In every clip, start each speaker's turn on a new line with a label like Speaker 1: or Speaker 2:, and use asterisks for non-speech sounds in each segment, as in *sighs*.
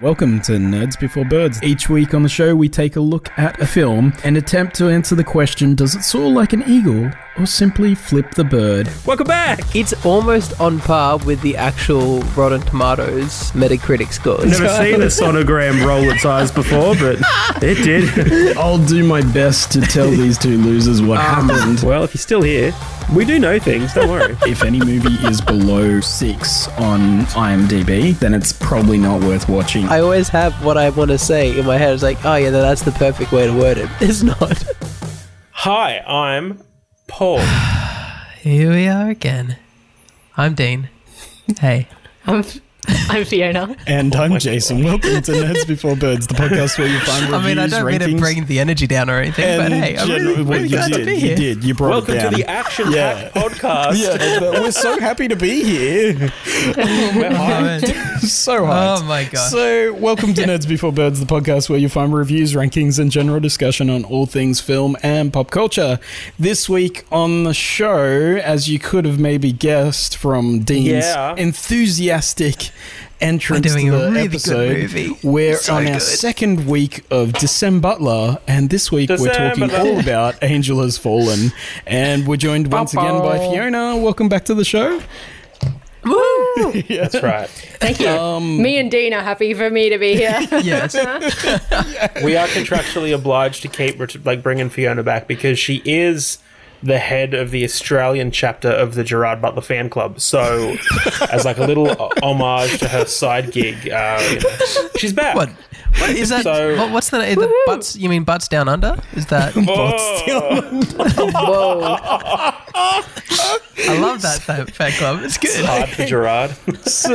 Speaker 1: Welcome to Nerds Before Birds. Each week on the show, we take a look at a film and attempt to answer the question does it soar like an eagle or simply flip the bird?
Speaker 2: Welcome back.
Speaker 3: It's almost on par with the actual Rotten Tomatoes Metacritic scores.
Speaker 2: Never seen a sonogram roll its eyes before, but it did.
Speaker 1: I'll do my best to tell these two losers *laughs* what happened.
Speaker 2: *laughs* Well, if you're still here, we do know things. Don't worry.
Speaker 1: If any movie is below six on IMDb, then it's probably not worth watching.
Speaker 3: *laughs* I always have what I want to say in my head. It's like, oh yeah, no, that's the perfect way to word it. *laughs* It's not.
Speaker 2: *laughs* Hi, I'm Paul.
Speaker 3: Here we are again. I'm Dean. Hey.
Speaker 4: I'm, I'm Fiona.
Speaker 5: And I'm Jason. Welcome to Nerds Before Birds, the podcast where you find reviews,
Speaker 3: *laughs* I mean, I don't mean
Speaker 5: rankings,
Speaker 3: to bring the energy down or anything, but
Speaker 5: and
Speaker 3: hey, I'm
Speaker 5: general-
Speaker 3: really,
Speaker 5: well,
Speaker 3: really
Speaker 5: you
Speaker 3: glad
Speaker 5: did,
Speaker 3: to be
Speaker 5: You
Speaker 3: here.
Speaker 5: did. You brought
Speaker 2: Welcome
Speaker 5: it down.
Speaker 2: to the Action
Speaker 5: Yeah.
Speaker 2: Pack Podcast.
Speaker 5: yeah, but we're so happy to be here. *laughs* so hyped.
Speaker 3: Oh my gosh.
Speaker 5: So, welcome to Nerds Before Birds, the podcast where you find reviews, rankings, and general discussion on all things film and pop culture. This week on the show, as you could have maybe guessed from Dean's
Speaker 2: Yeah.
Speaker 5: enthusiastic entrance
Speaker 3: We're doing
Speaker 5: to the
Speaker 3: a really good
Speaker 5: episode,
Speaker 3: movie.
Speaker 5: we're
Speaker 3: So
Speaker 5: on our
Speaker 3: good.
Speaker 5: second week of December Butler, and this week we're talking
Speaker 2: December.
Speaker 5: all about Angel Has Fallen, and we're joined once again by
Speaker 3: Bow-bow.
Speaker 5: Fiona. Welcome back to the show.
Speaker 4: *laughs* Woo!
Speaker 2: *laughs* That's right.
Speaker 4: Thank you. me and Dean are happy for me to be *laughs* here.
Speaker 3: Yes.
Speaker 2: We are contractually obliged to keep ret- like bringing Fiona back because she is the head of the Australian chapter of the Gerard Butler fan club. *laughs* So, as like a little homage to her side gig, uh, you know, she's back.
Speaker 3: What? What is
Speaker 5: *laughs*
Speaker 3: that?
Speaker 2: So-
Speaker 3: what, what's the, the butts? You mean butts down under? Is
Speaker 5: *laughs*
Speaker 3: that?
Speaker 2: Oh,
Speaker 4: Whoa.
Speaker 3: I love that fa- fan club. It's good.
Speaker 2: hard for Gerard.
Speaker 5: So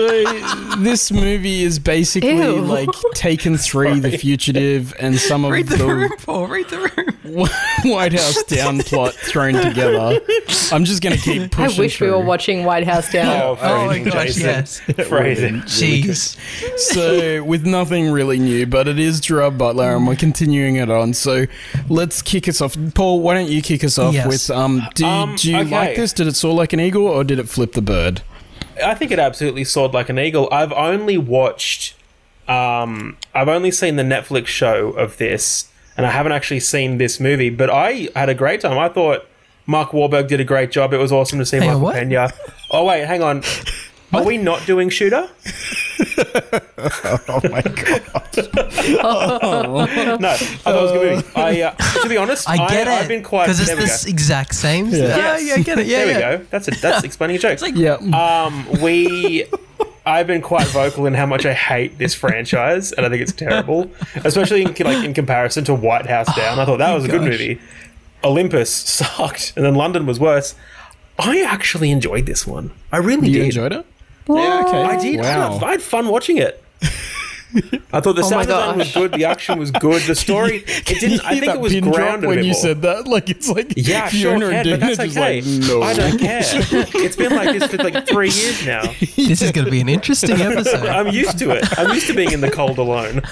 Speaker 5: this movie is basically
Speaker 4: Ew.
Speaker 5: like Taken Three, The Fugitive, and some of
Speaker 3: Read
Speaker 5: the,
Speaker 3: the room, Paul. Read the room.
Speaker 5: *laughs* White House down plot thrown together. I'm just gonna keep
Speaker 4: I
Speaker 5: pushing.
Speaker 4: wish we were
Speaker 5: through.
Speaker 4: watching White *laughs* House Down.
Speaker 2: Oh,
Speaker 3: Oh my
Speaker 2: Fraser,
Speaker 3: gosh,
Speaker 2: Jason.
Speaker 3: yes.
Speaker 2: *laughs* Fraser.
Speaker 3: Jeez.
Speaker 5: So with nothing really new, but it is Gerard Butler, and we're continuing it on. So let's kick us off. Paul, why don't you kick us off
Speaker 3: Yes.
Speaker 5: with um? Do,
Speaker 2: Um,
Speaker 5: do you
Speaker 2: okay.
Speaker 5: like this? Did it soar like an eagle, or did it flip the bird?
Speaker 2: I think it absolutely soared like an eagle. I've only watched, um, I've only seen the Netflix show of this, and I haven't actually seen this movie. But I had a great time. I thought Mark Wahlberg did a great job. It was awesome to see
Speaker 3: Hang on,
Speaker 2: Michael
Speaker 3: what?
Speaker 2: Pena. Oh wait, hang on. Are we not doing shooter?
Speaker 5: *laughs* Oh my god!
Speaker 2: No, I thought it was a good movie. I, uh,
Speaker 3: *laughs*
Speaker 2: to be honest,
Speaker 3: I get it.
Speaker 2: I've been quite.
Speaker 3: Because it's
Speaker 2: there we
Speaker 3: this
Speaker 2: go.
Speaker 3: exact same. Yeah. *laughs*
Speaker 2: Yes.
Speaker 3: yeah, I get it. Yeah,
Speaker 2: there
Speaker 3: yeah.
Speaker 2: we go. That's a, that's explaining a joke.
Speaker 3: like- *laughs*
Speaker 5: Yeah.
Speaker 2: um, we I've been quite vocal in how much I hate this franchise, and I think it's terrible, especially in, like in comparison to White House
Speaker 5: Oh
Speaker 2: Down. I thought that was a good
Speaker 3: gosh.
Speaker 2: movie. Olympus *laughs* sucked, and then London was worse. I actually enjoyed this one. I really
Speaker 5: you
Speaker 2: did.
Speaker 5: enjoyed it? Yeah. Okay.
Speaker 2: I did. I
Speaker 5: Wow.
Speaker 2: had- I had fun watching it. I thought the
Speaker 4: Oh my
Speaker 2: sound design was
Speaker 4: gosh.
Speaker 2: good. The action was good.
Speaker 5: *laughs*
Speaker 2: The story, it didn't. I
Speaker 5: hear
Speaker 2: think
Speaker 5: that
Speaker 2: it was
Speaker 5: pin drop
Speaker 2: grounded
Speaker 5: when
Speaker 2: a bit
Speaker 5: you
Speaker 2: more.
Speaker 5: said that. Like it's like
Speaker 2: Yeah, I sure
Speaker 5: Fiona and
Speaker 2: can, but
Speaker 5: Dana
Speaker 2: that's
Speaker 5: just
Speaker 2: okay.
Speaker 5: like no.
Speaker 2: I
Speaker 5: *laughs*
Speaker 2: don't care. it's been like this for like three years now.
Speaker 3: This is going to be an *laughs* interesting episode.
Speaker 2: I'm used to it. I'm used to being in the cold alone.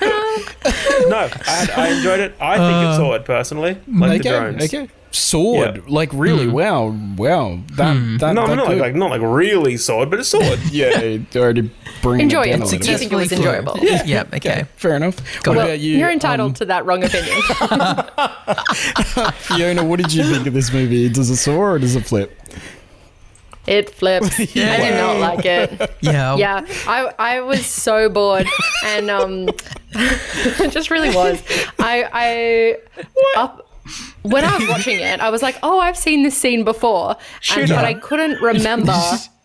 Speaker 2: no, I, had, I enjoyed it. I think
Speaker 6: Um,
Speaker 2: it's all it personally. Like the drones.
Speaker 5: okay, okay. Sword,
Speaker 2: Yeah.
Speaker 5: like really? Wow, wow. That that
Speaker 2: No,
Speaker 5: that
Speaker 2: I'm not
Speaker 5: good.
Speaker 2: like, like not like really sword, but it's
Speaker 4: *laughs*
Speaker 2: sword.
Speaker 5: *laughs* yeah, it already bring
Speaker 4: Enjoy
Speaker 5: it.
Speaker 4: it.
Speaker 5: down a little
Speaker 4: Do you think it was
Speaker 3: Successfully through.
Speaker 4: enjoyable?
Speaker 3: Yeah. okay.
Speaker 5: bit. Fair enough. what
Speaker 4: Well,
Speaker 5: about you?
Speaker 4: you're entitled to that wrong *laughs* opinion.
Speaker 5: um, Fiona. What did you think of this movie? Does it soar or does it flip?
Speaker 4: it *laughs* flipped. I did not like it.
Speaker 3: Yeah.
Speaker 4: Yeah, I, I was so bored and um, *laughs* it just really was. I I up, when I was watching it, I was like, oh, I've seen this scene before, and,
Speaker 3: Shooter.
Speaker 4: but I couldn't remember.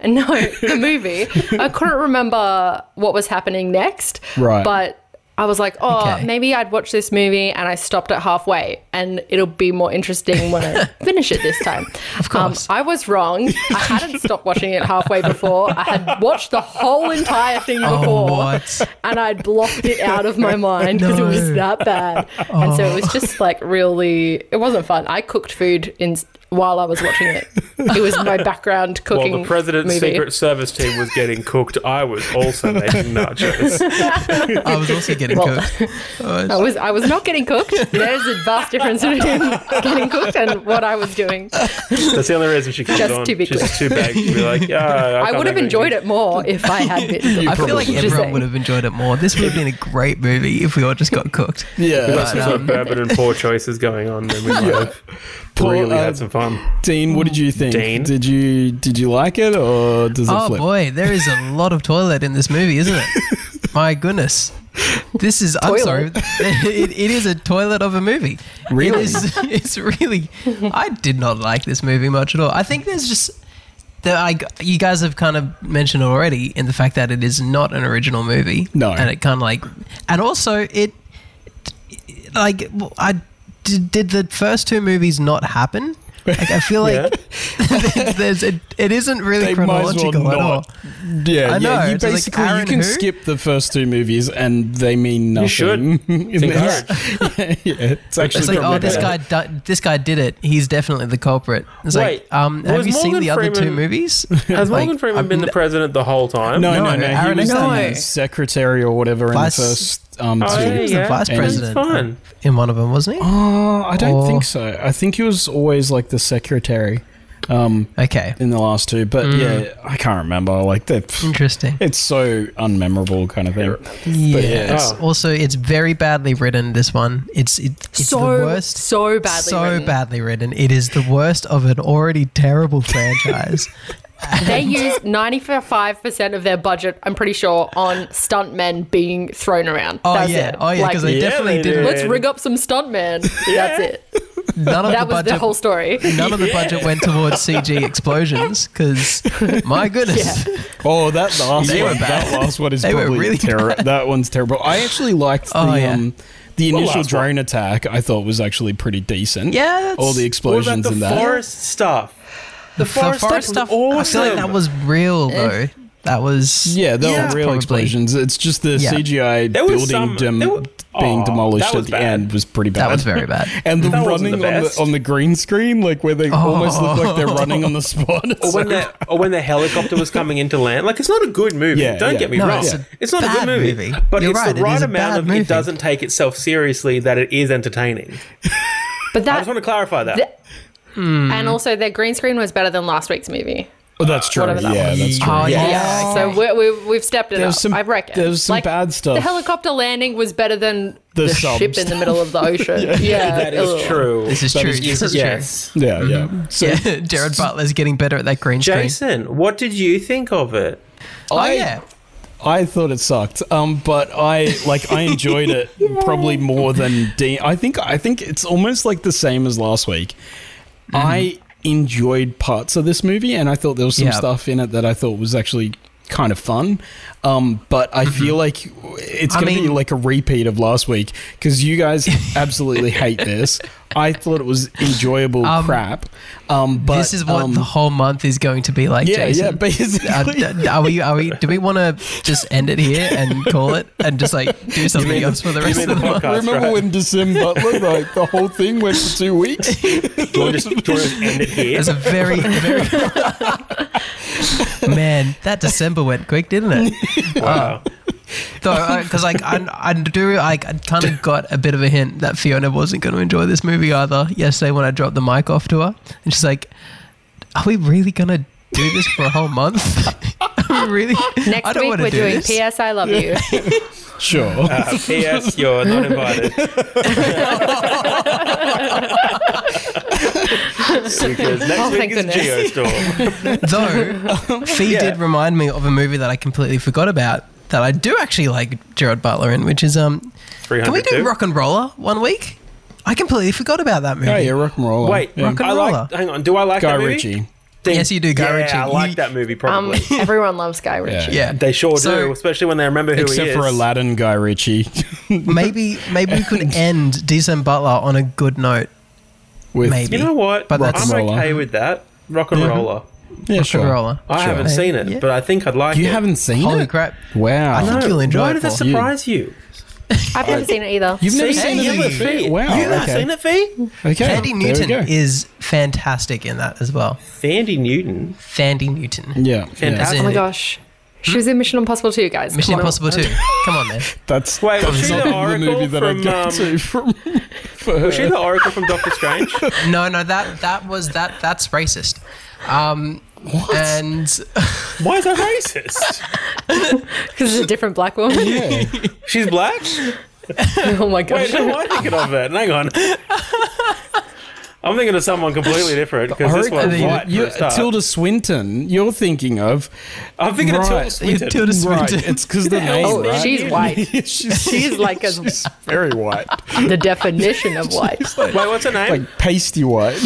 Speaker 4: no, the movie. I couldn't remember what was happening next.
Speaker 5: Right.
Speaker 4: but. I was like, oh,
Speaker 3: Okay.
Speaker 4: maybe I'd watch this movie and I stopped at halfway and it'll be more interesting when
Speaker 3: *laughs*
Speaker 4: I finish it this time. Of
Speaker 3: course.
Speaker 4: I was wrong.
Speaker 3: *laughs*
Speaker 4: I hadn't stopped watching it halfway before. I had watched the whole entire thing before.
Speaker 3: Oh, what?
Speaker 4: And I'd blocked it out
Speaker 3: *laughs*
Speaker 4: of my mind because it was
Speaker 3: No. Oh.
Speaker 4: that bad. And so it was just like really, it wasn't fun. I cooked food in while I was watching it. It was
Speaker 3: *laughs*
Speaker 4: my background cooking.
Speaker 2: While the president's
Speaker 4: movie.
Speaker 2: secret service team was getting cooked, I was
Speaker 6: *laughs*
Speaker 2: also making nachos.
Speaker 6: I was also getting
Speaker 4: Well-
Speaker 6: cooked.
Speaker 4: I was I was not
Speaker 6: *laughs*
Speaker 4: getting cooked. There's a vast difference between getting cooked and what I was doing.
Speaker 2: That's the only reason she comes
Speaker 4: Just
Speaker 2: on.
Speaker 4: to be
Speaker 2: She's
Speaker 4: clear.
Speaker 2: too big to be like, yeah.
Speaker 4: I, would have enjoyed it more if I
Speaker 6: *laughs*
Speaker 4: had been.
Speaker 6: I feel like
Speaker 4: Just
Speaker 6: everyone
Speaker 4: saying.
Speaker 6: would have enjoyed it more. This would have been a great movie if we all just got cooked.
Speaker 5: Yeah.
Speaker 2: That's some sort of
Speaker 6: um,
Speaker 2: bourbon and poor choices going on.
Speaker 6: *laughs*
Speaker 2: Then we might have
Speaker 5: Poor,
Speaker 2: really
Speaker 5: uh,
Speaker 6: um,
Speaker 2: had some fun.
Speaker 5: Dean, what did you think?
Speaker 2: Dean?
Speaker 5: Did you did you like it or does it
Speaker 6: Oh
Speaker 5: flip?
Speaker 6: boy, there is a lot of toilet in this movie,
Speaker 5: *laughs*
Speaker 6: isn't it? My goodness. This is, I'm
Speaker 4: Toilet?
Speaker 6: sorry, it, it is a toilet of a movie. Really? It is, *laughs* it's really, I did not like this movie much at all. I think there's just, that I, you guys have kind of mentioned already in the fact that it is not an original movie.
Speaker 5: No.
Speaker 6: And it kind of like, and also it, like, well, I, did, did the first two movies not happen? Like,
Speaker 5: *laughs*
Speaker 6: I feel like there's, it, it isn't really
Speaker 5: They might as well
Speaker 6: chronological at all.
Speaker 5: not. Yeah,
Speaker 6: I know,
Speaker 5: yeah. You
Speaker 6: it's like
Speaker 5: basically you
Speaker 6: Aaron
Speaker 5: can
Speaker 6: who?
Speaker 5: skip the first two movies and they mean nothing.
Speaker 2: should.
Speaker 5: *laughs* in
Speaker 2: It's
Speaker 5: this.
Speaker 2: encouraged.
Speaker 5: *laughs* yeah, it's actually
Speaker 6: It's like,
Speaker 5: probably
Speaker 6: oh, this
Speaker 5: better.
Speaker 6: guy, di- this guy did it. He's definitely the culprit. It's
Speaker 2: Wait,
Speaker 6: like, um,
Speaker 2: was
Speaker 6: have you seen
Speaker 2: Morgan
Speaker 6: the other two
Speaker 2: Freeman-
Speaker 6: movies?
Speaker 2: *laughs* Has
Speaker 6: Like,
Speaker 2: Morgan Freeman
Speaker 6: I've
Speaker 2: been the
Speaker 6: n-
Speaker 2: president the whole time?
Speaker 5: No, no, no.
Speaker 6: No,
Speaker 5: He
Speaker 6: Aaron
Speaker 5: was the
Speaker 6: Eckhart.
Speaker 5: secretary or whatever
Speaker 6: Vice-
Speaker 5: in the first um, two.
Speaker 2: Oh,
Speaker 6: He was the
Speaker 2: Yeah,
Speaker 6: vice
Speaker 5: and-
Speaker 6: president
Speaker 2: It's fine.
Speaker 6: in one of them, wasn't he?
Speaker 5: Oh, I don't
Speaker 6: Or-
Speaker 5: think so. I think he was always like the secretary um,
Speaker 6: Okay,
Speaker 5: in the last two, but yeah, I can't remember. Like that,
Speaker 6: interesting.
Speaker 5: it's so unmemorable kind of thing.
Speaker 6: Yeah.
Speaker 5: yes.
Speaker 2: Oh.
Speaker 6: Also, it's very badly written. This one, it's it, it's
Speaker 4: so
Speaker 6: the worst.
Speaker 4: so badly.
Speaker 6: so
Speaker 4: written.
Speaker 6: badly written. It is the worst of an already
Speaker 2: *laughs*
Speaker 6: terrible franchise.
Speaker 4: They used ninety five percent of their budget. I'm pretty sure on stuntmen being thrown around.
Speaker 6: Oh
Speaker 4: That's
Speaker 6: yeah,
Speaker 4: it.
Speaker 6: oh yeah, because they
Speaker 2: Yeah,
Speaker 6: definitely
Speaker 2: they
Speaker 6: didn't.
Speaker 2: did.
Speaker 4: Let's rig up some stuntmen. That's it.
Speaker 6: None of the
Speaker 4: That was
Speaker 6: budget
Speaker 4: the whole story.
Speaker 6: None of the budget went towards CG
Speaker 5: *laughs*
Speaker 6: explosions because, my goodness,
Speaker 5: Oh, that last
Speaker 6: They
Speaker 5: one.
Speaker 6: were bad.
Speaker 5: That last one is
Speaker 6: They were
Speaker 5: probably
Speaker 6: really
Speaker 5: terrible. That one's terrible. I actually liked the
Speaker 6: Oh, yeah.
Speaker 5: um, the initial
Speaker 2: last one?
Speaker 5: drone attack. I thought was actually pretty decent.
Speaker 6: Yeah, that's-
Speaker 5: all the
Speaker 2: What about
Speaker 5: explosions
Speaker 2: the
Speaker 5: and that.
Speaker 2: forest stuff? The
Speaker 6: the forest
Speaker 2: was
Speaker 6: stuff. I
Speaker 2: Awesome.
Speaker 6: feel like that was real though. That was
Speaker 5: Yeah, they
Speaker 6: that's
Speaker 5: were real
Speaker 6: probably-
Speaker 5: explosions. It's just the
Speaker 6: Yeah.
Speaker 5: CGI
Speaker 2: There was
Speaker 5: building
Speaker 2: some-
Speaker 5: dem-
Speaker 2: there were-
Speaker 5: being
Speaker 2: Aw,
Speaker 5: demolished
Speaker 2: that
Speaker 5: at
Speaker 2: was
Speaker 5: the
Speaker 2: bad.
Speaker 5: end was pretty bad.
Speaker 6: That was very bad.
Speaker 5: *laughs* And the
Speaker 2: That wasn't
Speaker 5: running
Speaker 2: the
Speaker 5: on the
Speaker 2: best.
Speaker 5: on the green screen, like where they
Speaker 6: Oh.
Speaker 5: almost look like they're running
Speaker 6: *laughs*
Speaker 5: on the spot. *laughs*
Speaker 2: Or when, the, or when the helicopter was coming into land. Like, it's not a good movie.
Speaker 5: Yeah,
Speaker 2: Don't
Speaker 5: yeah.
Speaker 2: get me
Speaker 6: No,
Speaker 2: wrong.
Speaker 6: it's
Speaker 2: It's,
Speaker 6: a
Speaker 2: not a good
Speaker 6: bad
Speaker 2: movie.
Speaker 6: movie.
Speaker 2: But
Speaker 6: You're
Speaker 2: it's
Speaker 6: right, it
Speaker 2: the
Speaker 6: is
Speaker 2: right
Speaker 6: a
Speaker 2: amount
Speaker 6: bad
Speaker 2: of
Speaker 6: movie.
Speaker 2: it doesn't take itself seriously that it is entertaining.
Speaker 4: But
Speaker 2: I
Speaker 4: that
Speaker 2: just want to clarify that.
Speaker 4: The-
Speaker 6: Hmm.
Speaker 4: and also their green screen was better than last week's movie.
Speaker 5: oh, that's true.
Speaker 4: Whatever that
Speaker 5: yeah, that's true.
Speaker 6: Oh, yeah.
Speaker 4: Yeah,
Speaker 6: okay.
Speaker 4: so we, we, we've stepped it
Speaker 5: There's
Speaker 4: up.
Speaker 5: some-
Speaker 4: I reckon
Speaker 5: there's some bad stuff.
Speaker 4: The helicopter landing was better than
Speaker 5: The
Speaker 4: the,
Speaker 5: sub
Speaker 4: ship in the middle of the ocean. yeah,
Speaker 2: that is
Speaker 4: ugh.
Speaker 2: true.
Speaker 6: This is true.
Speaker 5: is
Speaker 6: This is true.
Speaker 2: yes.
Speaker 5: Yeah, yeah. So
Speaker 6: Mm-hmm. Yeah, *laughs* Jared Butler's getting better at that green screen.
Speaker 2: Jason, what did you think of it?
Speaker 6: Oh yeah,
Speaker 5: I thought it sucked, um, but I like I enjoyed it probably more than Dean. I think I think it's almost like the same as last week.
Speaker 6: Mm-hmm.
Speaker 5: I enjoyed parts of this movie, and I thought there was some
Speaker 6: Yeah.
Speaker 5: stuff in it that I thought was actually kind of fun. Um, but I feel like it's
Speaker 6: Mm-hmm. I
Speaker 5: going to be
Speaker 6: mean-
Speaker 5: like a repeat of last week because you guys
Speaker 6: *laughs*
Speaker 5: absolutely hate this. I thought it was enjoyable
Speaker 6: Um,
Speaker 5: crap. Um, but
Speaker 6: this is what
Speaker 5: um,
Speaker 6: the whole month is going to be like.
Speaker 5: yeah,
Speaker 6: Jason.
Speaker 5: yeah, basically.
Speaker 6: Uh, d- d- are we? Are we? Do we want to just end it here and call it, and just like do something else for the rest
Speaker 2: mean
Speaker 6: of
Speaker 2: the
Speaker 6: the month?
Speaker 2: podcast,
Speaker 5: Remember
Speaker 2: right?
Speaker 5: when Decim Butler, like the whole thing went for two
Speaker 6: *laughs*
Speaker 5: weeks?
Speaker 2: Do you want to just, do you want to just end it here?
Speaker 6: It's a very, very *laughs* man. That December went quick, didn't it?
Speaker 2: Wow.
Speaker 6: Though, because like I, I do, I kind
Speaker 2: *laughs*
Speaker 6: of got a bit of a hint that Fiona wasn't going to enjoy this movie either. Yesterday, when I dropped the mic off to her, and she's like, "Are we really going to do this for a whole month? *laughs* Are we really?
Speaker 4: Next
Speaker 6: I don't
Speaker 4: week
Speaker 6: wanna
Speaker 4: we're
Speaker 6: do
Speaker 4: doing
Speaker 6: this.
Speaker 4: PS I love you.
Speaker 5: Sure.
Speaker 2: Uh, P.S. You're not
Speaker 6: *laughs*
Speaker 2: invited. because next
Speaker 4: Oh,
Speaker 2: week
Speaker 4: thank
Speaker 2: is
Speaker 4: goodness.
Speaker 2: Geostorm.
Speaker 4: *laughs*
Speaker 6: Though Fee
Speaker 2: Yeah.
Speaker 6: did remind me of a movie that I completely forgot about that I do actually like Gerard Butler in, which is um, can we
Speaker 2: 300
Speaker 6: do
Speaker 2: too?
Speaker 6: Rock and Roller one week? I completely forgot about that movie.
Speaker 5: Oh, yeah, rock and roll.
Speaker 2: Wait,
Speaker 5: yeah.
Speaker 6: Rock and
Speaker 2: I
Speaker 6: Roller.
Speaker 2: like. Hang on, do I like
Speaker 5: Guy
Speaker 2: that movie?
Speaker 5: Ritchie.
Speaker 2: Think-
Speaker 6: Yes, you do, Guy
Speaker 2: yeah,
Speaker 6: Ritchie.
Speaker 2: I like
Speaker 6: You-
Speaker 2: that movie
Speaker 4: Um,
Speaker 2: probably.
Speaker 4: everyone loves Guy Ritchie.
Speaker 2: *laughs*
Speaker 6: Yeah.
Speaker 2: they sure
Speaker 6: So-
Speaker 2: do, especially when they remember who
Speaker 5: Um, Except
Speaker 2: he is.
Speaker 5: for Aladdin, Guy Ritchie. *laughs*
Speaker 6: Maybe maybe
Speaker 2: *laughs*
Speaker 6: we could end Decent Butler on a good note.
Speaker 5: With,
Speaker 6: Maybe.
Speaker 2: You know what?
Speaker 6: But
Speaker 2: I'm
Speaker 6: that's-
Speaker 5: Rock and
Speaker 2: okay
Speaker 5: roller.
Speaker 2: with that. Rock and roller.
Speaker 5: Yeah,
Speaker 6: Rock
Speaker 5: sure.
Speaker 6: and Roller.
Speaker 2: I
Speaker 5: Sure.
Speaker 2: haven't seen it,
Speaker 6: Yeah.
Speaker 2: but I think I'd like
Speaker 5: You
Speaker 2: it.
Speaker 5: haven't seen
Speaker 6: Holy
Speaker 5: it?
Speaker 6: crap.
Speaker 5: Wow.
Speaker 6: I think you'll enjoy
Speaker 2: Why
Speaker 6: it,
Speaker 2: did that
Speaker 6: Paul.
Speaker 2: surprise you?
Speaker 4: I I've never seen it either.
Speaker 5: You've never
Speaker 6: See,
Speaker 5: seen
Speaker 6: hey,
Speaker 5: it in the
Speaker 6: you-
Speaker 5: feet. Wow.
Speaker 2: You've not
Speaker 5: okay.
Speaker 2: seen it, Fee?
Speaker 5: Okay.
Speaker 6: Fandy
Speaker 5: there we
Speaker 6: Newton
Speaker 5: go.
Speaker 6: is fantastic in that as well.
Speaker 2: Fandy Newton.
Speaker 6: Fandy Newton.
Speaker 5: Yeah.
Speaker 2: Fantastic.
Speaker 6: As
Speaker 4: Oh my
Speaker 6: in
Speaker 4: gosh. She was in Mission Impossible too, guys.
Speaker 6: Hmm? Mission
Speaker 4: Come on.
Speaker 6: Impossible 2. Come on, man.
Speaker 5: That's *laughs*
Speaker 2: Wait,
Speaker 5: that
Speaker 2: was
Speaker 5: is
Speaker 2: she
Speaker 5: not
Speaker 2: the Oracle
Speaker 5: movie that I
Speaker 2: from,
Speaker 5: got
Speaker 2: um,
Speaker 5: to from *laughs* for
Speaker 2: Was she the Oracle from
Speaker 5: *laughs*
Speaker 2: Doctor Strange?
Speaker 6: No, no, that that was that that's racist. Um and *laughs*
Speaker 2: Why is that racist?
Speaker 4: Because it's a different
Speaker 6: *laughs*
Speaker 4: black woman.
Speaker 2: She's black?
Speaker 4: Oh my
Speaker 2: Wait,
Speaker 4: gosh.
Speaker 2: no, I'm thinking of it. Hang on. I'm thinking of someone completely different because this
Speaker 5: Oracle,
Speaker 2: one's white.
Speaker 5: what?
Speaker 2: for
Speaker 5: You,
Speaker 2: a start.
Speaker 5: Tilda Swinton, you're thinking of.
Speaker 2: I'm thinking of Tilda
Speaker 5: Right.
Speaker 2: Swinton.
Speaker 6: Tilda
Speaker 5: Right.
Speaker 6: Swinton.
Speaker 5: It's because the name,
Speaker 4: Oh,
Speaker 5: right?
Speaker 4: she's
Speaker 5: *laughs*
Speaker 4: white.
Speaker 5: she's,
Speaker 4: She's like a,
Speaker 5: she's very white.
Speaker 4: the definition of
Speaker 6: *laughs*
Speaker 4: white.
Speaker 2: Wait, what's her name?
Speaker 5: Like pasty white.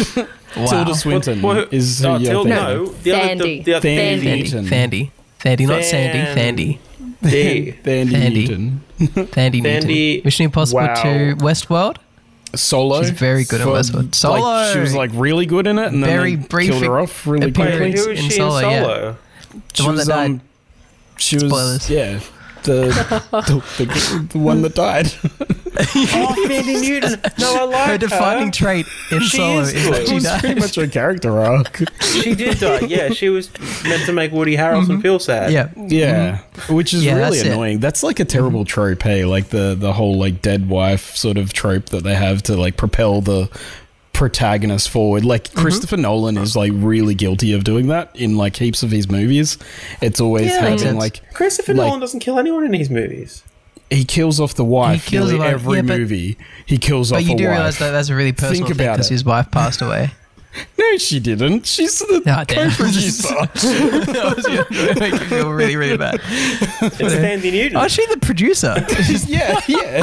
Speaker 5: *laughs*
Speaker 6: Wow.
Speaker 5: Tilda Swinton
Speaker 2: What-
Speaker 5: is uh, who
Speaker 2: oh,
Speaker 5: you're
Speaker 2: Tilda,
Speaker 5: thinking
Speaker 2: no,
Speaker 5: of.
Speaker 2: the other, the, the other
Speaker 5: Fandy.
Speaker 6: Fandy.
Speaker 5: Newton.
Speaker 6: Fandy. Fandy, not
Speaker 2: Fan-
Speaker 6: Sandy. Fandy.
Speaker 2: D.
Speaker 5: Fandy
Speaker 6: Fandy.
Speaker 5: Newton.
Speaker 6: Fandy
Speaker 2: Fandy-
Speaker 6: Newton. Mission Impossible
Speaker 2: wow.
Speaker 6: 2. Westworld.
Speaker 5: Solo.
Speaker 6: She's very good at
Speaker 5: for-
Speaker 6: Westworld.
Speaker 5: like,
Speaker 6: Solo!
Speaker 5: she was like really good in it, and
Speaker 6: Very
Speaker 5: then they
Speaker 6: brief
Speaker 5: killed her off really
Speaker 6: appearance.
Speaker 5: quickly. um,
Speaker 2: Wait, who is she
Speaker 6: in Solo,
Speaker 2: in
Speaker 6: yeah.
Speaker 2: Solo?
Speaker 6: The one that died.
Speaker 5: She was
Speaker 6: Spoilers.
Speaker 5: yeah, the
Speaker 6: *laughs*
Speaker 5: the, the the one that died.
Speaker 2: Oh, Fandy Newton. No, I like *laughs*
Speaker 6: Her defining trait in
Speaker 2: She
Speaker 6: Solo
Speaker 2: is
Speaker 6: is,
Speaker 2: good.
Speaker 6: that
Speaker 5: It
Speaker 6: she
Speaker 5: was pretty
Speaker 6: dies.
Speaker 5: much her character arc.
Speaker 2: She did die. Yeah, she was meant to make Woody Harrelson feel sad.
Speaker 6: Yeah.
Speaker 5: Yeah, which is
Speaker 6: Mm-hmm. Yeah,
Speaker 5: really
Speaker 6: that's it. Mm-hmm.
Speaker 5: annoying. That's like a terrible trope, hey? Like the the whole like dead wife sort of trope that they have to like propel the protagonist forward. Like
Speaker 6: Mm-hmm.
Speaker 5: Christopher Nolan is like really guilty of doing that in like heaps of his movies. It's always
Speaker 2: Yeah,
Speaker 6: makes
Speaker 5: having
Speaker 6: sense.
Speaker 5: like
Speaker 2: Christopher
Speaker 5: Like-
Speaker 2: Nolan doesn't kill anyone in his movies.
Speaker 5: he kills off the wife
Speaker 6: He kills
Speaker 5: nearly
Speaker 6: off-
Speaker 5: every
Speaker 6: yeah, but-
Speaker 5: movie. He kills off
Speaker 6: But you
Speaker 5: a
Speaker 6: do
Speaker 5: wife.
Speaker 6: realize that that's a really personal thing
Speaker 5: about
Speaker 6: because
Speaker 5: it.
Speaker 6: his wife passed away.
Speaker 5: no, she didn't. She's
Speaker 6: *laughs*
Speaker 5: the
Speaker 6: Ah, damn. *laughs*
Speaker 5: co-producer.
Speaker 6: That was gonna make me feel really, really bad.
Speaker 2: It's Fandy Newton.
Speaker 6: Oh, she the
Speaker 5: *laughs*
Speaker 6: producer.
Speaker 5: yeah, yeah.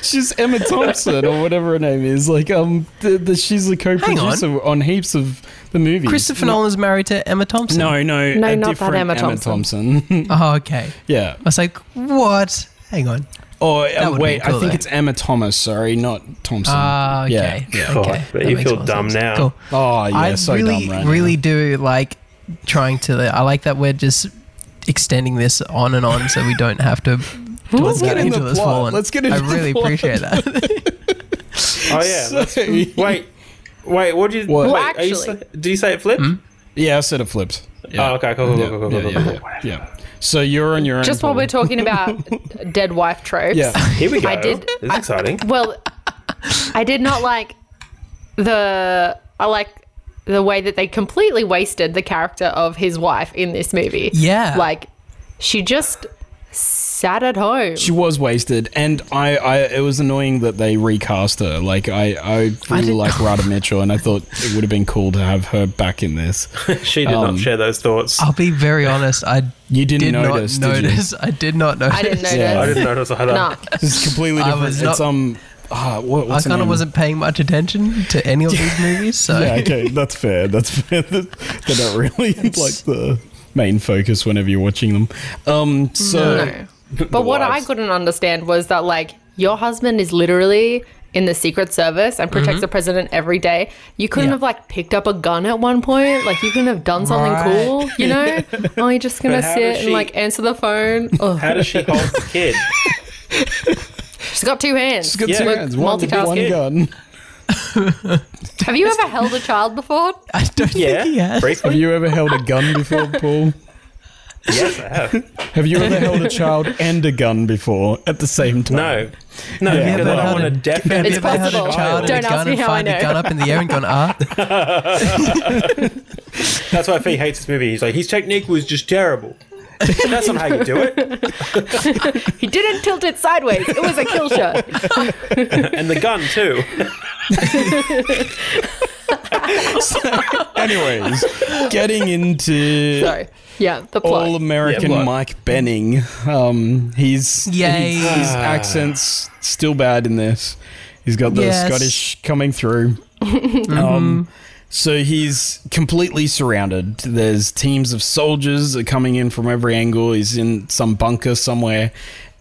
Speaker 5: she's Emma Thompson or whatever her name is. Like, um, the, the, she's the co-producer on. heaps of the movies.
Speaker 6: Christopher Nolan's married to Emma Thompson.
Speaker 5: No, no,
Speaker 4: No,
Speaker 5: a
Speaker 4: not that
Speaker 5: different
Speaker 4: Emma
Speaker 5: Thompson. *laughs*
Speaker 6: Oh, okay.
Speaker 5: yeah.
Speaker 6: I was like, what? Hang on.
Speaker 5: Or
Speaker 6: That
Speaker 5: uh,
Speaker 6: would've
Speaker 5: wait,
Speaker 6: been cool,
Speaker 5: I think
Speaker 6: though.
Speaker 5: it's Emma Thomas. Sorry, not Thompson.
Speaker 6: Ah, okay.
Speaker 5: Yeah.
Speaker 2: God,
Speaker 6: okay.
Speaker 2: but
Speaker 6: That
Speaker 2: you
Speaker 6: makes
Speaker 2: feel
Speaker 6: more
Speaker 2: dumb
Speaker 6: sense.
Speaker 2: now.
Speaker 6: Cool.
Speaker 5: Oh yeah,
Speaker 6: I
Speaker 5: so
Speaker 6: really,
Speaker 5: dumb right *laughs*
Speaker 6: really do like trying to. I like that we're just extending this on and on, so we don't have
Speaker 5: *laughs*
Speaker 6: to.
Speaker 5: Let's
Speaker 6: delve
Speaker 5: get in
Speaker 6: into
Speaker 5: the
Speaker 6: this
Speaker 5: plot.
Speaker 6: one.
Speaker 5: Let's get into
Speaker 6: I
Speaker 5: the
Speaker 6: really
Speaker 5: plot.
Speaker 6: appreciate
Speaker 5: *laughs*
Speaker 6: that.
Speaker 2: Oh
Speaker 5: now.
Speaker 2: yeah.
Speaker 6: *laughs*
Speaker 2: let's-
Speaker 5: So-
Speaker 2: Wait, wait. What did you?
Speaker 5: What?
Speaker 2: Wait,
Speaker 4: Well,
Speaker 2: are you
Speaker 4: actually-
Speaker 2: sa- did you say it flipped?
Speaker 5: *laughs* yeah, I said it flipped. Yeah.
Speaker 2: Oh, okay. Cool. Cool.
Speaker 5: Yeah,
Speaker 2: Cool. Cool.
Speaker 5: yeah,
Speaker 2: Cool.
Speaker 5: yeah,
Speaker 2: cool, cool.
Speaker 5: yeah, yeah. So you're on your own.
Speaker 4: Just while
Speaker 5: Paul.
Speaker 4: we're
Speaker 6: *laughs*
Speaker 4: talking about dead wife tropes.
Speaker 5: Yeah.
Speaker 2: Here we go.
Speaker 4: I did-
Speaker 2: This is
Speaker 4: *laughs*
Speaker 2: exciting.
Speaker 4: Well, I did not like the. I like the way that they completely wasted the character of his wife in this movie.
Speaker 6: Yeah.
Speaker 4: Like, she just sat at home.
Speaker 5: She was wasted, and I, I it was annoying that they recast her. Like I, I really
Speaker 6: didn't-
Speaker 5: like Rada Mitchell, and I thought it would have been cool to have her back in *laughs* this.
Speaker 2: She did
Speaker 5: Um,
Speaker 2: not share those thoughts.
Speaker 4: Oh,
Speaker 6: I'll be very honest. I
Speaker 5: You didn't
Speaker 6: did
Speaker 5: notice,
Speaker 6: not
Speaker 5: did you?
Speaker 6: notice. I did not notice.
Speaker 4: I didn't notice.
Speaker 5: Yeah.
Speaker 2: I didn't notice either.
Speaker 4: Nah.
Speaker 5: It's completely
Speaker 6: I
Speaker 5: different.
Speaker 6: was
Speaker 5: it's
Speaker 6: not-
Speaker 5: um, ah, what,
Speaker 6: I
Speaker 5: what's her
Speaker 6: kind of
Speaker 5: name?
Speaker 6: wasn't paying much attention to any
Speaker 5: *laughs*
Speaker 6: of these movies, so
Speaker 5: Yeah, okay, that's fair. That's fair. *laughs* They're not
Speaker 6: *laughs*
Speaker 5: really like the main focus whenever you're watching them. Um, so
Speaker 2: *laughs*
Speaker 4: No. But what I
Speaker 2: wives.
Speaker 4: couldn't understand was that like your husband is literally in the Secret Service and protects the president every day. You couldn't
Speaker 6: Mm-hmm. Yeah.
Speaker 4: have like picked up a gun at one point. Like you couldn't have done something
Speaker 6: Right.
Speaker 4: cool,
Speaker 6: *laughs*
Speaker 4: you know? Oh, you're just gonna
Speaker 2: But how does
Speaker 4: sit
Speaker 2: she-
Speaker 4: and like answer
Speaker 2: *laughs*
Speaker 4: the phone. Ugh.
Speaker 2: How does
Speaker 4: *laughs*
Speaker 2: she hold the kid?
Speaker 4: She's got two hands.
Speaker 5: good
Speaker 2: Yeah.
Speaker 5: two
Speaker 2: Look,
Speaker 5: hands, one, one
Speaker 4: multitasking.
Speaker 5: gun.
Speaker 4: Have you ever held a child before?
Speaker 6: I don't
Speaker 2: Yeah.
Speaker 6: think he has.
Speaker 5: Have
Speaker 2: Briefly.
Speaker 5: you ever held a gun before, Paul?
Speaker 2: yes, I have.
Speaker 5: Have you ever held a child and a gun before at the same time?
Speaker 2: No. No,
Speaker 5: Yeah,
Speaker 2: because
Speaker 5: but how
Speaker 2: I don't want to
Speaker 6: did-
Speaker 2: deafen
Speaker 6: Have
Speaker 4: It's
Speaker 6: you ever had a
Speaker 4: possible.
Speaker 6: child
Speaker 4: Don't
Speaker 6: with a
Speaker 4: ask
Speaker 6: gun
Speaker 4: me
Speaker 6: and
Speaker 4: how
Speaker 6: fired
Speaker 4: I
Speaker 6: the
Speaker 4: know.
Speaker 6: gun up in the air and
Speaker 5: *laughs*
Speaker 6: gone, ah?
Speaker 2: That's why Fee hates this movie. He's like, his technique was just terrible. That's not how you do *laughs* it.
Speaker 4: He didn't tilt it sideways. It was a
Speaker 5: *laughs*
Speaker 4: kill shot.
Speaker 2: And the gun too.
Speaker 5: *laughs* Anyways, getting into
Speaker 4: *laughs* Sorry. Yeah, the plot.
Speaker 5: all American
Speaker 2: Yeah, blood.
Speaker 5: Mike Benning. Um, he's
Speaker 6: Yay.
Speaker 5: he's- his accent's still bad in this. He's got the
Speaker 6: Yes. Mm-hmm.
Speaker 5: Scottish coming
Speaker 6: *laughs*
Speaker 5: through. um, so he's completely surrounded. There's teams of soldiers are coming in from every angle. He's in some bunker somewhere,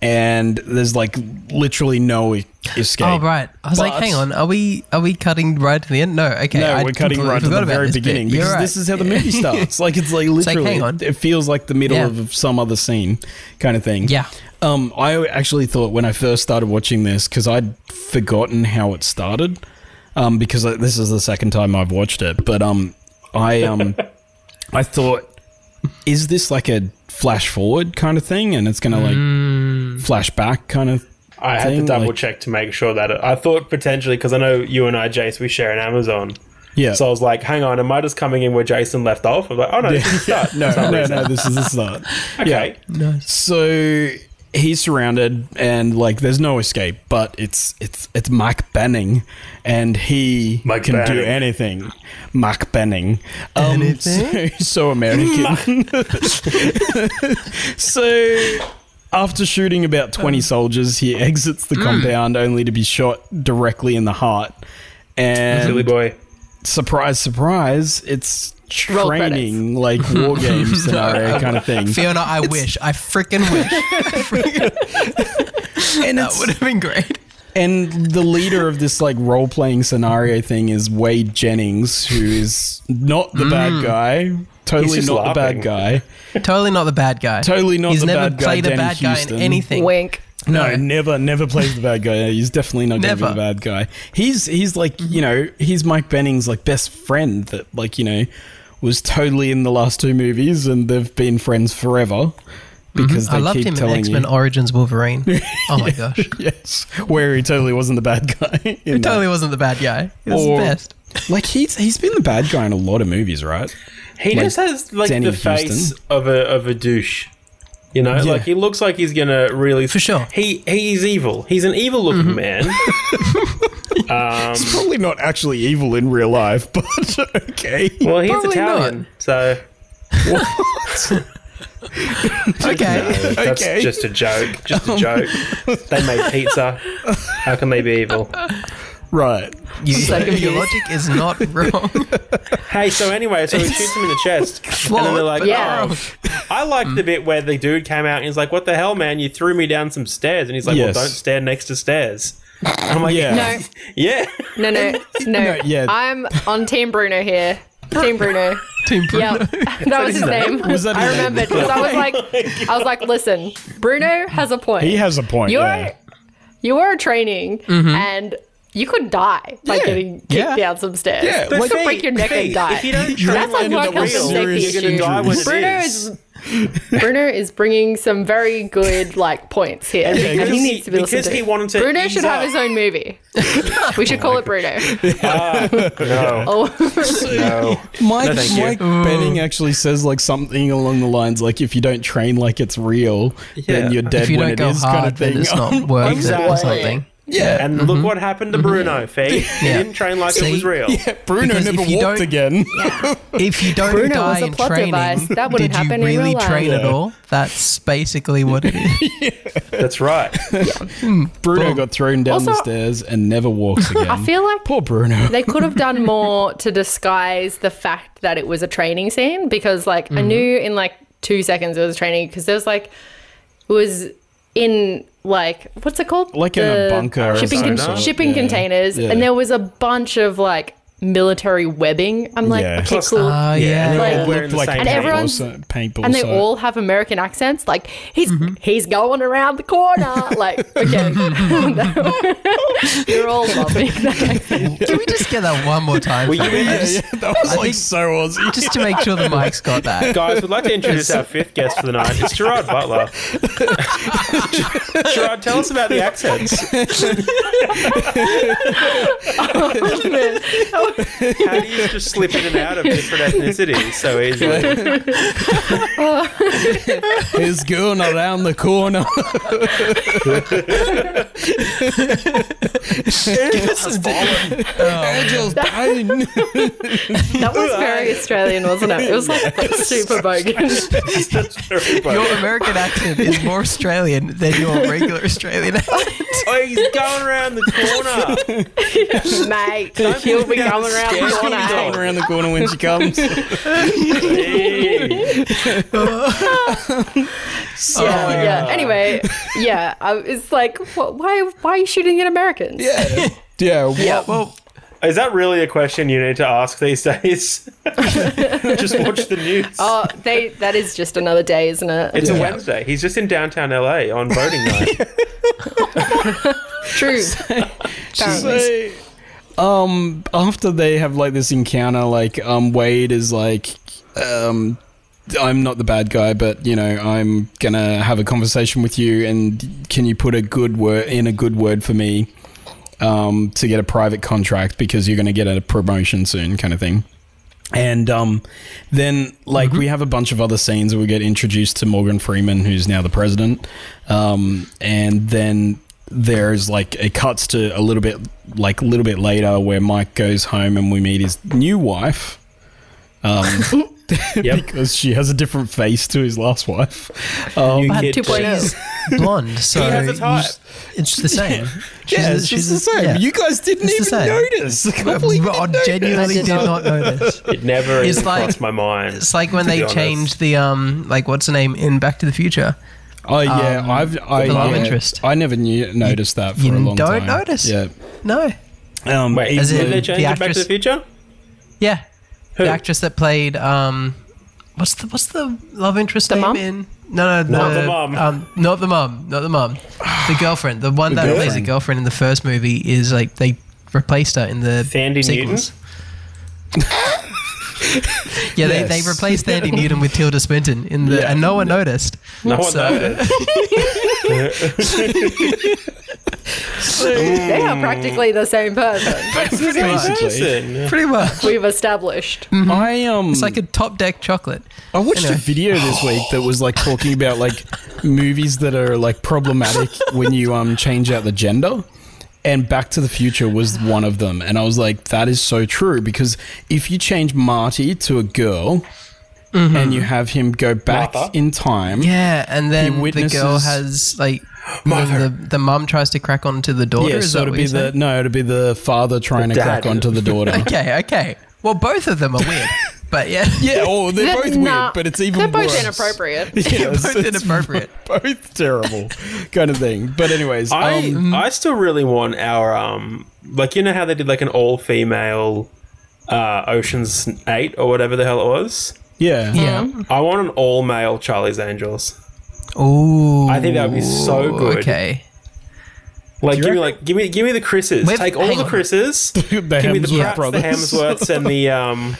Speaker 5: and there's like literally no e- escape.
Speaker 6: Oh right. I was like,
Speaker 5: But-
Speaker 6: hang on, are we are we cutting right to the end? No, okay.
Speaker 5: No,
Speaker 6: I
Speaker 5: we're cutting
Speaker 6: completely
Speaker 5: right to
Speaker 6: forgot
Speaker 5: the
Speaker 6: about
Speaker 5: very
Speaker 6: this bit.
Speaker 5: beginning
Speaker 6: You're
Speaker 5: because
Speaker 6: right.
Speaker 5: this is how the movie
Speaker 6: *laughs*
Speaker 5: starts. Like it's like
Speaker 6: like,
Speaker 5: literally,
Speaker 6: hang on.
Speaker 5: it feels like the middle
Speaker 6: Yeah.
Speaker 5: of some other scene, kind of thing.
Speaker 6: Yeah.
Speaker 5: Um, I actually thought when I first started watching this because I'd forgotten how it started, um, because uh, this is the second time I've watched it. But um, I
Speaker 6: *laughs*
Speaker 5: um, I thought, is this like a flash forward kind of thing, and it's gonna like
Speaker 6: Mm.
Speaker 5: flash back kind of.
Speaker 2: I had to
Speaker 5: thing,
Speaker 2: double
Speaker 5: like-
Speaker 2: check to make sure that it, I thought potentially because I know you and I, Jace, we share an Amazon.
Speaker 5: Yeah.
Speaker 2: So I was like, hang on, am I just coming in where Jason left off? I was like, oh no, this *laughs* is the start.
Speaker 5: *laughs* no, no, no, this is the start.
Speaker 2: Okay.
Speaker 5: So he's surrounded and like there's no escape, but it's it's it's Mike Benning and he
Speaker 2: Mike
Speaker 5: can do
Speaker 2: Banning.
Speaker 5: anything. Mike Benning. Um
Speaker 6: Anything?
Speaker 5: *laughs* So, so American. *laughs* so after shooting about 20 soldiers, he exits the compound only to be shot directly in the heart. And
Speaker 2: Silly boy.
Speaker 5: surprise, surprise, it's
Speaker 4: Roll credits.
Speaker 5: training like war game scenario kind of thing.
Speaker 6: Fiona, I wish. I freaking wish.
Speaker 5: *laughs*
Speaker 6: *laughs*
Speaker 5: And
Speaker 6: that would have been great.
Speaker 5: And the leader of this like role playing scenario thing is Wade Jennings, who is not the bad guy. Totally
Speaker 2: just
Speaker 5: not
Speaker 2: laughing.
Speaker 5: the bad guy.
Speaker 6: Totally not the bad guy.
Speaker 5: Totally not
Speaker 6: He's
Speaker 5: the
Speaker 6: never
Speaker 5: bad guy,
Speaker 6: played a
Speaker 5: Danny
Speaker 6: bad guy
Speaker 5: Houston.
Speaker 6: in anything.
Speaker 4: Wink.
Speaker 5: No,
Speaker 6: No.
Speaker 5: never, never plays the bad guy. He's definitely not going to be
Speaker 6: Never.
Speaker 5: the bad guy. He's he's like you know he's Mike Benning's like best friend that like you know was totally in the last two movies and they've been friends forever because
Speaker 6: I
Speaker 5: they
Speaker 6: loved
Speaker 5: keep
Speaker 6: him in
Speaker 5: telling
Speaker 6: X Men
Speaker 5: you *laughs*
Speaker 6: Origins Wolverine. Oh my gosh.
Speaker 5: yes where he totally wasn't the bad guy. *laughs*
Speaker 6: He
Speaker 5: in that.
Speaker 6: totally wasn't the bad guy. He was
Speaker 5: Or-
Speaker 6: the best.
Speaker 5: like he's he's been the bad guy in a lot of movies, right?
Speaker 2: He just has like
Speaker 5: Danny
Speaker 2: the face
Speaker 5: Houston.
Speaker 2: of a of a douche. You know, like he looks like he's gonna really
Speaker 6: For sure.
Speaker 2: He he's evil. He's an evil looking man.
Speaker 5: He's probably not actually evil in real life, *laughs* but okay.
Speaker 2: Well, he's
Speaker 6: Probably
Speaker 2: Italian, so
Speaker 5: *laughs*
Speaker 6: Okay.
Speaker 2: that's
Speaker 5: Okay.
Speaker 2: just a joke. Just a joke. they made pizza. How can they be evil?
Speaker 5: Right.
Speaker 6: You,
Speaker 4: so confused.
Speaker 6: your logic is not *laughs* wrong.
Speaker 5: *laughs*
Speaker 2: Hey, so anyway, so he shoots him in the chest, and then they're like, "Oh."
Speaker 6: But
Speaker 4: Yeah.
Speaker 6: wrong.
Speaker 2: I like the bit where the dude came out and he's like, "What the hell, man? You threw me down some stairs." And he's like,
Speaker 5: Yes.
Speaker 2: "Well, don't stand next to stairs." *laughs* I'm like,
Speaker 5: Yeah.
Speaker 4: No,
Speaker 2: yeah,
Speaker 5: *laughs*
Speaker 4: no, no, no.
Speaker 5: yeah.
Speaker 4: I'm on Team Bruno here. Team
Speaker 5: *laughs*
Speaker 4: Bruno.
Speaker 6: Team Bruno.
Speaker 4: Yeah, that was his name.
Speaker 5: Was that
Speaker 4: I
Speaker 5: his name?
Speaker 4: remembered because I
Speaker 5: *laughs*
Speaker 4: was like, I was like, listen, Bruno has a point.
Speaker 5: He has a point.
Speaker 4: You're
Speaker 5: yeah. Mm-hmm.
Speaker 4: you are training and you could die by
Speaker 5: Yeah.
Speaker 4: getting kicked
Speaker 6: Yeah.
Speaker 4: down some stairs.
Speaker 5: Yeah,
Speaker 4: That's
Speaker 5: like-
Speaker 4: to break your neck and
Speaker 2: Feet.
Speaker 4: die.
Speaker 2: If you don't
Speaker 5: You're
Speaker 2: train
Speaker 4: That's like
Speaker 5: gonna
Speaker 4: work
Speaker 5: end up
Speaker 4: health and
Speaker 5: with
Speaker 4: safety
Speaker 5: serious
Speaker 4: issues.
Speaker 2: you're gonna die when it
Speaker 4: Bruno
Speaker 2: is.
Speaker 4: is Bruno is bringing some very good like points here, and,
Speaker 2: because
Speaker 4: he
Speaker 2: he-
Speaker 4: needs to be
Speaker 2: because
Speaker 4: listened to.
Speaker 2: he wanted to
Speaker 4: Bruno
Speaker 2: ease
Speaker 4: should have
Speaker 2: up.
Speaker 4: his own movie. we should call it Bruno.
Speaker 2: no,
Speaker 4: Oh,
Speaker 2: no.
Speaker 5: Mike,
Speaker 2: thank you.
Speaker 5: Mike Benning Mm. actually says like something along the lines like if you don't train like it's real, then you're dead
Speaker 6: If you
Speaker 5: when
Speaker 6: don't
Speaker 5: it
Speaker 6: go
Speaker 5: is kind
Speaker 6: hard,
Speaker 5: of thing.
Speaker 6: then it's not worth it
Speaker 2: Exactly.
Speaker 6: or something.
Speaker 5: *laughs* yeah.
Speaker 2: And look what happened to Bruno. Fee, he
Speaker 6: Yeah.
Speaker 2: didn't train like it
Speaker 6: See?
Speaker 2: was real.
Speaker 5: Bruno
Speaker 6: Because if
Speaker 5: never
Speaker 6: you
Speaker 5: walked
Speaker 6: don't-
Speaker 5: again.
Speaker 6: If you don't
Speaker 4: Bruno
Speaker 6: die
Speaker 4: was a
Speaker 6: in
Speaker 4: plot
Speaker 6: training,
Speaker 4: device. That
Speaker 6: did
Speaker 4: wouldn't
Speaker 6: you
Speaker 4: happen in
Speaker 6: really
Speaker 4: real life.
Speaker 6: train at all? That's basically what
Speaker 2: *laughs*
Speaker 6: it is.
Speaker 2: That's right.
Speaker 5: Bruno
Speaker 6: Boom.
Speaker 5: got thrown down the
Speaker 4: Also-
Speaker 5: stairs and never walks again.
Speaker 4: *laughs* I feel like
Speaker 5: Poor Bruno.
Speaker 4: they could have done more to disguise the fact that it was a training scene because like i knew in like two seconds it was training because there was like it was in like what's it called
Speaker 5: Like in a
Speaker 4: The
Speaker 5: bunker or
Speaker 4: shipping, con-
Speaker 5: something.
Speaker 4: shipping
Speaker 5: Yeah.
Speaker 4: containers
Speaker 5: Yeah.
Speaker 4: and there was a bunch of like military webbing i'm like
Speaker 5: Yeah.
Speaker 4: okay
Speaker 2: Plus- uh,
Speaker 4: cool
Speaker 6: Oh, yeah.
Speaker 2: and
Speaker 4: Like-
Speaker 2: they're all wearing the
Speaker 5: Like
Speaker 2: same
Speaker 5: paintball
Speaker 4: And
Speaker 2: thing.
Speaker 4: everyone's-
Speaker 5: so- paintball
Speaker 4: and they
Speaker 5: so-
Speaker 4: all have American accents. Like he's he's going around the corner. Like okay, you're all loving that accent.
Speaker 6: Can we just get that one more time?
Speaker 2: Were you
Speaker 6: fam?
Speaker 2: in
Speaker 5: yeah, *laughs*
Speaker 2: this?
Speaker 5: yeah, that was like
Speaker 6: think-
Speaker 5: so Aussie.
Speaker 6: Just to make sure the mic's got that.
Speaker 2: Guys, we'd like to introduce our fifth guest for the night. It's Gerard Butler. Gerard, tell us about the accents. How do you just slip in and out of different ethnicities so easily?
Speaker 5: He's going around the corner. *laughs* Angel's
Speaker 4: Oh,
Speaker 5: dying.
Speaker 4: That was very Australian, wasn't *laughs* it? It was like super bogus.
Speaker 2: That's very funny.
Speaker 6: Your American accent is more Australian Australian than your regular
Speaker 4: *laughs*
Speaker 6: Australian accent.
Speaker 2: Oh, he's going around the corner.
Speaker 4: Mate, *laughs* he'll be
Speaker 2: down the
Speaker 4: coming around the
Speaker 2: stairs.
Speaker 4: corner.
Speaker 2: He'll be
Speaker 4: eh?
Speaker 5: Going around the corner when she comes.
Speaker 2: Hey.
Speaker 4: Oh, Yeah, yeah. Anyway, yeah, I was like, what, why, why are you shooting at Americans? Yeah.
Speaker 5: yeah, what-
Speaker 6: Yeah, well,
Speaker 2: *laughs* Is that really a question you need to ask these days? *laughs* just watch the news.
Speaker 4: Oh, they, that is just another day, isn't it?
Speaker 2: it's a Wednesday. He's just in downtown LA on voting
Speaker 6: *laughs*
Speaker 2: night.
Speaker 4: *laughs* True. Apparently.
Speaker 5: So, um, after they have like this encounter, like um, Wade is like, um, I'm not the bad guy, but you know, I'm gonna have a conversation with you, and can you put a good word in a good word for me, um, to get a private contract because you're gonna get a promotion soon, kind of thing. And um, then, like, we have a bunch of other scenes where we get introduced to Morgan Freeman, who's now the president. Um, and then there's like it cuts to a little bit, like a little bit later, where Mike goes home and we meet his new wife. *laughs* Um,
Speaker 2: Yep.
Speaker 5: because she has a different face to his last wife. Um,
Speaker 2: New
Speaker 6: but
Speaker 2: kid
Speaker 4: 2.0.
Speaker 6: she's blonde, so
Speaker 2: has a
Speaker 6: you
Speaker 2: type.
Speaker 6: s- it's the same. She's
Speaker 5: yeah,
Speaker 6: a-
Speaker 5: it's just
Speaker 6: she's
Speaker 5: the
Speaker 6: a-
Speaker 5: same.
Speaker 6: yeah.
Speaker 5: You guys didn't
Speaker 6: It's the
Speaker 5: even
Speaker 6: same.
Speaker 5: notice. *laughs* I can't believe you
Speaker 6: I
Speaker 5: didn't
Speaker 6: genuinely
Speaker 4: notice.
Speaker 6: did not notice.
Speaker 2: It never
Speaker 6: It's
Speaker 2: even
Speaker 6: like-
Speaker 2: crossed my mind.
Speaker 6: It's like when
Speaker 2: To be
Speaker 6: they
Speaker 2: honest.
Speaker 6: changed the um, like what's the name in Back to the Future.
Speaker 5: Oh yeah,
Speaker 6: Um,
Speaker 5: I've I,
Speaker 6: the love
Speaker 5: yeah,
Speaker 6: interest.
Speaker 5: I never knew noticed that for
Speaker 6: you
Speaker 5: a long
Speaker 6: don't
Speaker 5: time.
Speaker 6: notice?
Speaker 5: Yeah.
Speaker 6: No,
Speaker 5: Um,
Speaker 2: Wait,
Speaker 6: as
Speaker 2: did
Speaker 6: in
Speaker 2: they change
Speaker 6: the
Speaker 2: it Back to the
Speaker 6: actress-
Speaker 2: Future?
Speaker 6: yeah,
Speaker 2: Who?
Speaker 6: the actress that played um, what's the what's the love interest
Speaker 4: The
Speaker 6: name
Speaker 4: mum?
Speaker 6: in? No, no,
Speaker 2: Not the mum.
Speaker 6: Um, not the mum, not the mum. The girlfriend, the one that plays the
Speaker 5: girlfriend.
Speaker 6: girlfriend in the first movie is like they replaced her in the
Speaker 2: Sandy
Speaker 6: sequels. *laughs* yeah, they,
Speaker 5: Yes.
Speaker 6: they replaced Sandy Newton with Tilda Swinton in the,
Speaker 5: Yeah.
Speaker 6: and no one noticed.
Speaker 2: No one
Speaker 6: So-
Speaker 2: noticed.
Speaker 4: They are practically the same person.
Speaker 2: It's the same person.
Speaker 6: *laughs* Pretty much.
Speaker 4: We've established.
Speaker 5: I um
Speaker 6: Mm-hmm. It's like a top deck chocolate.
Speaker 5: I watched a
Speaker 6: anyway.
Speaker 5: video
Speaker 6: *sighs*
Speaker 5: this week that was like talking about like movies that are like problematic when you um change out the gender. And Back to the Future was one of them. And I was like, that is so true because if you change Marty to a girl and you have him go back
Speaker 2: Martha.
Speaker 5: in time,
Speaker 6: Mm-hmm. Yeah, and then the girl
Speaker 5: witnesses-
Speaker 6: has
Speaker 5: *gasps*
Speaker 6: like the, the mum tries to crack onto the daughter.
Speaker 5: yeah,
Speaker 6: is
Speaker 5: so
Speaker 6: that
Speaker 5: it'd
Speaker 6: what
Speaker 5: be
Speaker 6: you're
Speaker 5: the
Speaker 6: saying?
Speaker 5: no, it'd be the father trying to crack
Speaker 2: dad.
Speaker 5: onto the daughter.
Speaker 2: *laughs*
Speaker 6: Okay, okay. Well, both of them are weird, but yeah,
Speaker 5: Yeah, oh, they're both
Speaker 4: Nah,
Speaker 5: weird, but it's even
Speaker 4: They're both
Speaker 5: worse. *laughs*
Speaker 4: inappropriate.
Speaker 5: Yeah, it's-
Speaker 6: both
Speaker 5: it's
Speaker 6: inappropriate.
Speaker 5: *laughs* both terrible kind of thing. But anyways,
Speaker 2: I
Speaker 5: um,
Speaker 2: I still really want our um like you know how they did like an all female uh Ocean's Eight or whatever the hell it was.
Speaker 5: yeah,
Speaker 6: *laughs* Yeah.
Speaker 2: I want an all male Charlie's Angels.
Speaker 6: Ooh.
Speaker 2: I think that would be so good.
Speaker 6: Okay.
Speaker 2: Like give me like give me give me the Chris's.
Speaker 6: With-
Speaker 2: Take all
Speaker 6: hang
Speaker 2: the
Speaker 6: on.
Speaker 2: Chris's.
Speaker 5: The
Speaker 2: give me the
Speaker 5: Hemsworth
Speaker 2: Pratts,
Speaker 5: brothers.
Speaker 2: the
Speaker 5: *laughs*
Speaker 2: Hemsworths, and the um.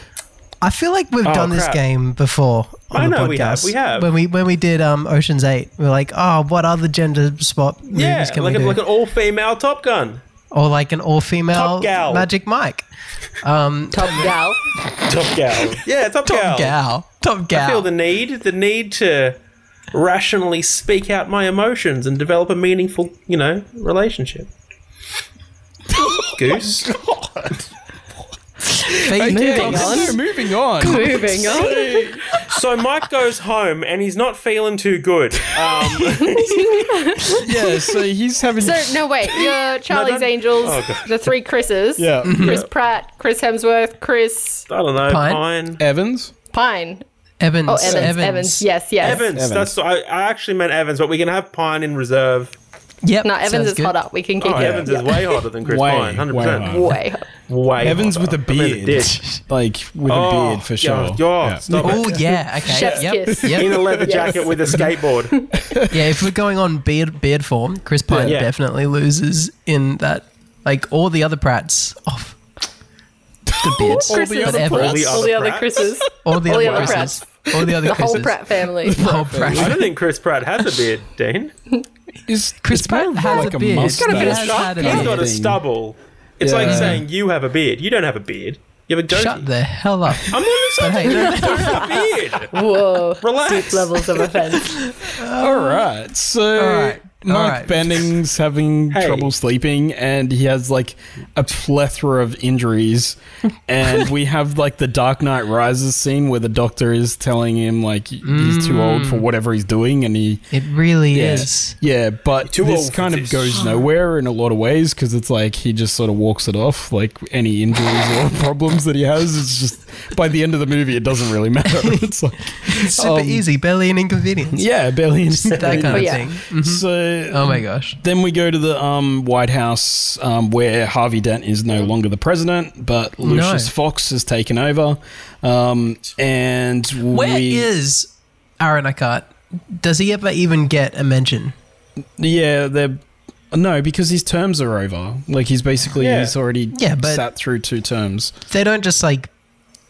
Speaker 6: I feel like we've done this
Speaker 2: Oh, crap.
Speaker 6: game before. On
Speaker 2: I
Speaker 6: the
Speaker 2: know
Speaker 6: podcast.
Speaker 2: we have, we have.
Speaker 6: When we when we did um, Ocean's Eight, we were like, oh, what other gender swap
Speaker 2: Yeah,
Speaker 6: movies can
Speaker 2: like,
Speaker 6: we
Speaker 2: a,
Speaker 6: do?
Speaker 2: like an all female Top Gun.
Speaker 6: or like an all female
Speaker 2: Top Gal.
Speaker 6: Magic Mike. Um,
Speaker 4: Top gal.
Speaker 2: Top Gal. Yeah, Top,
Speaker 6: Top
Speaker 2: Gal.
Speaker 6: Gal. Top Gal.
Speaker 2: I feel the need, the need to rationally speak out my emotions and develop a meaningful, you know, relationship. *laughs* Goose.
Speaker 6: Fake
Speaker 5: Okay,
Speaker 6: things.
Speaker 5: so moving on. *laughs*
Speaker 4: Moving on.
Speaker 2: So Mike goes home and he's not feeling too good. Um,
Speaker 5: yeah, so he's
Speaker 6: *laughs*
Speaker 5: having.
Speaker 4: So no, wait. Your Charlie's
Speaker 2: don't-
Speaker 4: Angels,
Speaker 2: Oh, God.
Speaker 4: the three Chris's.
Speaker 5: yeah, Mm-hmm.
Speaker 4: Chris Pratt, Chris Hemsworth, Chris
Speaker 2: I don't know.
Speaker 6: Pine?
Speaker 2: Pine.
Speaker 5: Evans.
Speaker 4: Pine.
Speaker 6: Evans.
Speaker 4: Oh, Evans. Evans. Yes, yes.
Speaker 2: Evans. That's I, I actually meant Evans, but we can have Pine in reserve.
Speaker 6: Yep.
Speaker 4: No, Evans
Speaker 6: sounds
Speaker 4: is
Speaker 6: good.
Speaker 4: hotter. We can keep
Speaker 2: Oh,
Speaker 4: it.
Speaker 2: Evans is way hotter than Chris
Speaker 5: Way,
Speaker 2: Pine. Hundred
Speaker 5: way
Speaker 2: percent.
Speaker 5: hotter.
Speaker 4: way hotter.
Speaker 2: Way.
Speaker 5: Evans with a
Speaker 2: hotter. I meant it
Speaker 5: beard,
Speaker 2: did.
Speaker 5: like with a beard for sure.
Speaker 2: Oh, yeah, yeah, stop
Speaker 6: Oh yeah. Okay.
Speaker 4: Chef's
Speaker 6: yep.
Speaker 4: kiss.
Speaker 6: Yep.
Speaker 2: In a leather
Speaker 4: Yes.
Speaker 2: jacket with a skateboard.
Speaker 6: Yeah, if we're going on beard beard form, Chris Pine
Speaker 2: Yeah.
Speaker 6: definitely loses in that. Like all the other Prats, off.
Speaker 4: *laughs*
Speaker 6: Good beards.
Speaker 4: All the
Speaker 6: But
Speaker 4: other
Speaker 6: Evans-
Speaker 2: Prats.
Speaker 4: All the other Chris's.
Speaker 6: all the
Speaker 4: All
Speaker 6: other
Speaker 4: the other
Speaker 6: Chris's, all the other
Speaker 4: The whole
Speaker 6: *laughs* Chris's.
Speaker 4: Pratt family.
Speaker 6: The
Speaker 5: *laughs*
Speaker 2: I
Speaker 6: whole Pratt.
Speaker 2: don't think Chris Pratt has a beard, Dean.
Speaker 5: Is
Speaker 6: Chris Pratt has a beard.
Speaker 5: He's
Speaker 4: got a bit of strop.
Speaker 2: He's
Speaker 5: Yeah.
Speaker 2: got a
Speaker 5: Thing.
Speaker 2: stubble. It's like
Speaker 5: Yeah.
Speaker 2: saying you have a beard. You don't have a beard. You have a goatee.
Speaker 6: Shut the hell up.
Speaker 2: I'm on the side
Speaker 6: But hey, no, no,
Speaker 2: of the beard.
Speaker 4: Whoa.
Speaker 2: Relax.
Speaker 6: *laughs*
Speaker 4: Deep levels of offense.
Speaker 5: All right, so
Speaker 6: All right.
Speaker 5: Mark
Speaker 6: right.
Speaker 5: Benning's having
Speaker 2: *laughs* Hey.
Speaker 5: trouble sleeping, and he has like a plethora of
Speaker 6: *laughs*
Speaker 5: injuries. and we have like the Dark Knight Rises scene where the doctor is telling him like he's too old
Speaker 6: Mm.
Speaker 5: for whatever he's doing, and he
Speaker 6: It really
Speaker 5: Yeah.
Speaker 6: is.
Speaker 5: yeah. But
Speaker 2: Too
Speaker 5: this
Speaker 2: old for
Speaker 5: kind of
Speaker 2: this.
Speaker 5: goes nowhere in a lot of ways because it's like he just sort of walks it off. Like any injuries or *laughs* problems that he has, it's just by the end of the movie, it doesn't really *laughs* matter. It's like
Speaker 6: It's super
Speaker 5: Um,
Speaker 6: easy, barely an inconvenience.
Speaker 5: *laughs* yeah, barely.
Speaker 6: That kind
Speaker 4: Oh,
Speaker 6: of
Speaker 4: yeah.
Speaker 6: thing.
Speaker 5: So
Speaker 6: Oh my gosh.
Speaker 5: Then we go to the um, White House um, where Harvey Dent is no longer the president, but Lucius Fox has taken over. Um, and
Speaker 6: Where
Speaker 5: we,
Speaker 6: is Aaron Eckhart? Does he ever even get a mention?
Speaker 5: yeah, they're no because his terms are over. Like he's basically
Speaker 2: Yeah.
Speaker 5: he's already
Speaker 6: Yeah, but-
Speaker 5: sat through two terms.
Speaker 6: They don't just like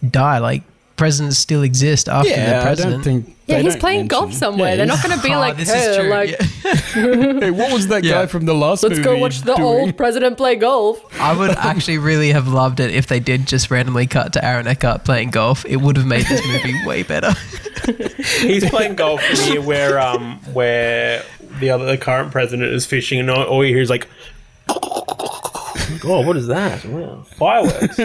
Speaker 6: die. Like presidents still exist after
Speaker 5: Yeah,
Speaker 6: the
Speaker 5: I
Speaker 6: president.
Speaker 5: don't think.
Speaker 4: Yeah,
Speaker 5: they
Speaker 4: he's
Speaker 5: don't
Speaker 4: playing golf
Speaker 5: mention-
Speaker 4: somewhere.
Speaker 5: Yeah,
Speaker 4: They're
Speaker 5: he's-
Speaker 4: not going to be
Speaker 6: Ah,
Speaker 4: like,
Speaker 6: this is
Speaker 4: her.
Speaker 6: true,
Speaker 4: like,
Speaker 6: yeah.
Speaker 5: Hey, what was
Speaker 2: *laughs*
Speaker 5: that
Speaker 6: Yeah.
Speaker 5: guy from the last
Speaker 4: let's
Speaker 5: movie?
Speaker 4: go watch the
Speaker 5: doing?
Speaker 4: old president play golf.
Speaker 6: I would actually really have loved it if they did just randomly cut to Aaron Eckhart playing golf. It would have made this movie way better.
Speaker 2: He's playing golf in the year where um where the other the current president is fishing, and all, all you hear is like, *laughs* "God, what is that? Wow. Fireworks!"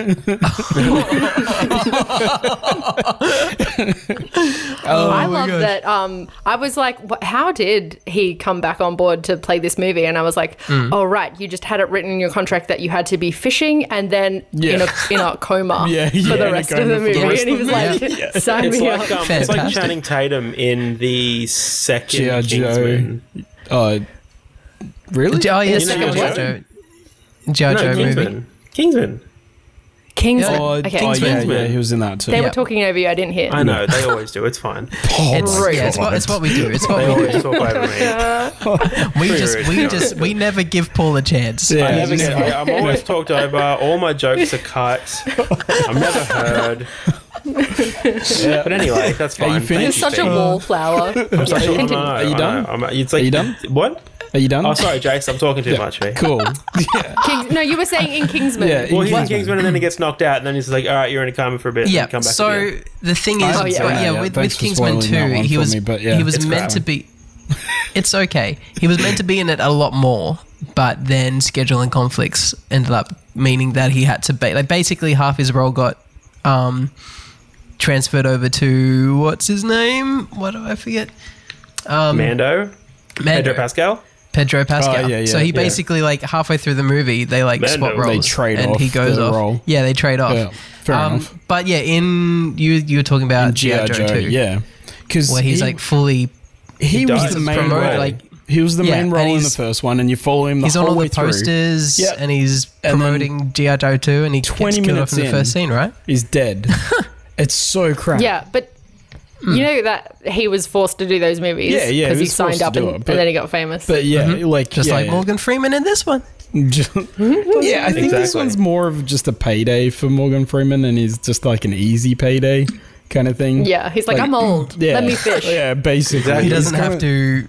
Speaker 5: Oh,
Speaker 4: I love that. Um, I was like, "Wh- how did he come back on board to play this movie? And I was like,
Speaker 5: Mm.
Speaker 4: oh right, you just had it written in your contract that you had to be fishing and then in a in a coma
Speaker 5: *laughs* Yeah,
Speaker 4: for
Speaker 5: yeah, in
Speaker 4: the
Speaker 5: a
Speaker 4: rest
Speaker 5: coma
Speaker 4: of the
Speaker 5: for the
Speaker 4: movie.
Speaker 5: rest
Speaker 4: and he
Speaker 5: of
Speaker 4: was like, sign
Speaker 2: It's
Speaker 4: me
Speaker 2: like, um,
Speaker 4: up.
Speaker 2: it's like
Speaker 6: Fantastic.
Speaker 2: Channing Tatum in the
Speaker 5: G.I. Joe.
Speaker 2: second Kingsman.
Speaker 5: Uh, really?
Speaker 6: oh yeah,
Speaker 4: You
Speaker 6: second
Speaker 2: know what?
Speaker 6: JoJo, JoJo
Speaker 2: No,
Speaker 6: movie.
Speaker 2: Kingsman. Kingsman.
Speaker 4: Kingsman.
Speaker 5: Oh,
Speaker 4: okay.
Speaker 5: oh, yeah,
Speaker 2: Kingsman.
Speaker 5: yeah, he was in that too.
Speaker 4: They
Speaker 6: Yeah.
Speaker 4: were talking over you. I didn't hear.
Speaker 2: I know they always do. It's
Speaker 5: *laughs*
Speaker 2: fine.
Speaker 5: Oh
Speaker 6: It's,
Speaker 4: my
Speaker 6: yeah, it's what, it's what we do. It's what
Speaker 2: They
Speaker 6: we do.
Speaker 2: always talk over *laughs* me. *laughs*
Speaker 6: We
Speaker 2: Pretty
Speaker 6: just we
Speaker 2: original.
Speaker 6: just we never give Paul a chance.
Speaker 5: Yeah.
Speaker 2: I never get, I, I'm always talked over. All my jokes are cut.
Speaker 5: *laughs*
Speaker 2: I'm never heard. But anyway, that's fine.
Speaker 5: you
Speaker 2: Thank
Speaker 5: finished?
Speaker 4: You're such
Speaker 5: *laughs*
Speaker 4: a
Speaker 2: Steve.
Speaker 4: wallflower.
Speaker 2: I'm such a- I know,
Speaker 5: Are you
Speaker 2: I know,
Speaker 5: done?
Speaker 2: I'm- it's like-
Speaker 5: Are you done?
Speaker 2: What?
Speaker 5: Are you done?
Speaker 2: Oh, sorry, Jace. I'm talking too much here.
Speaker 6: *laughs*
Speaker 5: Cool.
Speaker 4: Kings- no, you were saying in Kingsman.
Speaker 5: Yeah,
Speaker 2: Well,
Speaker 5: in
Speaker 2: he's in
Speaker 5: Kingsman.
Speaker 2: Kingsman and then he gets knocked out, and then he's like, "All right, you're in a coma for a bit."
Speaker 6: Yeah.
Speaker 2: and come back
Speaker 6: so
Speaker 2: again."
Speaker 6: the thing is,
Speaker 5: I
Speaker 4: haven't
Speaker 6: yeah,
Speaker 4: seen
Speaker 5: that yet.
Speaker 6: with,
Speaker 5: Thanks
Speaker 6: with
Speaker 5: for
Speaker 6: Kingsman
Speaker 5: spoiling that
Speaker 6: two,
Speaker 5: one
Speaker 6: he
Speaker 5: for
Speaker 6: was
Speaker 5: me, but yeah,
Speaker 6: he was
Speaker 5: it's
Speaker 6: meant
Speaker 5: crap.
Speaker 6: to be. It's okay. He was meant to be in it a lot more, but then scheduling conflicts ended up meaning that he had to ba- like basically half his role got um, transferred over to what's his name? What do I forget?
Speaker 5: um,
Speaker 2: Mando, Pedro
Speaker 6: Mando.
Speaker 2: Pascal.
Speaker 6: Pedro Pascal.
Speaker 5: Oh, yeah, yeah,
Speaker 6: so he
Speaker 5: yeah.
Speaker 6: basically like halfway through the movie they like
Speaker 2: Mando.
Speaker 6: swap
Speaker 2: They
Speaker 6: roles.
Speaker 5: trade
Speaker 6: and
Speaker 5: off
Speaker 6: he goes
Speaker 5: the
Speaker 6: off.
Speaker 5: role.
Speaker 6: Yeah, they trade off.
Speaker 5: Yeah, fair
Speaker 6: Um,
Speaker 5: enough.
Speaker 6: But yeah, in you you were talking about
Speaker 5: G.I. Joe,
Speaker 6: too,
Speaker 5: yeah. Because
Speaker 6: where he's like fully
Speaker 5: he, was
Speaker 2: dies.
Speaker 5: the main
Speaker 6: Promoted,
Speaker 5: role.
Speaker 6: like-
Speaker 5: he was the
Speaker 6: Yeah,
Speaker 5: main
Speaker 6: and
Speaker 5: role in the
Speaker 6: he's-
Speaker 5: first one, and you follow him the
Speaker 6: he's
Speaker 5: whole
Speaker 6: on all
Speaker 5: way
Speaker 6: the posters
Speaker 5: Yeah.
Speaker 6: and he's
Speaker 5: And then
Speaker 6: promoting G.I. Joe 2 and he
Speaker 5: 20
Speaker 6: gets killed off
Speaker 5: minutes
Speaker 6: in the
Speaker 5: in.
Speaker 6: first scene, right?
Speaker 5: through. He's
Speaker 4: *laughs*
Speaker 5: dead. it's so crap.
Speaker 4: Yeah, but you know that he was forced to do those movies.
Speaker 5: Hmm. Yeah, yeah, he
Speaker 4: Because he,
Speaker 5: was forced
Speaker 4: signed
Speaker 5: to
Speaker 4: up
Speaker 5: do
Speaker 4: and,
Speaker 5: it,
Speaker 4: and
Speaker 5: but-
Speaker 4: then he got famous.
Speaker 5: But yeah, like
Speaker 6: Mm-hmm. Just
Speaker 5: yeah, *laughs*
Speaker 6: like Morgan Freeman in this one.
Speaker 4: *laughs* Mm-hmm.
Speaker 5: yeah, I think this
Speaker 2: Exactly.
Speaker 5: one's more of just a payday for Morgan Freeman, and he's just like an easy payday kind of thing.
Speaker 4: yeah, he's like,
Speaker 5: like,
Speaker 4: I'm old.
Speaker 5: yeah, *laughs*
Speaker 4: Let me fish.
Speaker 5: Yeah, basically,
Speaker 2: Exactly.
Speaker 6: He
Speaker 5: He's
Speaker 6: doesn't have
Speaker 5: kinda-
Speaker 6: to.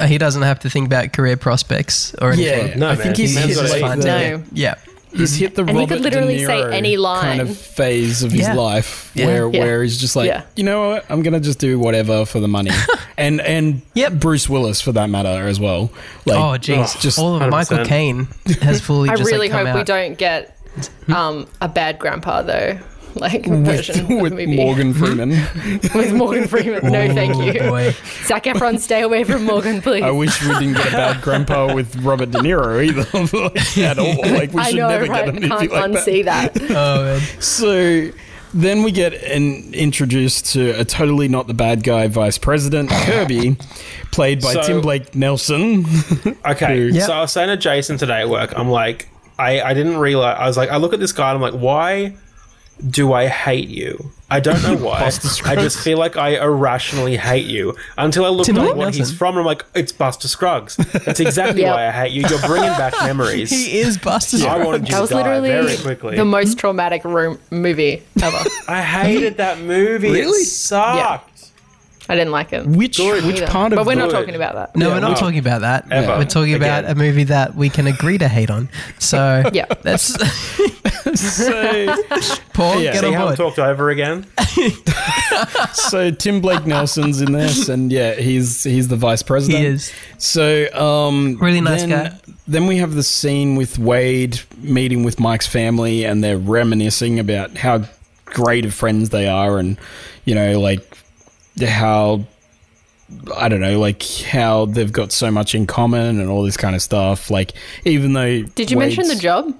Speaker 6: uh, He doesn't have to think about career prospects or anything.
Speaker 5: Yeah,
Speaker 2: No,
Speaker 5: I think
Speaker 2: man.
Speaker 5: he's
Speaker 2: Man's
Speaker 5: hit
Speaker 2: gotta
Speaker 5: like
Speaker 2: find
Speaker 5: the-
Speaker 4: No.
Speaker 6: Yeah.
Speaker 5: he's hit the
Speaker 4: And he
Speaker 5: Robert
Speaker 4: could literally
Speaker 5: De
Speaker 4: say
Speaker 5: Niro
Speaker 4: any line.
Speaker 5: kind of phase of his
Speaker 6: Yeah.
Speaker 5: life
Speaker 6: Yeah.
Speaker 5: where
Speaker 4: Yeah.
Speaker 5: where he's just like,
Speaker 4: Yeah.
Speaker 5: you know what, I'm gonna just do whatever for the
Speaker 4: *laughs*
Speaker 5: money, and and
Speaker 6: Yep.
Speaker 5: Bruce Willis for that matter as well. Like,
Speaker 6: Oh, jeez.
Speaker 5: just
Speaker 6: All of Michael
Speaker 2: 100%.
Speaker 6: Caine has fully
Speaker 4: I
Speaker 6: just
Speaker 4: really
Speaker 6: like, come
Speaker 4: hope we
Speaker 6: out.
Speaker 4: don't get um, a bad grandpa though, *laughs* like
Speaker 5: with,
Speaker 4: version of the
Speaker 5: with
Speaker 4: movie
Speaker 5: Morgan Freeman.
Speaker 4: *laughs* with Morgan Freeman. No, thank
Speaker 6: *laughs*
Speaker 4: you.
Speaker 6: Oh, Boy.
Speaker 4: Zac Efron, stay away from Morgan, please.
Speaker 5: I wish we didn't get a
Speaker 4: *laughs*
Speaker 5: bad grandpa with Robert De Niro either, *laughs* like, at all. Like we
Speaker 4: I
Speaker 5: should
Speaker 4: know,
Speaker 5: never
Speaker 4: right?
Speaker 5: get a movie
Speaker 4: Can't
Speaker 5: like that.
Speaker 4: unsee that.
Speaker 5: *laughs*
Speaker 6: Oh, man.
Speaker 5: So then we get an, introduced to a totally not the bad guy vice president Kirby, played by
Speaker 2: So-
Speaker 5: Tim Blake Nelson. *laughs*
Speaker 2: Okay,
Speaker 5: Dude.
Speaker 2: so I was saying to Jason today at work, I'm like, I, I didn't realize. I was like, I look at this guy, and I'm like, why do I hate you? I don't
Speaker 6: *laughs*
Speaker 2: know why. I just feel like I irrationally hate you until I looked
Speaker 6: Tim
Speaker 2: up
Speaker 6: Blake
Speaker 2: what he's
Speaker 6: Nelson.
Speaker 2: from. And I'm like, it's Buster Scruggs. That's
Speaker 6: *laughs*
Speaker 2: exactly
Speaker 4: Yep.
Speaker 2: why I hate you. You're bringing back memories.
Speaker 6: He is Buster
Speaker 2: I
Speaker 6: Scruggs.
Speaker 2: wanted you
Speaker 4: That
Speaker 2: to
Speaker 4: was
Speaker 2: die very
Speaker 4: literally
Speaker 2: quickly.
Speaker 4: the most traumatic room movie ever.
Speaker 2: I hated that movie. It sucked.
Speaker 4: I didn't like it.
Speaker 5: Which
Speaker 2: Good.
Speaker 5: which
Speaker 4: either.
Speaker 5: part of
Speaker 4: But we're not
Speaker 2: Good.
Speaker 4: talking about that.
Speaker 6: No,
Speaker 5: Yeah,
Speaker 6: we're not
Speaker 5: no.
Speaker 6: talking about that.
Speaker 2: Ever.
Speaker 6: We're talking about
Speaker 2: Again.
Speaker 6: a movie that we can agree to hate on. So
Speaker 4: Yeah.
Speaker 6: that's *laughs*
Speaker 4: *laughs*
Speaker 5: so,
Speaker 6: Paul,
Speaker 5: Yeah.
Speaker 6: get
Speaker 2: See
Speaker 6: on
Speaker 2: how I'm
Speaker 6: board.
Speaker 2: talked over
Speaker 6: *laughs*
Speaker 2: again?
Speaker 5: so Tim Blake Nelson's in this, and yeah, he's he's the vice president.
Speaker 6: He is.
Speaker 5: So, um,
Speaker 6: Really nice
Speaker 5: then,
Speaker 6: guy.
Speaker 5: Then we have the scene with Wade meeting with Mike's family, and they're reminiscing about how great of friends they are, and you know, like how I don't know, like how they've got so much in common and all this kind of stuff. Like, even though
Speaker 4: Did you mention the
Speaker 5: Wade's-
Speaker 4: job?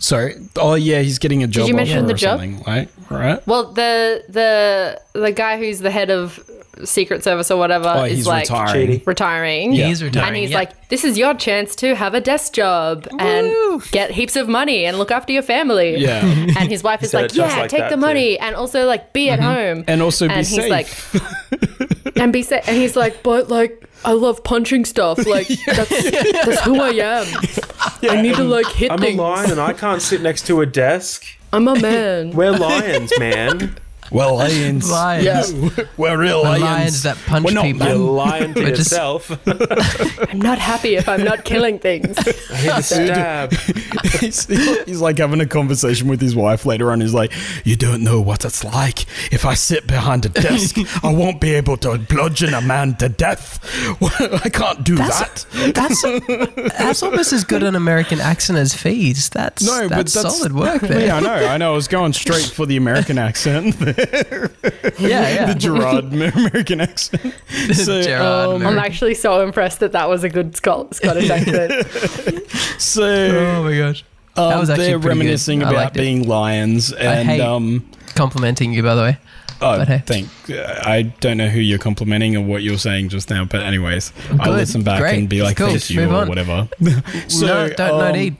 Speaker 5: Sorry, oh yeah, he's getting a job.
Speaker 4: you mention
Speaker 5: offer
Speaker 4: the
Speaker 5: or
Speaker 4: job?
Speaker 5: Something, right, right.
Speaker 4: Well, the the the guy who's the head of Secret Service or whatever
Speaker 5: Oh,
Speaker 4: is
Speaker 5: he's
Speaker 4: like
Speaker 5: retiring.
Speaker 2: Shady.
Speaker 4: retiring.
Speaker 6: He is retiring.
Speaker 4: And he's
Speaker 6: yeah.
Speaker 4: like, "This is your chance to have a desk job and get heaps of money and look after your family."
Speaker 5: Yeah.
Speaker 4: *laughs* And his wife is
Speaker 2: said
Speaker 4: like,
Speaker 2: it just
Speaker 4: "Yeah,
Speaker 2: like
Speaker 4: take
Speaker 2: that too.
Speaker 4: the
Speaker 2: Mm-hmm.
Speaker 4: money and also like be at home."
Speaker 5: And also be
Speaker 4: and he's
Speaker 5: safe. *laughs*
Speaker 4: like, and be safe. And he's like, "But like, I love
Speaker 5: *laughs*
Speaker 4: punching stuff. Like that's, that's who I am. I need to like hit
Speaker 2: I'm a
Speaker 4: things.
Speaker 2: lion and I can't sit next to a desk.
Speaker 4: I'm
Speaker 2: *laughs*
Speaker 4: a man."
Speaker 2: We're lions, man.
Speaker 6: *laughs*
Speaker 5: well, lions.
Speaker 6: lions.
Speaker 4: yeah,
Speaker 5: *laughs* We're real
Speaker 6: The
Speaker 5: lions.
Speaker 6: lions that punch
Speaker 5: We're not
Speaker 6: people.
Speaker 2: You're
Speaker 6: *laughs*
Speaker 2: lying to
Speaker 6: We're just-
Speaker 2: yourself.
Speaker 4: I'm not happy if I'm not
Speaker 5: *laughs*
Speaker 4: killing things.
Speaker 2: I need to stab.
Speaker 5: *laughs* he's, he's like having a conversation with his wife later on. He's like, You don't know what it's like. If I sit behind a desk,
Speaker 6: *laughs*
Speaker 5: I won't be able to bludgeon a man to death. *laughs* I can't do that.
Speaker 6: That's that's almost as good an American accent as fees. That's that's, solid work
Speaker 5: *laughs*
Speaker 6: there.
Speaker 5: Yeah, I know. I know. I was going straight for the American accent, *laughs*
Speaker 6: yeah, yeah.
Speaker 5: the Gerard *laughs* American
Speaker 6: *laughs*
Speaker 5: accent. So,
Speaker 6: Gerard
Speaker 5: um,
Speaker 4: I'm
Speaker 6: American.
Speaker 4: actually so impressed that that was a good Scot-
Speaker 5: *laughs*
Speaker 4: Scottish accent.
Speaker 5: so
Speaker 6: Oh my gosh.
Speaker 5: um,
Speaker 6: was actually
Speaker 5: they're
Speaker 6: pretty good.
Speaker 5: reminiscing
Speaker 6: I
Speaker 5: about
Speaker 6: liked it.
Speaker 5: being lions, and
Speaker 6: hate-
Speaker 5: um,
Speaker 6: Complimenting you by the way.
Speaker 5: oh,
Speaker 6: But hey.
Speaker 5: thank. I don't know who you're complimenting or what you're saying just now, but anyways, I'll
Speaker 6: Good.
Speaker 5: listen back
Speaker 6: Great.
Speaker 5: and be like,
Speaker 6: Cool.
Speaker 5: "Thank you"
Speaker 6: Move
Speaker 5: or
Speaker 6: on.
Speaker 5: whatever.
Speaker 6: *laughs* no, don't no
Speaker 5: um,
Speaker 6: need.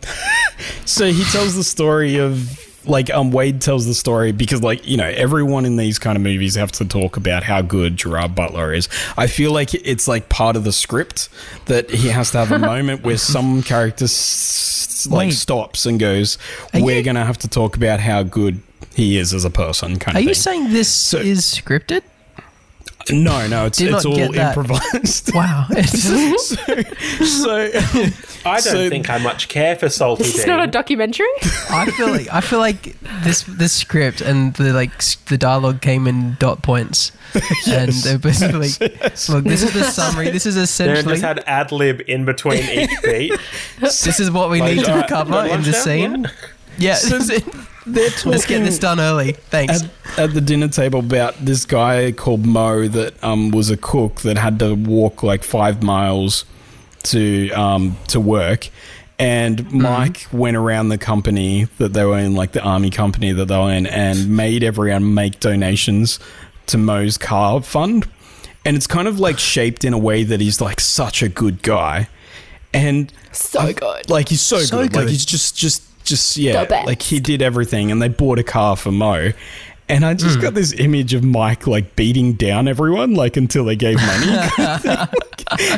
Speaker 5: So he tells the story of like um Wade tells the story because like you know everyone in these kind of movies have to talk about how good Gerard Butler is. I feel like it's like part of the script that he has to have
Speaker 6: *laughs*
Speaker 5: a moment where some character s- like
Speaker 6: Wait.
Speaker 5: stops and goes,
Speaker 6: Are
Speaker 5: "We're
Speaker 6: you-
Speaker 5: gonna have to talk about how good he is as a person." Kind
Speaker 6: Are
Speaker 5: of
Speaker 6: you
Speaker 5: thing.
Speaker 6: saying this
Speaker 5: So-
Speaker 6: is scripted?
Speaker 5: no, no, it's
Speaker 6: Did
Speaker 5: it's
Speaker 6: not
Speaker 5: all
Speaker 6: get that. *laughs*
Speaker 5: improvised.
Speaker 6: Wow. It's-
Speaker 5: *laughs* so
Speaker 2: I don't
Speaker 5: So-
Speaker 2: think I much care for salty
Speaker 4: This is
Speaker 2: Dean.
Speaker 4: not a
Speaker 5: *laughs*
Speaker 4: documentary.
Speaker 6: I feel like I feel like this this script and the like s- the dialogue came in dot points, and they're basically like, look, this is the summary. This is
Speaker 2: Darren
Speaker 6: essentially
Speaker 2: just had ad lib in between *laughs* each beat.
Speaker 6: this is what we
Speaker 2: *laughs*
Speaker 6: need to
Speaker 2: Alright,
Speaker 6: cover
Speaker 2: got
Speaker 6: in
Speaker 2: lunch
Speaker 6: the
Speaker 2: now?
Speaker 6: scene. Yeah,
Speaker 5: they're
Speaker 6: *laughs* let's get this done early. Thanks.
Speaker 5: at, at the dinner table about this guy called Mo that um, was a cook that had to walk like five miles to um, to work. And
Speaker 6: Mm-hmm.
Speaker 5: Mike went around the company that they were in, like the army company that they were in, and made everyone make donations to Mo's car fund. And it's kind of like shaped in a way that he's like such a good guy. And
Speaker 4: So
Speaker 5: I-
Speaker 4: good.
Speaker 5: like he's so,
Speaker 6: Oh So
Speaker 5: good. Like
Speaker 6: good.
Speaker 5: he's just, just, just yeah.
Speaker 4: The best.
Speaker 5: Like he did everything, and they bought a car for Mo. And I
Speaker 6: Hmm.
Speaker 5: just got this image of Mike like beating down everyone, like until they gave
Speaker 6: *laughs*
Speaker 5: money.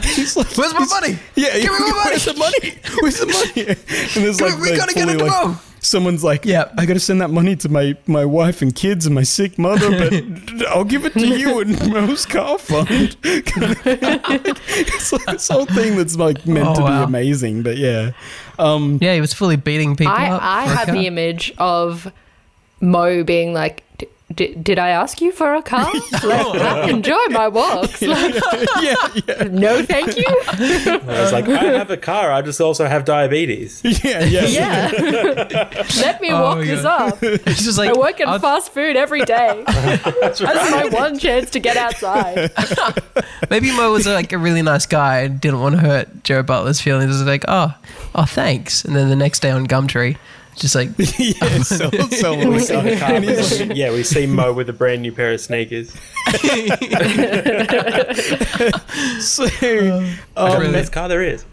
Speaker 5: he's like,
Speaker 6: Where's my
Speaker 5: he's-
Speaker 6: money?
Speaker 5: Yeah,
Speaker 6: Give me my
Speaker 5: Where's the money? Where's the
Speaker 6: *laughs*
Speaker 5: money? And there's like,
Speaker 6: we
Speaker 5: they
Speaker 6: gotta get
Speaker 5: fully,
Speaker 6: it
Speaker 5: like,
Speaker 6: tomorrow.
Speaker 5: Someone's like,
Speaker 6: Yeah.
Speaker 5: I got to send that money to my my wife and kids and my sick mother,
Speaker 6: *laughs*
Speaker 5: but I'll give it to you and Mo's car fund. *laughs* Kind of thing. it's like this whole thing that's like meant
Speaker 6: Oh,
Speaker 5: to be
Speaker 6: wow.
Speaker 5: amazing, but yeah. *laughs*
Speaker 6: Yeah, he was fully beating people up.
Speaker 4: I, I
Speaker 6: for a
Speaker 4: had
Speaker 6: car.
Speaker 4: the image of Mo being like, "D- d- did I ask you for
Speaker 5: *laughs*
Speaker 4: a car? Like, I enjoy my walks. Like,
Speaker 5: yeah, yeah,
Speaker 4: no, thank you.
Speaker 2: I was like, I have a car. I just also have *laughs* diabetes.
Speaker 5: yeah, *laughs* yeah.
Speaker 4: Yeah. *laughs* Let me
Speaker 6: Oh
Speaker 4: walk
Speaker 6: my
Speaker 4: this
Speaker 6: God. *laughs*
Speaker 4: up.
Speaker 6: It's just like "Oh,
Speaker 4: I work in
Speaker 6: I'll-
Speaker 4: fast food
Speaker 5: *laughs*
Speaker 4: every day. That's
Speaker 6: *laughs*
Speaker 4: my one chance to get outside.
Speaker 6: Maybe Mo was like a really nice guy and didn't want to hurt Jared Butler's feelings. It was like, oh, oh, thanks. And then the next day on Gumtree, just
Speaker 5: *laughs*
Speaker 6: like,
Speaker 5: yeah. So,
Speaker 6: *laughs*
Speaker 5: so
Speaker 2: We
Speaker 5: was
Speaker 2: see the car, but- yeah, we see Mo with a brand new pair of sneakers.
Speaker 6: Oh,
Speaker 5: so,
Speaker 2: I got the
Speaker 6: really?
Speaker 2: best car there is.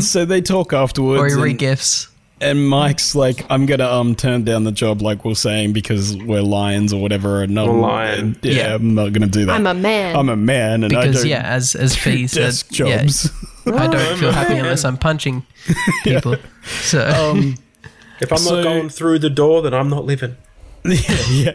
Speaker 5: so they talk
Speaker 6: or
Speaker 5: afterwards,
Speaker 6: he re
Speaker 5: and,
Speaker 6: gifts.
Speaker 5: and Mike's like, "I'm gonna um turn down the job, like we're saying, because we're lions or whatever." And I'm,
Speaker 2: lion.
Speaker 5: Yeah,
Speaker 6: Yeah.
Speaker 5: I'm not gonna do that.
Speaker 4: I'm a man.
Speaker 5: I'm a man, and I
Speaker 6: Because,
Speaker 5: don't
Speaker 6: yeah, as, as
Speaker 5: do
Speaker 6: Fee said,
Speaker 5: desk
Speaker 6: yeah,
Speaker 5: jobs.
Speaker 6: I
Speaker 5: *laughs*
Speaker 6: don't feel happy unless I'm punching people. So,
Speaker 2: If I'm
Speaker 5: So-
Speaker 6: *laughs* Um,
Speaker 2: not going through the door, then I'm not living.
Speaker 5: *laughs* yeah, yeah.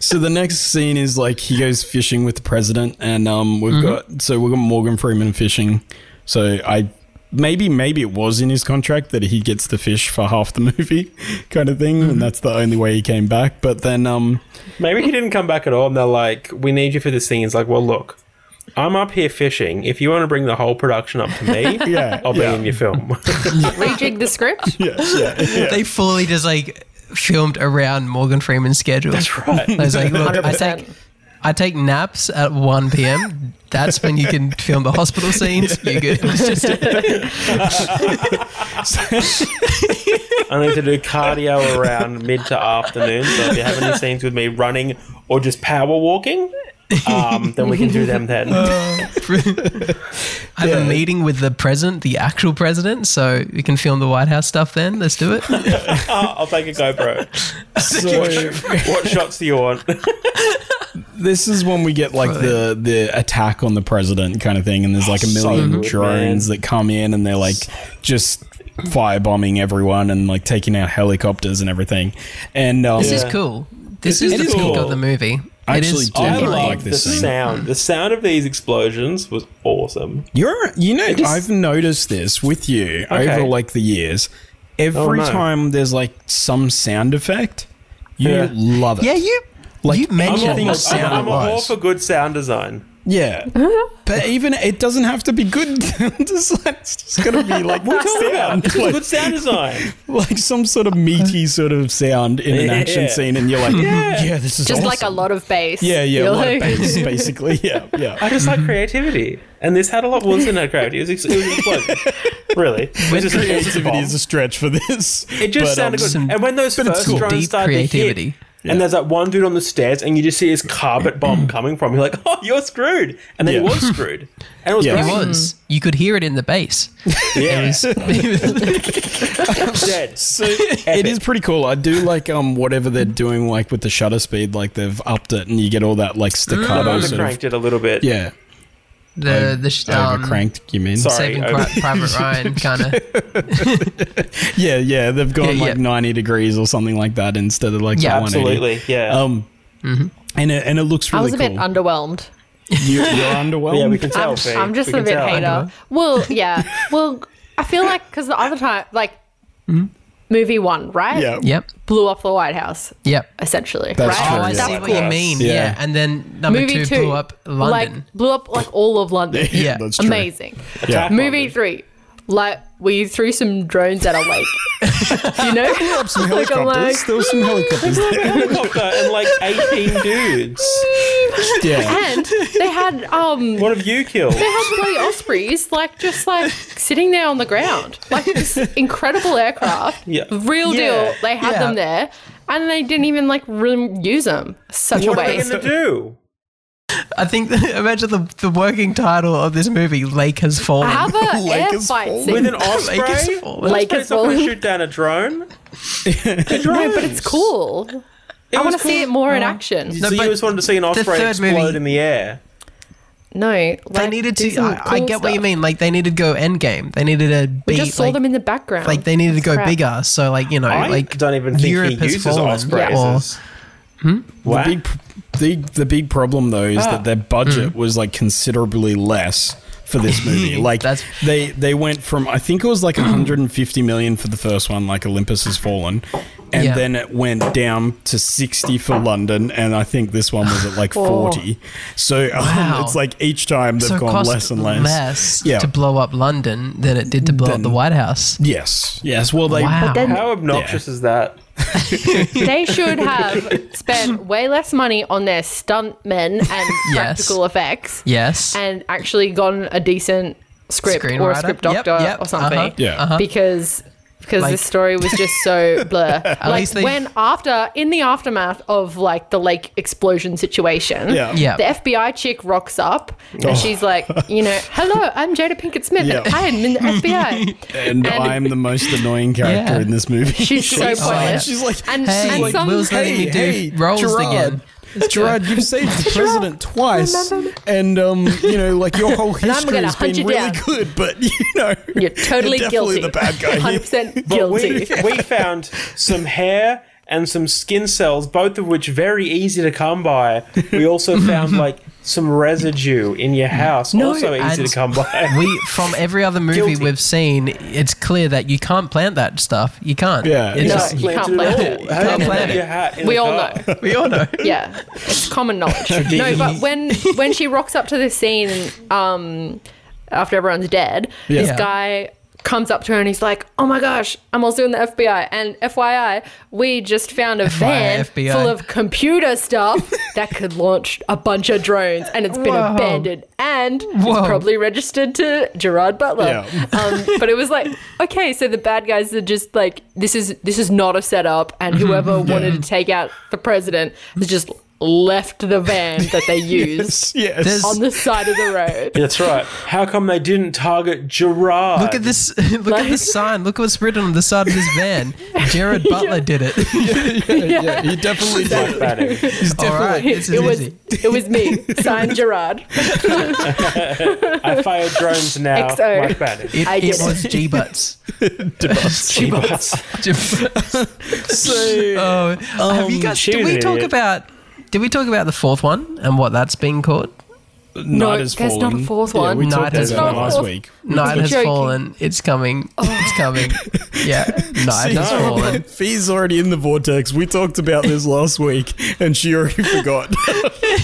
Speaker 5: So the next scene is like he goes fishing with the president, and um, we've
Speaker 2: Mm-hmm.
Speaker 5: got so we've got Morgan Freeman fishing. So I maybe maybe it was in his contract that he gets the fish for half the *laughs* movie, kind of thing,
Speaker 2: Mm-hmm.
Speaker 5: and that's the only way he came back. But then um,
Speaker 2: Maybe he didn't come back at all, and they're like, "We need you for this thing." He's like, "Well, look, I'm up here fishing. If you want to bring the whole production up to *laughs* me,
Speaker 5: Yeah,
Speaker 2: I'll be
Speaker 5: yeah.
Speaker 2: in your *laughs* film."
Speaker 4: Rejig
Speaker 5: *laughs*
Speaker 4: the script.
Speaker 5: yeah, yeah, *laughs* yeah.
Speaker 6: They fully just like filmed around Morgan Freeman's schedule. That's
Speaker 2: right.
Speaker 6: I was like, look, I
Speaker 4: 100%.
Speaker 6: take, I take naps at 1 p.m. That's when you can film
Speaker 5: *laughs*
Speaker 6: the hospital scenes. You're good. It's just-
Speaker 2: I need to do cardio around *laughs* mid to afternoon. So if you have any scenes with me running or just power walking, um, then we can do them
Speaker 5: *laughs*
Speaker 2: then.
Speaker 5: Uh,
Speaker 6: I have a meeting with the president, the actual president, so we can film the White House stuff then.
Speaker 5: *laughs*
Speaker 6: Let's do it.
Speaker 2: Oh, *laughs* I'll take a GoPro.
Speaker 5: So *laughs*
Speaker 2: What shots do you want?
Speaker 5: this is when we get like the the attack on the president kind of thing, and there's like a million
Speaker 2: good,
Speaker 5: drones that come in, and they're like just firebombing everyone and like taking out helicopters and everything. And um,
Speaker 6: This is
Speaker 2: Yeah.
Speaker 6: cool. This
Speaker 5: It
Speaker 6: is,
Speaker 5: is
Speaker 6: the peak
Speaker 5: cool.
Speaker 6: of the movie.
Speaker 5: I
Speaker 6: it
Speaker 5: actually
Speaker 6: is
Speaker 5: do
Speaker 2: I
Speaker 5: really
Speaker 2: love
Speaker 5: like
Speaker 2: the
Speaker 5: this scene.
Speaker 2: sound. The sound of these explosions was awesome.
Speaker 5: You're, you know, I've noticed this with you
Speaker 2: Okay.
Speaker 5: over like the years. Every
Speaker 2: Oh, no.
Speaker 5: time there's like some sound effect, you
Speaker 2: Yeah.
Speaker 5: love it.
Speaker 6: Yeah, you
Speaker 5: Like,
Speaker 6: you mentioned
Speaker 5: everything
Speaker 6: the
Speaker 5: sound
Speaker 2: I'm, I'm all
Speaker 5: wise.
Speaker 2: for good sound design.
Speaker 6: *laughs*
Speaker 5: Yeah, but even it doesn't have to be good. *laughs* just, like- it's just gonna be
Speaker 6: *laughs*
Speaker 5: like what sound?
Speaker 2: It's
Speaker 5: Like,
Speaker 2: good sound
Speaker 5: *laughs*
Speaker 2: design.
Speaker 5: like some sort of meaty sort of sound in an
Speaker 2: Yeah.
Speaker 5: action scene, and you're like, "Mm, yeah, this is
Speaker 4: Just
Speaker 5: awesome.
Speaker 4: like a lot of bass.
Speaker 5: yeah, yeah,
Speaker 4: You're
Speaker 5: a lot of
Speaker 4: like-
Speaker 5: bass, basically, yeah, yeah.
Speaker 2: *laughs* I just like creativity, and this had a lot. Well, it didn't have creativity. It was, ex-
Speaker 5: *laughs*
Speaker 2: it was explosion. really, it was just, it was just a
Speaker 5: Creativity
Speaker 2: bomb.
Speaker 5: is a stretch for this.
Speaker 2: It just
Speaker 5: but,
Speaker 2: sounded
Speaker 5: um,
Speaker 2: good. And when those
Speaker 5: it's
Speaker 2: first
Speaker 5: cool.
Speaker 2: drones
Speaker 6: Deep
Speaker 2: started to
Speaker 6: creativity.
Speaker 2: hit, and there's that one dude on the stairs, and you just see his carpet bomb coming from. him. You're like, *laughs* oh, you're screwed, and then
Speaker 5: Mm. Yeah.
Speaker 2: he was screwed, and it was
Speaker 5: Yeah.
Speaker 2: yeah,
Speaker 5: He
Speaker 6: was. You could hear it in the bass.
Speaker 2: yeah, *laughs*
Speaker 6: It
Speaker 5: *laughs*
Speaker 2: dead.
Speaker 5: So it is pretty cool. I do like um whatever they're doing like with the shutter speed, like they've upped it and you get all that
Speaker 2: Mm,
Speaker 5: like staccato
Speaker 2: Overcranked
Speaker 5: sort of,
Speaker 2: it a little bit.
Speaker 5: yeah
Speaker 6: the the sh- um,
Speaker 5: overcranked. You mean?
Speaker 2: Sorry.
Speaker 6: Saving
Speaker 2: over-
Speaker 6: Pri- Private Ryan kind of.
Speaker 5: *laughs* Yeah, yeah. They've gone
Speaker 6: Yeah,
Speaker 5: like
Speaker 6: yeah.
Speaker 5: ninety degrees or something like that instead of like
Speaker 6: Yeah, Mm-hmm.
Speaker 5: the 180.
Speaker 2: Absolutely, yeah.
Speaker 5: Um, and it, and it looks
Speaker 4: I
Speaker 5: really
Speaker 4: was a bit
Speaker 5: cool.
Speaker 4: underwhelmed.
Speaker 5: you, you're underwhelmed.
Speaker 2: *laughs* yeah, we can tell.
Speaker 4: Um, I'm,
Speaker 2: Fee.
Speaker 4: I'm just
Speaker 2: We
Speaker 4: a
Speaker 2: can
Speaker 4: bit
Speaker 2: tell.
Speaker 4: hater. Well, yeah. Well, I feel like because the other time, like movie one, right?
Speaker 5: Mm-hmm. Yeah.
Speaker 6: Yep.
Speaker 4: Blew up the White House
Speaker 6: Yep.
Speaker 4: essentially.
Speaker 5: That's
Speaker 4: right?
Speaker 5: true,
Speaker 6: Oh, I
Speaker 5: yeah.
Speaker 6: see
Speaker 4: That's
Speaker 6: what you
Speaker 4: cool.
Speaker 6: mean.
Speaker 5: Yeah.
Speaker 6: Yeah. And then number
Speaker 4: Movie
Speaker 6: two,
Speaker 4: two
Speaker 6: blew up London.
Speaker 4: Like blew up like all
Speaker 5: *laughs*
Speaker 4: of London.
Speaker 6: *laughs* Yeah.
Speaker 5: that's true.
Speaker 4: Amazing.
Speaker 5: Yeah.
Speaker 4: Movie three, like we threw some drones at a
Speaker 5: *laughs*
Speaker 4: lake. you know,
Speaker 5: Some
Speaker 4: *laughs* Like, I'm
Speaker 5: helicopters.
Speaker 4: like-
Speaker 5: there was some helicopters.
Speaker 6: *laughs*
Speaker 5: there.
Speaker 2: Helicopter and
Speaker 4: *laughs*
Speaker 2: like 18 dudes.
Speaker 5: Yeah,
Speaker 4: and they had um.
Speaker 2: What have you killed?
Speaker 4: They had bloody ospreys, like just like sitting there on the ground, like this incredible aircraft,
Speaker 2: Yeah.
Speaker 4: real
Speaker 2: Yeah.
Speaker 4: deal. They had
Speaker 6: Yeah.
Speaker 4: them there, and they didn't even like really use them. Such
Speaker 2: What
Speaker 4: a
Speaker 2: are they
Speaker 4: waste.
Speaker 2: going to do?
Speaker 6: I think, imagine the, the working title of this movie, Lake Has Fallen.
Speaker 4: Have a
Speaker 5: Lake
Speaker 4: air
Speaker 5: is
Speaker 4: fight
Speaker 5: full.
Speaker 4: scene. *laughs*
Speaker 2: With an
Speaker 6: Lake has
Speaker 2: osprey?
Speaker 6: fallen.
Speaker 4: Lake
Speaker 2: Osprey's
Speaker 4: is
Speaker 2: not going
Speaker 4: full.
Speaker 2: to shoot down
Speaker 5: *laughs*
Speaker 2: a drone. The
Speaker 4: no, but
Speaker 2: drones.
Speaker 4: it's cool. I want to see it more in
Speaker 6: Uh-huh.
Speaker 4: action.
Speaker 2: So you
Speaker 6: but
Speaker 2: just wanted to see an osprey
Speaker 6: third
Speaker 2: explode
Speaker 6: movie-
Speaker 2: in the air.
Speaker 4: No, like,
Speaker 6: they needed
Speaker 4: do
Speaker 6: to.
Speaker 4: some
Speaker 6: I, I
Speaker 4: cool
Speaker 6: get what you
Speaker 4: stuff.
Speaker 6: mean. Like they needed to go endgame. They needed to be
Speaker 4: We just saw
Speaker 6: like,
Speaker 4: them in the background.
Speaker 6: like they needed to go
Speaker 4: crap.
Speaker 6: bigger. So like you know,
Speaker 2: I
Speaker 6: like
Speaker 2: don't even think
Speaker 6: Europe
Speaker 2: he
Speaker 6: has
Speaker 2: uses
Speaker 6: fallen,
Speaker 2: ospreys.
Speaker 6: or-
Speaker 2: as-
Speaker 5: The
Speaker 2: Wow.
Speaker 5: big, the, the big problem though is
Speaker 6: Ah.
Speaker 5: that their budget
Speaker 6: Hmm.
Speaker 5: was like considerably less for this
Speaker 6: *laughs*
Speaker 5: movie. Like
Speaker 6: That's-
Speaker 5: they they went from I think it was like 150 million for the first one, like Olympus Has Fallen, and
Speaker 6: Yeah.
Speaker 5: then it went down to 60 for London, and I think this one was at like 40. So *laughs* um,
Speaker 6: Wow.
Speaker 5: it's like each time they've
Speaker 6: so it
Speaker 5: gone
Speaker 6: cost
Speaker 5: less and less. Yeah.
Speaker 6: to blow up London than it did to blow up the White House.
Speaker 5: yes. Yes. Well, they.
Speaker 6: Wow.
Speaker 4: then-
Speaker 2: How obnoxious is that?
Speaker 4: *laughs* They should have spent way less money on their stuntmen and practical effects.
Speaker 6: yes.
Speaker 4: and actually gotten a decent script or a
Speaker 6: Screenwriter.
Speaker 4: script
Speaker 6: Yep,
Speaker 4: doctor
Speaker 6: yep,
Speaker 4: or something
Speaker 6: uh-huh,
Speaker 5: Yeah. uh-huh.
Speaker 4: because because
Speaker 6: Like-
Speaker 4: this story was just
Speaker 6: *laughs*
Speaker 4: so blur like
Speaker 6: least they-
Speaker 4: when after in the aftermath of like the lake explosion situation
Speaker 5: Yeah. Oh.
Speaker 6: Yeah.
Speaker 4: the fbi chick rocks up and she's like
Speaker 5: *laughs*
Speaker 4: you know hello i'm jada pinkett smith
Speaker 5: Yeah.
Speaker 4: and i am
Speaker 5: *laughs*
Speaker 4: in the fbi
Speaker 5: And I'm the most annoying character
Speaker 6: Yeah.
Speaker 5: in this movie. *laughs*
Speaker 4: She's so
Speaker 5: like-
Speaker 4: pointless.
Speaker 5: She's like,
Speaker 4: and,
Speaker 6: Hey,
Speaker 4: and some
Speaker 6: Will's
Speaker 5: hey,
Speaker 6: letting me do
Speaker 5: hey,
Speaker 6: rolls
Speaker 5: Gerard.
Speaker 6: again.
Speaker 5: Gerard, you've saved
Speaker 4: *laughs*
Speaker 5: the president twice, and um, you know, like your whole
Speaker 4: I'm
Speaker 5: history
Speaker 4: gonna
Speaker 5: has
Speaker 4: hunt
Speaker 5: been
Speaker 4: you
Speaker 5: really
Speaker 4: down.
Speaker 5: good, but you know,
Speaker 4: you're
Speaker 5: definitely
Speaker 4: totally *laughs* guilty
Speaker 5: the bad guy. here.
Speaker 4: 100%
Speaker 2: But *laughs* we,
Speaker 4: guilty
Speaker 2: we found some hair and some skin cells, both of which very easy to come by. We
Speaker 4: *laughs*
Speaker 2: also found like some residue in your house, also easy
Speaker 6: and
Speaker 2: to come *laughs* by.
Speaker 6: *laughs* We from every other movie
Speaker 2: Guilty.
Speaker 6: we've seen, it's clear that you can't plant that stuff. You can't.
Speaker 5: Yeah,
Speaker 6: It's
Speaker 5: yeah.
Speaker 6: just-
Speaker 4: No.
Speaker 2: plant
Speaker 4: can't plant
Speaker 2: it
Speaker 4: it.
Speaker 2: at all.
Speaker 4: You
Speaker 2: How
Speaker 6: can't
Speaker 2: do you
Speaker 6: plant
Speaker 2: plant
Speaker 6: it.
Speaker 2: your hat in
Speaker 4: We
Speaker 2: the
Speaker 4: all
Speaker 2: car?
Speaker 5: Uh,
Speaker 4: know.
Speaker 6: *laughs* we
Speaker 2: *laughs*
Speaker 6: all know.
Speaker 4: yeah, it's common knowledge. no, but when when she rocks up to this scene, um, after everyone's dead, this
Speaker 6: Yeah.
Speaker 4: guy comes up to her and he's like, "Oh my gosh, I'm also in the FBI." And FYI, we just found a van
Speaker 6: FBI.
Speaker 4: full of computer stuff that could launch a bunch of drones, and it's been
Speaker 6: Whoa.
Speaker 4: abandoned and
Speaker 6: Whoa.
Speaker 4: it's probably registered to Gerard Butler.
Speaker 6: *laughs*
Speaker 4: Um, but it was like, okay, so the bad guys are just like, this is this is not a setup, and
Speaker 6: Mm-hmm.
Speaker 4: whoever wanted to take out the president has just left the van that
Speaker 6: *laughs*
Speaker 4: they used
Speaker 5: *laughs* Yes.
Speaker 6: There's-
Speaker 4: on the side of the road.
Speaker 2: That's right. How come they didn't target Gerard?
Speaker 6: Look at this! *laughs* Look at this sign. Look what's written on the side of this
Speaker 4: *laughs*
Speaker 6: van. Jared Butler did it.
Speaker 5: yeah, he *laughs* definitely did.
Speaker 2: Black
Speaker 6: *laughs*
Speaker 2: Batting.
Speaker 6: All right, *laughs* this is
Speaker 4: It was
Speaker 6: easy. Oh,
Speaker 4: it was
Speaker 6: *laughs*
Speaker 4: me, signed Gerard.
Speaker 2: I fire drones now.
Speaker 4: XO.
Speaker 2: Black
Speaker 4: *laughs*
Speaker 2: Batting.
Speaker 6: It,
Speaker 4: I
Speaker 6: it
Speaker 4: did it.
Speaker 6: was G
Speaker 4: *laughs*
Speaker 6: butts. *laughs*
Speaker 2: G-Bots.
Speaker 6: Oh, have you guys? Did
Speaker 2: Um, she's
Speaker 6: we
Speaker 2: an
Speaker 6: talk
Speaker 2: idiot.
Speaker 6: about? Did we talk about the fourth one and what that's being called?
Speaker 5: Night has
Speaker 4: there's not a
Speaker 5: fallen.
Speaker 4: fourth
Speaker 5: Yeah,
Speaker 4: one.
Speaker 5: we
Speaker 6: Night
Speaker 5: talked
Speaker 6: has
Speaker 5: about that
Speaker 4: fallen.
Speaker 5: last week.
Speaker 6: Night has
Speaker 4: joking.
Speaker 6: fallen. It's coming. It's coming. Yeah, night
Speaker 5: *laughs*
Speaker 6: has
Speaker 5: no.
Speaker 6: fallen.
Speaker 5: Fee's already in the vortex. We talked about this last week, and she already forgot. *laughs*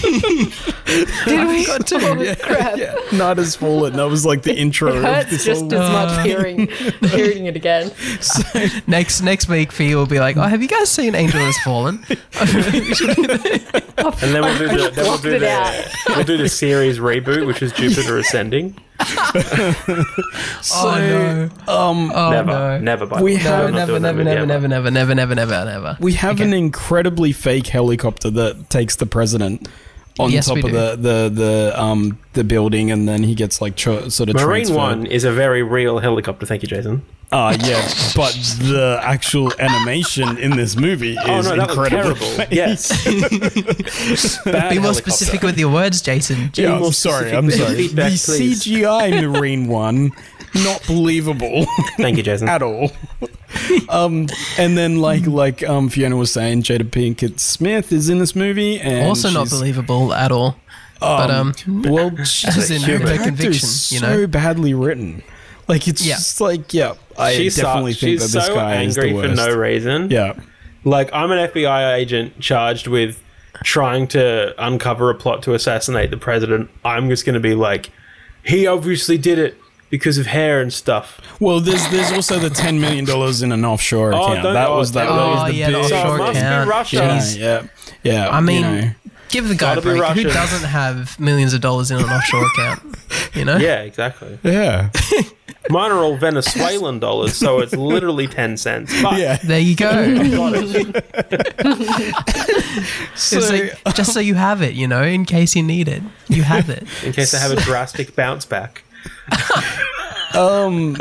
Speaker 4: Did we? Oh, crap.
Speaker 5: Night has fallen. That was like the intro. of
Speaker 4: Hurts
Speaker 5: this
Speaker 4: just
Speaker 5: whole-
Speaker 4: as much hearing hearing
Speaker 6: *laughs*
Speaker 4: it again.
Speaker 6: Next next week, Fee will be like, "Oh, have you guys seen Angel Has Fallen?"
Speaker 2: And then we'll do the then we'll
Speaker 4: blocked
Speaker 2: do
Speaker 4: it
Speaker 2: the,
Speaker 4: out.
Speaker 2: we'll do the series reboot, which is Jupiter Ascending.
Speaker 6: oh no! Um, oh
Speaker 2: Never,
Speaker 6: no!
Speaker 2: never. By
Speaker 5: We
Speaker 2: the way.
Speaker 5: have-
Speaker 6: No,
Speaker 2: I'm not doing
Speaker 6: never,
Speaker 2: that
Speaker 6: never,
Speaker 2: movie ever.
Speaker 6: never, never, never, never, never, never, never.
Speaker 5: We have an incredibly fake helicopter that takes the president on
Speaker 6: Yes,
Speaker 5: top
Speaker 6: we
Speaker 5: of
Speaker 6: do.
Speaker 5: the the the um the building, and then he gets like tr- sort of
Speaker 2: Marine
Speaker 5: transferred.
Speaker 2: One is a very real helicopter. Thank you, Jason.
Speaker 5: Uh, yeah, but the actual animation in this movie is
Speaker 2: Oh no, that
Speaker 5: incredible.
Speaker 2: was terrible. *laughs* Yes. Bad
Speaker 6: Be more
Speaker 2: helicopter.
Speaker 6: specific with your words, Jason.
Speaker 5: *laughs* Yeah,
Speaker 2: Be
Speaker 5: I'm
Speaker 2: more
Speaker 5: sorry. I'm
Speaker 2: specific.
Speaker 5: sorry.
Speaker 2: Feedback,
Speaker 5: the
Speaker 2: please.
Speaker 6: *laughs*
Speaker 5: CGI Marine One, not believable *laughs*
Speaker 2: Thank you, Jason.
Speaker 5: at all. um, and then like like um, Fiona was saying, Jada Pinkett Smith is in this movie, and
Speaker 6: also not
Speaker 5: she's-
Speaker 6: believable at all. but um,
Speaker 5: Well, *laughs* she's
Speaker 6: in
Speaker 5: her
Speaker 6: Human.
Speaker 5: character
Speaker 6: Conviction,
Speaker 5: is
Speaker 6: you
Speaker 5: so
Speaker 6: know?
Speaker 5: badly written. Like it's
Speaker 6: Yeah.
Speaker 5: just like yeah, I
Speaker 2: She's so-
Speaker 5: definitely think that
Speaker 2: she's
Speaker 5: this
Speaker 2: so
Speaker 5: guy
Speaker 2: angry
Speaker 5: is the worst.
Speaker 2: for no reason.
Speaker 5: yeah,
Speaker 2: Like I'm an FBI agent charged with trying to uncover a plot to assassinate the president. I'm just going to be like, he obviously did it because of hair and stuff.
Speaker 5: well, there's there's also the ten million dollars in an offshore
Speaker 2: Oh,
Speaker 5: account.
Speaker 2: don't-
Speaker 5: That
Speaker 2: oh,
Speaker 5: was that.
Speaker 2: don't-
Speaker 5: that was
Speaker 6: Oh,
Speaker 5: the
Speaker 6: yeah, the
Speaker 5: big,
Speaker 2: So it
Speaker 6: Offshore
Speaker 2: must
Speaker 6: account.
Speaker 2: be Russia.
Speaker 6: *laughs*
Speaker 5: yeah,
Speaker 6: Jeez.
Speaker 5: yeah, yeah.
Speaker 6: I mean,
Speaker 5: you know.
Speaker 6: give the guy a
Speaker 2: Gotta be
Speaker 6: break. Who
Speaker 2: Russian.
Speaker 6: doesn't have millions of dollars in an offshore account? You know?
Speaker 2: Yeah, exactly.
Speaker 5: yeah,
Speaker 2: Mine are all
Speaker 6: *laughs*
Speaker 2: Venezuelan dollars, so it's literally ten cents.
Speaker 5: *laughs*
Speaker 2: But
Speaker 5: yeah.
Speaker 6: There you go.
Speaker 2: *laughs* got it.
Speaker 6: It's like, just so you have it, you know, in case you need it. You have it.
Speaker 2: in case I have a drastic bounce back.
Speaker 5: *laughs* Um,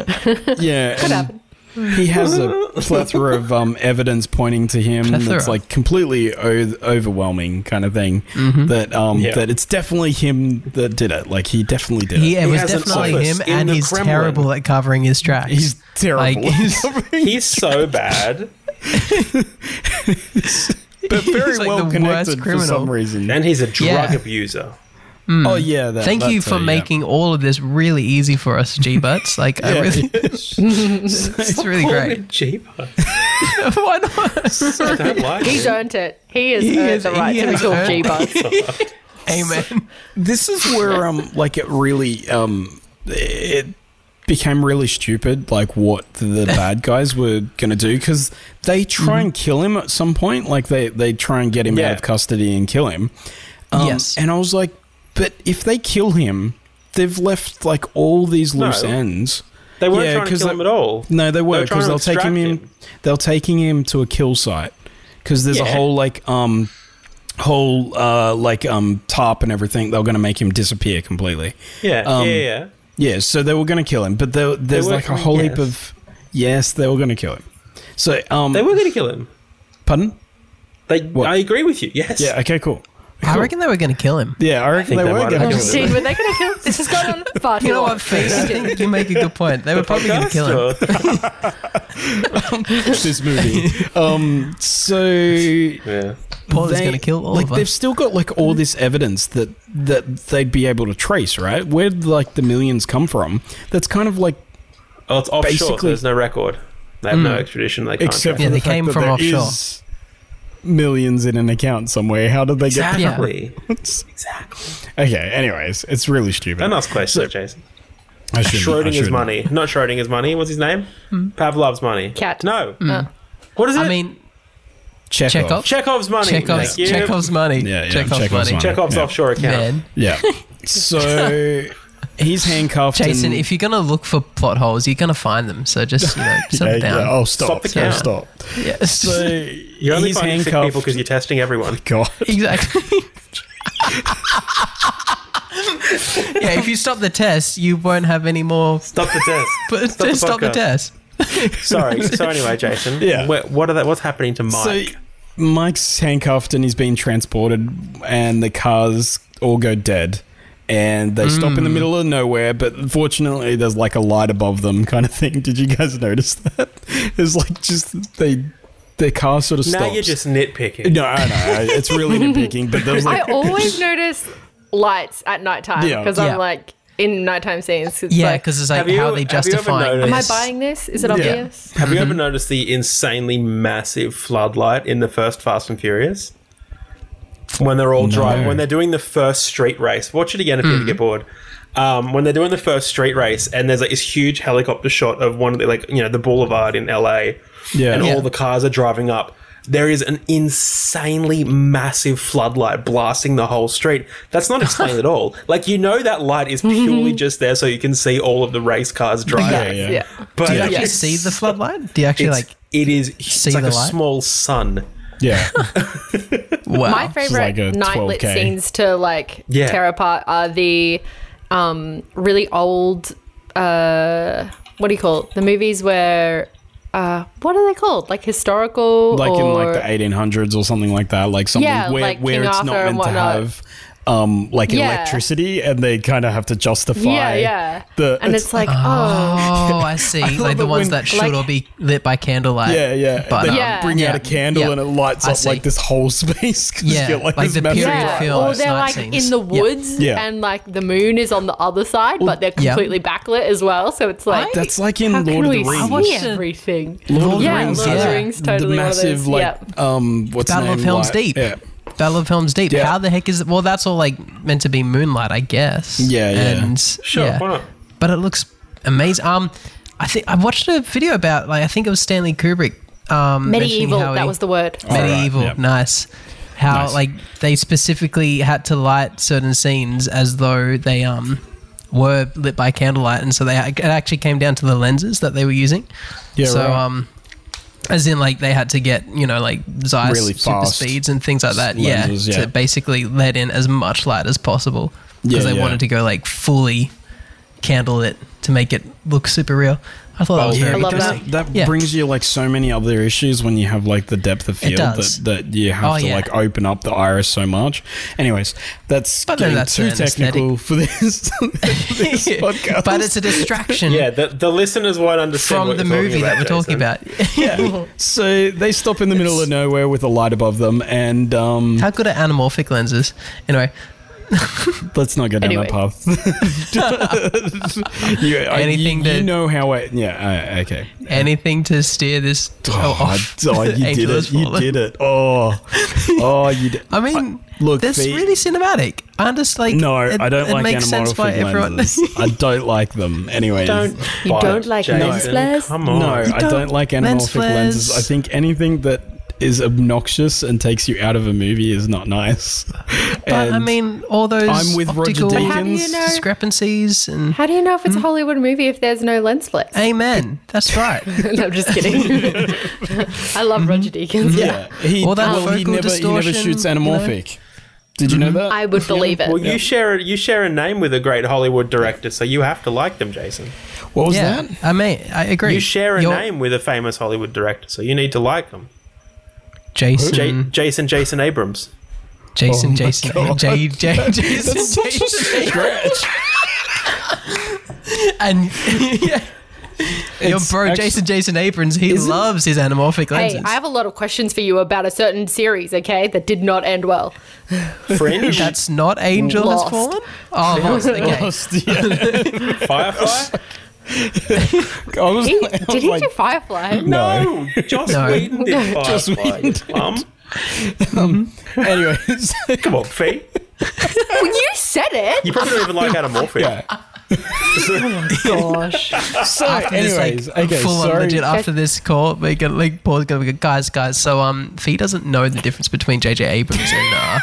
Speaker 5: yeah. and He has *laughs* a plethora of um, evidence pointing to him that's
Speaker 6: Plethora.
Speaker 5: like completely o- overwhelming, kind of thing.
Speaker 6: Mm-hmm.
Speaker 5: That um,
Speaker 2: Yeah.
Speaker 5: that it's definitely him that did it. Like he definitely did
Speaker 6: He,
Speaker 5: it.
Speaker 6: it was
Speaker 2: has an
Speaker 6: definitely
Speaker 2: office
Speaker 6: him,
Speaker 2: in
Speaker 6: and
Speaker 2: the
Speaker 6: he's
Speaker 2: Kremlin.
Speaker 6: terrible at covering his tracks.
Speaker 5: He's terrible. *laughs*
Speaker 6: *laughs* Like, he's-
Speaker 2: He's so bad,
Speaker 5: but very
Speaker 6: *laughs* he's like
Speaker 5: well
Speaker 6: the
Speaker 5: connected
Speaker 6: worst
Speaker 5: for
Speaker 6: criminal.
Speaker 5: some reason.
Speaker 2: and he's a drug
Speaker 6: Yeah.
Speaker 2: abuser.
Speaker 5: Oh yeah. That,
Speaker 6: Thank
Speaker 5: that
Speaker 6: you
Speaker 5: too,
Speaker 6: for
Speaker 5: yeah.
Speaker 6: making all of this really easy for us, G butts. Like,
Speaker 5: *laughs*
Speaker 6: I really, it's really *laughs*
Speaker 2: Call
Speaker 6: great.
Speaker 2: me Jeeper.
Speaker 6: Why not?
Speaker 2: *laughs* I don't
Speaker 6: *laughs*
Speaker 2: like
Speaker 4: He's
Speaker 2: it.
Speaker 4: earned it. He has
Speaker 6: He
Speaker 4: earned
Speaker 6: has-
Speaker 4: the right
Speaker 6: he
Speaker 4: to be
Speaker 6: has
Speaker 4: called
Speaker 6: earned-
Speaker 4: G-Bus.
Speaker 6: Amen.
Speaker 5: This is
Speaker 6: *laughs*
Speaker 5: where um, like it really um, it became really stupid. Like what
Speaker 6: *laughs*
Speaker 5: the bad guys were gonna do because they
Speaker 6: Mm-hmm.
Speaker 5: try and kill him at some point. Like they they try and get him out
Speaker 2: Yeah.
Speaker 5: of custody and kill him. Um,
Speaker 6: Yes.
Speaker 5: And I was like, but if they kill him, they've left like all these loose
Speaker 2: No.
Speaker 5: ends.
Speaker 2: They weren't
Speaker 5: Yeah,
Speaker 2: trying to
Speaker 5: 'cause
Speaker 2: kill
Speaker 5: they-
Speaker 2: him at all.
Speaker 5: No, they were
Speaker 2: They're trying
Speaker 5: because
Speaker 2: to
Speaker 5: they'll take him,
Speaker 2: extract
Speaker 5: in. They'll taking him to a kill site because there's a
Speaker 2: Yeah.
Speaker 5: whole like um whole uh like um tarp and everything. They're going to make him disappear completely.
Speaker 2: Yeah,
Speaker 5: Um,
Speaker 2: yeah, yeah.
Speaker 5: Yeah, so they were going to kill him, but there, there's
Speaker 2: were
Speaker 5: like a
Speaker 2: gonna-
Speaker 5: whole heap
Speaker 2: yes.
Speaker 5: of yes, they were going to kill him. So um,
Speaker 2: They were going to kill him.
Speaker 5: pardon?
Speaker 2: They,
Speaker 5: What?
Speaker 2: I agree with you. Yes.
Speaker 5: Yeah. Okay. Cool.
Speaker 6: I reckon they were going to kill him.
Speaker 5: Yeah, I reckon
Speaker 2: think
Speaker 5: they
Speaker 2: they
Speaker 5: were
Speaker 2: might have
Speaker 5: going
Speaker 2: killed
Speaker 5: to.
Speaker 2: him.
Speaker 4: Dean, were they going to kill? This has gone on far too
Speaker 6: You know
Speaker 4: long. *laughs*
Speaker 6: what, Face? I think you make a good point. They were probably going to kill him.
Speaker 2: Podcast or-
Speaker 5: This movie.
Speaker 2: *laughs*
Speaker 5: Um, so
Speaker 2: yeah.
Speaker 6: Paul is
Speaker 5: they-
Speaker 6: going to kill all
Speaker 5: like
Speaker 6: of
Speaker 5: they've
Speaker 6: us.
Speaker 5: still got like all this evidence that that they'd be able to trace right where like the millions come from that's kind of like
Speaker 2: Well, it's offshore. so
Speaker 5: Basically- Hmm.
Speaker 2: there's no record. They have no extradition. They can't.
Speaker 5: except
Speaker 2: track
Speaker 5: for
Speaker 6: Yeah,
Speaker 5: the
Speaker 6: they
Speaker 5: fact
Speaker 6: came
Speaker 5: that
Speaker 6: from
Speaker 5: there
Speaker 6: offshore.
Speaker 5: is millions in an account somewhere how did they
Speaker 2: it.
Speaker 5: get
Speaker 2: Exactly.
Speaker 5: *laughs* okay anyways it's really stupid
Speaker 2: Don't ask questions, Jason.
Speaker 5: I shouldn't- I
Speaker 2: Schrodinger's
Speaker 5: shouldn't.
Speaker 2: money. Not Schrodinger's money. What's his name? Pavlov's money.
Speaker 4: Cat.
Speaker 2: No.
Speaker 4: Uh,
Speaker 2: What is it?
Speaker 6: Hmm. I mean,
Speaker 5: Chekhov.
Speaker 6: Chekhov?
Speaker 2: Chekhov's money.
Speaker 6: Chekhov's,
Speaker 2: Thank you.
Speaker 6: Chekhov's money.
Speaker 5: Yeah, yeah,
Speaker 6: Chekhov's,
Speaker 5: Chekhov's
Speaker 6: money.
Speaker 5: money.
Speaker 2: Chekhov's
Speaker 5: Yeah.
Speaker 2: offshore account.
Speaker 6: Man, *laughs*
Speaker 5: yeah so he's handcuffed
Speaker 6: Jason,
Speaker 5: and-
Speaker 6: if you're going to look for plot holes, you're going to find them. So just, you know, settle
Speaker 5: yeah,
Speaker 6: down.
Speaker 5: yeah,
Speaker 6: Yeah,
Speaker 5: oh stop
Speaker 2: the
Speaker 5: oh,
Speaker 2: count.
Speaker 5: stop so
Speaker 2: You only
Speaker 5: he's
Speaker 2: find sick people
Speaker 5: handcuffed
Speaker 2: because you're testing everyone.
Speaker 5: God.
Speaker 6: Exactly. yeah, if you stop the test, you won't have any more.
Speaker 2: Stop the test.
Speaker 6: *laughs* But
Speaker 2: Stop the
Speaker 6: just stop the
Speaker 2: podcast.
Speaker 6: test.
Speaker 2: Sorry.
Speaker 6: *laughs*
Speaker 2: So anyway, Jason.
Speaker 5: Yeah.
Speaker 2: wh- What are that? What's happening to Mike?
Speaker 5: So Mike's handcuffed and he's being transported, and the cars all go dead. And they stop in the middle of nowhere, but fortunately, there's like a light above them, kind of *laughs* thing. Did you guys notice that? *laughs* It's like just they, their car sort of
Speaker 2: now
Speaker 5: stops.
Speaker 2: you're just nitpicking.
Speaker 5: no, I know I- it's
Speaker 4: *laughs*
Speaker 5: really nitpicking, but there's *laughs*
Speaker 4: I
Speaker 5: like
Speaker 4: always notice lights at nighttime
Speaker 5: Yeah.
Speaker 4: because
Speaker 6: Yeah.
Speaker 4: I'm like in nighttime scenes. It's
Speaker 6: Yeah,
Speaker 4: like,
Speaker 6: because it's like,
Speaker 2: Have you-
Speaker 6: how are they
Speaker 2: have you ever
Speaker 6: justifying
Speaker 2: noticed-
Speaker 4: am I
Speaker 6: this?
Speaker 4: buying this? Is it obvious?
Speaker 2: Have you
Speaker 6: *laughs*
Speaker 2: ever noticed the insanely massive floodlight in the first Fast and Furious? When they're all driving, when they're doing the first street race, watch it again if you
Speaker 6: Hmm.
Speaker 2: ever get bored. Um, when they're doing the first street race, and there's like this huge helicopter shot of one of the like you know the boulevard in LA,
Speaker 5: Yeah.
Speaker 2: and
Speaker 5: Yeah.
Speaker 2: all the cars are driving up. There is an insanely massive floodlight blasting the whole street. That's not explained
Speaker 6: *laughs*
Speaker 2: at all. Like you know that light is purely just there so you can see all of the race cars driving.
Speaker 5: yeah.
Speaker 4: Yeah.
Speaker 2: But
Speaker 6: Do you actually
Speaker 2: it's
Speaker 6: see the floodlight? Do you actually,
Speaker 2: it's,
Speaker 6: like,
Speaker 2: it is
Speaker 6: see
Speaker 2: it's like a
Speaker 6: the light?
Speaker 2: small sun.
Speaker 4: *laughs*
Speaker 5: yeah,
Speaker 6: wow?
Speaker 4: My
Speaker 5: like
Speaker 4: favorite
Speaker 5: a
Speaker 4: night lit
Speaker 5: 12K.
Speaker 4: scenes to like
Speaker 2: Yeah.
Speaker 4: tear apart are the um, really old. Uh, what do you call it? The movies where. Uh, what are they called? Like historical,
Speaker 5: like
Speaker 4: or
Speaker 5: in like the 1800s or something like that, like something
Speaker 4: Yeah,
Speaker 5: where,
Speaker 4: like
Speaker 5: where
Speaker 4: King
Speaker 5: it's
Speaker 4: Arthur
Speaker 5: not
Speaker 4: and
Speaker 5: meant to
Speaker 4: whatnot.
Speaker 5: have um like
Speaker 4: Yeah.
Speaker 5: electricity, and they kind of have to justify
Speaker 4: yeah, yeah,
Speaker 5: the
Speaker 4: and it's, like, oh,
Speaker 6: Oh, I see. like the
Speaker 5: it
Speaker 6: ones
Speaker 5: when-
Speaker 6: that should
Speaker 4: like-
Speaker 6: all be lit by candlelight.
Speaker 5: Yeah, yeah.
Speaker 6: *laughs* But,
Speaker 5: they
Speaker 6: um,
Speaker 4: Yeah.
Speaker 5: bring out
Speaker 6: yeah,
Speaker 5: a candle
Speaker 6: yeah.
Speaker 5: and it lights
Speaker 6: I
Speaker 5: up
Speaker 6: see.
Speaker 5: like this whole *laughs* space. 'cause
Speaker 6: Yeah,
Speaker 5: you
Speaker 6: like the
Speaker 5: massive
Speaker 6: period
Speaker 5: light.
Speaker 4: yeah,
Speaker 6: film.
Speaker 4: or
Speaker 6: It's
Speaker 4: they're
Speaker 6: night
Speaker 4: like
Speaker 6: scenes.
Speaker 4: in the
Speaker 6: Yeah.
Speaker 4: woods,
Speaker 5: Yeah.
Speaker 4: and like the moon is on the other side, but they're
Speaker 6: yeah.
Speaker 4: completely backlit as well. So it's like,
Speaker 5: That's like in
Speaker 4: how can
Speaker 5: Lord of the
Speaker 4: we
Speaker 5: Rings.
Speaker 4: see
Speaker 6: watched it.
Speaker 4: everything?
Speaker 5: Lord of the
Speaker 4: yeah,
Speaker 5: Rings
Speaker 4: Lord of
Speaker 5: has
Speaker 4: the
Speaker 6: yeah.
Speaker 4: Rings, totally
Speaker 5: the
Speaker 4: one of those.
Speaker 5: massive like
Speaker 4: Yep.
Speaker 5: um what's
Speaker 6: Battle
Speaker 5: the
Speaker 6: of
Speaker 5: name?
Speaker 6: Helm's
Speaker 5: Light-
Speaker 6: Deep.
Speaker 5: Yeah.
Speaker 6: um, Battle of Helm's Deep.
Speaker 5: Yeah.
Speaker 6: How the heck is it? Well, that's all like meant to be moonlight, I guess.
Speaker 5: Yeah, yeah.
Speaker 6: And
Speaker 2: Sure,
Speaker 6: yeah.
Speaker 2: why not?
Speaker 6: But it looks amazing. Um, I think I watched a video about like I think it was Stanley Kubrick. Um, mentioning
Speaker 4: Medieval,
Speaker 6: how
Speaker 4: that
Speaker 6: he-
Speaker 4: was the word.
Speaker 5: Oh.
Speaker 6: medieval.
Speaker 5: Alright, yeah.
Speaker 6: Nice. How
Speaker 5: Nice.
Speaker 6: like they specifically had to light certain scenes as though they um were lit by candlelight, and so they it actually came down to the lenses that they were using.
Speaker 5: Yeah,
Speaker 6: So
Speaker 5: right.
Speaker 6: um, as in like they had to get you know like Zeiss
Speaker 5: Really
Speaker 6: super
Speaker 5: fast
Speaker 6: speeds and things like that.
Speaker 5: lenses,
Speaker 6: yeah,
Speaker 5: yeah.
Speaker 6: to basically let in as much light as possible
Speaker 5: Yeah,
Speaker 6: because they
Speaker 5: yeah.
Speaker 6: wanted to go like fully candlelit to make it look super real. I thought that was very
Speaker 4: I love
Speaker 5: But
Speaker 4: that.
Speaker 5: doesn't- Oh, That
Speaker 6: Yeah.
Speaker 5: brings you like so many other issues when you have like the depth of field
Speaker 6: does.
Speaker 5: that, that you have
Speaker 6: Oh,
Speaker 5: to
Speaker 6: yeah.
Speaker 5: like open up the iris so much. Anyways, that's
Speaker 6: But then
Speaker 5: getting
Speaker 6: that's
Speaker 5: too
Speaker 6: an
Speaker 5: technical for this, *laughs* this podcast.
Speaker 6: *laughs* but it's a
Speaker 5: *laughs*
Speaker 6: distraction.
Speaker 2: Yeah, the, the listeners won't understand
Speaker 6: from
Speaker 2: what
Speaker 6: the
Speaker 2: you're talking
Speaker 6: movie that we're talking
Speaker 2: Jason.
Speaker 6: about.
Speaker 5: yeah. So they stop in the middle of nowhere with a light above them, and um,
Speaker 6: *laughs* How good are anamorphic lenses? Anyway,
Speaker 5: let's not go down
Speaker 4: Anyway.
Speaker 5: that
Speaker 4: *laughs*
Speaker 5: path. *laughs* you, I-
Speaker 6: Anything
Speaker 5: you,
Speaker 6: to-
Speaker 5: you know how I yeah I, okay.
Speaker 6: anything to steer this
Speaker 5: Oh,
Speaker 6: *laughs* off.
Speaker 5: I- oh, you did
Speaker 6: Angel
Speaker 5: it!
Speaker 6: has
Speaker 5: You
Speaker 6: fallen.
Speaker 5: did it!
Speaker 6: *laughs*
Speaker 5: Oh, oh, you. Did.
Speaker 6: I mean,
Speaker 5: look,
Speaker 6: look, that's
Speaker 5: the-
Speaker 6: really cinematic. I just like
Speaker 5: No,
Speaker 6: it-
Speaker 5: I don't
Speaker 6: it
Speaker 5: like
Speaker 6: makes sense
Speaker 5: anamorphic
Speaker 6: why everyone.
Speaker 5: lenses.
Speaker 6: *laughs*
Speaker 5: I don't like them. Anyways,
Speaker 4: You
Speaker 2: But,
Speaker 4: don't like
Speaker 2: Jason,
Speaker 4: lens flares?
Speaker 2: Come on.
Speaker 5: no, I
Speaker 6: don't-
Speaker 5: don't like
Speaker 6: lens
Speaker 5: anamorphic lenses.
Speaker 6: flares.
Speaker 5: I think anything that is obnoxious and takes you out of a movie is not nice.
Speaker 6: but I
Speaker 5: And-
Speaker 6: mean, all those
Speaker 5: I'm with Roger
Speaker 6: optical
Speaker 5: Deakins. But
Speaker 4: how do you know-
Speaker 6: discrepancies and
Speaker 4: How do you know if it's a Hollywood movie if there's no lens *laughs* flares?
Speaker 6: amen.
Speaker 5: *laughs*
Speaker 6: That's right.
Speaker 4: no, I'm just *laughs* kidding. I love Roger Deakins.
Speaker 5: Yeah, he,
Speaker 6: All that
Speaker 5: well, he,
Speaker 6: focal
Speaker 5: never, he never
Speaker 6: distortion,
Speaker 5: shoots
Speaker 6: you know?
Speaker 5: anamorphic. Did you know that?
Speaker 4: *laughs* Mm-hmm. I would believe it.
Speaker 2: Well, you share you share a name with a great Hollywood director, so you have to like them, Jason.
Speaker 5: what was
Speaker 6: yeah,
Speaker 5: that?
Speaker 6: I mean, I agree.
Speaker 2: You share a
Speaker 6: You're-
Speaker 2: name with a famous Hollywood director, so you need to like them.
Speaker 6: Jason. *laughs*
Speaker 2: J- Jason Jason Abrams.
Speaker 5: Oh
Speaker 6: Jason, Jason, J,
Speaker 5: *laughs*
Speaker 6: J, Jason, *laughs* Jason, and *laughs* yeah. Your
Speaker 5: It's
Speaker 6: bro,
Speaker 5: actu-
Speaker 6: Jason, Jason Abrams, he loves his anamorphic lenses.
Speaker 4: Hey, I have a lot of questions for you about a certain series, okay, that did not end
Speaker 5: *laughs*
Speaker 4: well.
Speaker 2: Fringe,
Speaker 6: That's not Angel has
Speaker 4: Lost.
Speaker 6: fallen? Oh,
Speaker 5: *laughs*
Speaker 6: lost, okay.
Speaker 2: *laughs* Firefly.
Speaker 5: I was,
Speaker 4: He,
Speaker 5: I was
Speaker 4: did he
Speaker 5: like,
Speaker 4: do Firefly?
Speaker 2: No, Joss
Speaker 6: No.
Speaker 2: Whedon did Firefly.
Speaker 5: Joss *laughs* Whedon did.
Speaker 2: Um,
Speaker 5: anyways,
Speaker 2: come on, Fee.
Speaker 4: Well, you said
Speaker 2: *laughs*
Speaker 4: it.
Speaker 2: You probably don't even like Anamorphic.
Speaker 5: *laughs* Yeah.
Speaker 4: Gosh.
Speaker 5: so
Speaker 6: After
Speaker 5: anyways,
Speaker 6: this, like,
Speaker 5: okay,
Speaker 6: full on
Speaker 5: sorry.
Speaker 6: legit. After this call, we're gonna like Paul's gonna be like, guys, guys. So um, Fee doesn't know the difference between JJ Abrams and uh,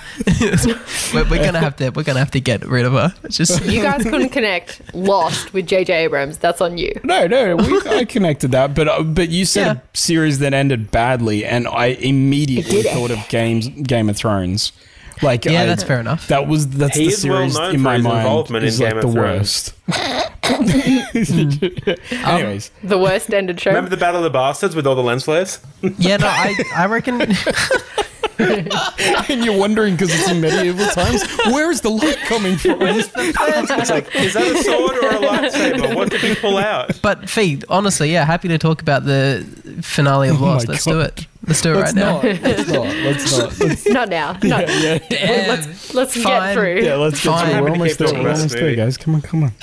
Speaker 6: *laughs* we're, we're gonna have to we're gonna have to get rid of her. It's Just
Speaker 4: You guys couldn't connect Lost with JJ Abrams. That's on you.
Speaker 5: No, no, we, I connected that, but uh, but you said
Speaker 6: Yeah.
Speaker 5: a series that ended badly, and I immediately thought of games Game of Thrones. Like,
Speaker 6: yeah,
Speaker 5: I-
Speaker 6: that's fair enough.
Speaker 5: That was that's
Speaker 2: He
Speaker 5: the
Speaker 2: is well
Speaker 5: series
Speaker 2: known
Speaker 5: in
Speaker 2: for
Speaker 5: my
Speaker 2: his
Speaker 5: mind
Speaker 2: involvement in
Speaker 5: is
Speaker 2: Game
Speaker 5: like the
Speaker 2: of
Speaker 5: worst.
Speaker 2: Thrones.
Speaker 5: *laughs*
Speaker 6: *laughs*
Speaker 5: Anyways,
Speaker 6: Um,
Speaker 4: The worst ended show.
Speaker 2: Remember the Battle of the Bastards with all the lens flares?
Speaker 6: *laughs* yeah, no, I I reckon. *laughs*
Speaker 5: and you're wondering because it's in medieval
Speaker 6: *laughs*
Speaker 5: times, where is the light coming from?
Speaker 2: It's like, is that a sword
Speaker 4: *laughs*
Speaker 2: or a lightsaber? What did he pull out?
Speaker 6: But Fee, honestly, yeah, happy to talk about the finale of Lost.
Speaker 5: Oh my
Speaker 6: Let's
Speaker 5: God.
Speaker 6: do it. Let's do it
Speaker 5: Let's
Speaker 6: right now.
Speaker 5: not. *laughs* Let's not. Let's not. *laughs* Let's,
Speaker 4: Not now. No. Let's let's
Speaker 6: Fine.
Speaker 4: get through.
Speaker 5: yeah, let's get
Speaker 6: Fine.
Speaker 5: through. We're almost there.
Speaker 2: Keep
Speaker 5: We're almost there,
Speaker 2: going.
Speaker 5: guys. Come on, come on. *laughs*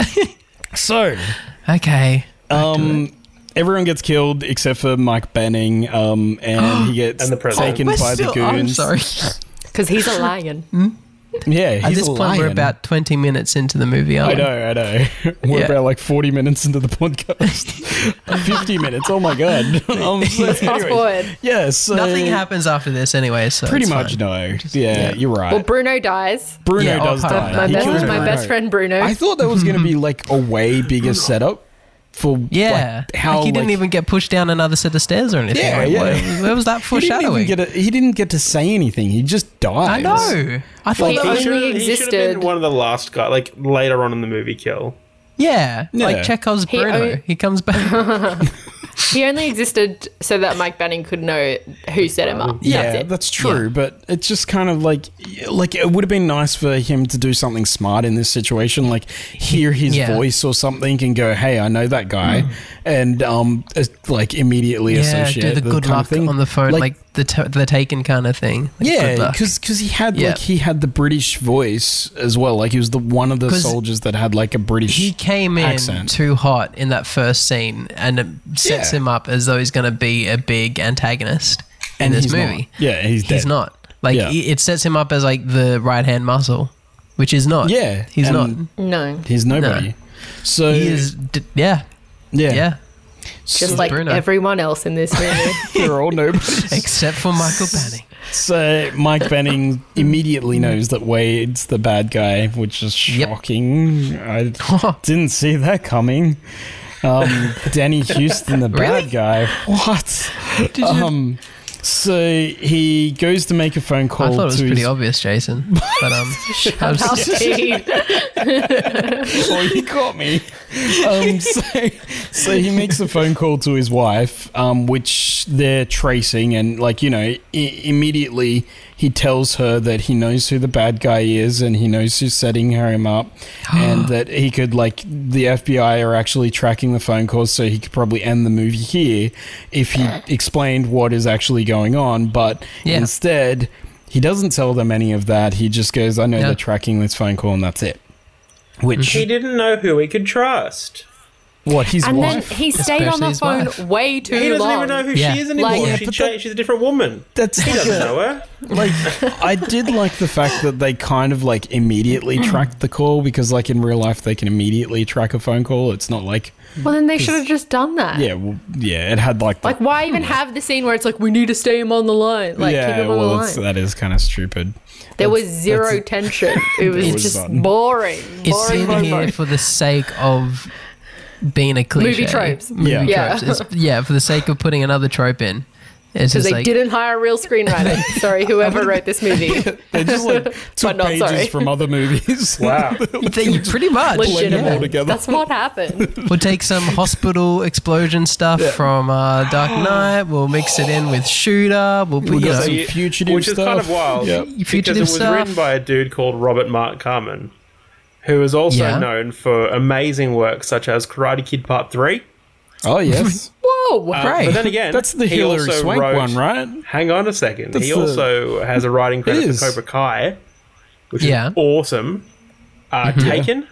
Speaker 5: So,
Speaker 6: Okay.
Speaker 5: Um, everyone gets killed except for Mike Benning, um, and he gets
Speaker 2: And the president.
Speaker 5: taken
Speaker 6: We're
Speaker 5: by
Speaker 6: still,
Speaker 5: the
Speaker 6: I'm
Speaker 5: goons.
Speaker 6: sorry.
Speaker 4: Because he's a lion.
Speaker 5: Yeah, he's
Speaker 6: *laughs* At this
Speaker 5: a
Speaker 6: point,
Speaker 5: lion.
Speaker 6: we're about 20 minutes into the movie.
Speaker 5: I
Speaker 6: Aren't we?
Speaker 5: know, I know. *laughs* We're
Speaker 6: Yeah.
Speaker 5: about like forty minutes into the podcast. *laughs* Fifty minutes. Oh my god. *laughs* Um, so
Speaker 4: Fast
Speaker 5: anyways,
Speaker 4: forward.
Speaker 5: Yeah, so
Speaker 6: Nothing happens after this anyway, so
Speaker 5: Pretty
Speaker 6: it's
Speaker 5: much
Speaker 6: fine.
Speaker 5: no. Yeah,
Speaker 6: yeah.
Speaker 5: you're right.
Speaker 4: Well, Bruno dies.
Speaker 5: Bruno
Speaker 6: Yeah, I'll
Speaker 5: does
Speaker 6: part
Speaker 5: die.
Speaker 6: of
Speaker 4: My
Speaker 6: He
Speaker 4: best,
Speaker 5: kills
Speaker 4: my
Speaker 5: Bruno.
Speaker 4: best friend Bruno.
Speaker 5: I thought that was going to
Speaker 6: *laughs*
Speaker 5: be like a way bigger setup for like,
Speaker 6: Yeah,
Speaker 5: how
Speaker 6: like he didn't
Speaker 5: like,
Speaker 6: even get pushed down another set of stairs or anything.
Speaker 5: Yeah,
Speaker 6: Like,
Speaker 5: yeah.
Speaker 6: Where, where was
Speaker 5: *laughs*
Speaker 6: that
Speaker 5: he didn't even
Speaker 6: foreshadowing?
Speaker 5: get a, he didn't get to say anything. He just dies.
Speaker 6: I know. I thought
Speaker 4: He
Speaker 6: that
Speaker 2: He
Speaker 6: was,
Speaker 4: only
Speaker 2: should, he should have
Speaker 4: existed-
Speaker 2: been one of the last guys, like later on in the movie kill.
Speaker 6: yeah, like Chekhov's
Speaker 4: He
Speaker 6: Bruno.
Speaker 4: o-
Speaker 6: he comes back.
Speaker 4: He only existed so that Mike Banning could know who set him up.
Speaker 5: Yeah,
Speaker 4: that's
Speaker 5: that's,
Speaker 4: it.
Speaker 5: true, but it's just kind of like like it would have been nice for him to do something smart in this situation, like hear his
Speaker 6: Yeah. Mm.
Speaker 5: voice or something and go, "Hey, I know that guy," and um, as- like immediately
Speaker 6: yeah,
Speaker 5: associate
Speaker 6: do the good
Speaker 5: kind of
Speaker 6: luck
Speaker 5: thing.
Speaker 6: on the phone, like, the t- the Taken kind of thing. Like, good
Speaker 5: yeah,
Speaker 6: luck.
Speaker 5: because he had
Speaker 6: Yeah.
Speaker 5: like he had the British voice as well, like he was the one of the
Speaker 6: 'Cause
Speaker 5: soldiers that had like a British.
Speaker 6: he came in
Speaker 5: accent.
Speaker 6: too hot in that first scene, and it sets
Speaker 5: Yeah.
Speaker 6: him up as though he's going to be a big antagonist in
Speaker 5: and
Speaker 6: this
Speaker 5: he's not.
Speaker 6: movie.
Speaker 5: Yeah, he's dead.
Speaker 6: He's not. Like
Speaker 5: Yeah.
Speaker 6: i- it sets him up as like the right hand muscle, which is not.
Speaker 5: Yeah,
Speaker 6: he's
Speaker 5: and-
Speaker 6: not.
Speaker 4: No.
Speaker 5: He's nobody. So
Speaker 6: He is. D- yeah,
Speaker 5: Yeah,
Speaker 6: yeah.
Speaker 4: Just
Speaker 5: So
Speaker 4: like
Speaker 6: Bruno.
Speaker 4: everyone else in this movie.
Speaker 5: they're all nobodies.
Speaker 6: Except for Michael *laughs* Banning.
Speaker 5: So Mike Benning immediately knows that Wade's the bad guy, which is
Speaker 6: Yep.
Speaker 5: shocking. I didn't see that coming.
Speaker 6: *laughs*
Speaker 5: Um, Danny Houston, the bad
Speaker 6: Really?
Speaker 5: guy. What?
Speaker 6: you-
Speaker 5: Um, so he goes to make a phone
Speaker 6: I
Speaker 5: call.
Speaker 6: thought it was
Speaker 5: to
Speaker 6: pretty
Speaker 5: his-
Speaker 6: obvious, Jason. But um, *laughs* I was-
Speaker 4: How *laughs* cheap.
Speaker 5: *laughs* Oh, you got me. *laughs* Um, so, so he makes a phone call to his wife, um, which they're tracing, and like you know, I- immediately he tells her that he knows who the bad guy is, and he knows who's setting him *gasps* up, and that he could like the FBI are actually tracking the phone calls, so he could probably end the movie here if *clears throat* he explained what is actually going on, but
Speaker 6: Yeah.
Speaker 5: instead. He doesn't tell them any of that. He just goes, I know
Speaker 6: Yeah.
Speaker 5: they're tracking this phone call, and that's it. Which
Speaker 2: He didn't know who he could trust.
Speaker 5: what his
Speaker 4: And then
Speaker 5: wife?
Speaker 4: he stayed
Speaker 6: Especially
Speaker 4: on the
Speaker 6: his
Speaker 4: phone
Speaker 6: wife.
Speaker 4: way too
Speaker 2: He doesn't
Speaker 4: long.
Speaker 2: even know who
Speaker 6: Yeah.
Speaker 2: she is anymore.
Speaker 4: Like- Yeah,
Speaker 2: she
Speaker 5: but
Speaker 2: changed.
Speaker 5: that-
Speaker 2: she's a different woman.
Speaker 5: that's
Speaker 2: He
Speaker 5: like,
Speaker 2: doesn't
Speaker 5: a-
Speaker 2: know her.
Speaker 5: like I did like the fact that they kind of like immediately
Speaker 4: Mm.
Speaker 5: tracked the call because like in real life they can immediately track a phone call. It's not like
Speaker 4: Well, then they should have just done that.
Speaker 5: yeah, well, yeah, it had like the,
Speaker 4: Uh. Like, why even have the scene where it's like, we need to stay him on the line? Like,
Speaker 5: yeah,
Speaker 4: keep him on
Speaker 5: well,
Speaker 4: the
Speaker 5: that's,
Speaker 4: line.
Speaker 5: that is kind of stupid.
Speaker 4: there was
Speaker 5: that's- *laughs*
Speaker 4: zero tension. It was
Speaker 5: was
Speaker 4: just
Speaker 5: none.
Speaker 4: boring.
Speaker 6: it's
Speaker 4: Boring,
Speaker 6: in
Speaker 4: boring,
Speaker 6: here
Speaker 4: boring.
Speaker 6: for the sake of being a cliche.
Speaker 4: Movie tropes.
Speaker 6: Movie
Speaker 5: Yeah.
Speaker 6: tropes. It's, yeah, for the sake of putting another trope in. It's
Speaker 4: because
Speaker 6: just
Speaker 4: they
Speaker 6: like,
Speaker 4: didn't hire real *laughs* screenwriters. Sorry, whoever wrote this *laughs* movie.
Speaker 5: They just like took
Speaker 4: not,
Speaker 5: pages
Speaker 4: sorry.
Speaker 5: from other *laughs* movies.
Speaker 2: Wow.
Speaker 6: *laughs* They, pretty much.
Speaker 5: Blend them all
Speaker 4: *laughs* Legitimate.
Speaker 5: together.
Speaker 4: That's what *laughs* happened.
Speaker 6: We'll take some hospital explosion stuff from uh, Dark Knight. We'll mix it in with Shooter. We'll put,
Speaker 5: We
Speaker 6: you
Speaker 5: got
Speaker 6: know,
Speaker 5: some
Speaker 2: Yeah,
Speaker 5: fugitive
Speaker 2: which is kind of
Speaker 5: stuff.
Speaker 2: wild.
Speaker 5: Yeah.
Speaker 6: Fugitive
Speaker 2: because it was
Speaker 6: stuff.
Speaker 2: written by a dude called Robert Mark Carmen, who is also
Speaker 6: Yeah.
Speaker 2: known for amazing work such as Karate Kid Part Three.
Speaker 5: Oh yes,
Speaker 4: Whoa.
Speaker 2: Uh,
Speaker 6: Right.
Speaker 2: But then again,
Speaker 5: that's the
Speaker 2: he
Speaker 5: Hillary
Speaker 2: also
Speaker 5: Swank
Speaker 2: wrote-
Speaker 5: one, right?
Speaker 2: Hang on a second.
Speaker 5: That's
Speaker 2: he
Speaker 5: the-
Speaker 2: also has a
Speaker 5: *laughs*
Speaker 2: writing
Speaker 5: It
Speaker 2: credit
Speaker 5: is.
Speaker 2: for Cobra Kai, which
Speaker 6: Yeah.
Speaker 2: is awesome. Uh,
Speaker 5: Mm-hmm.
Speaker 2: Taken.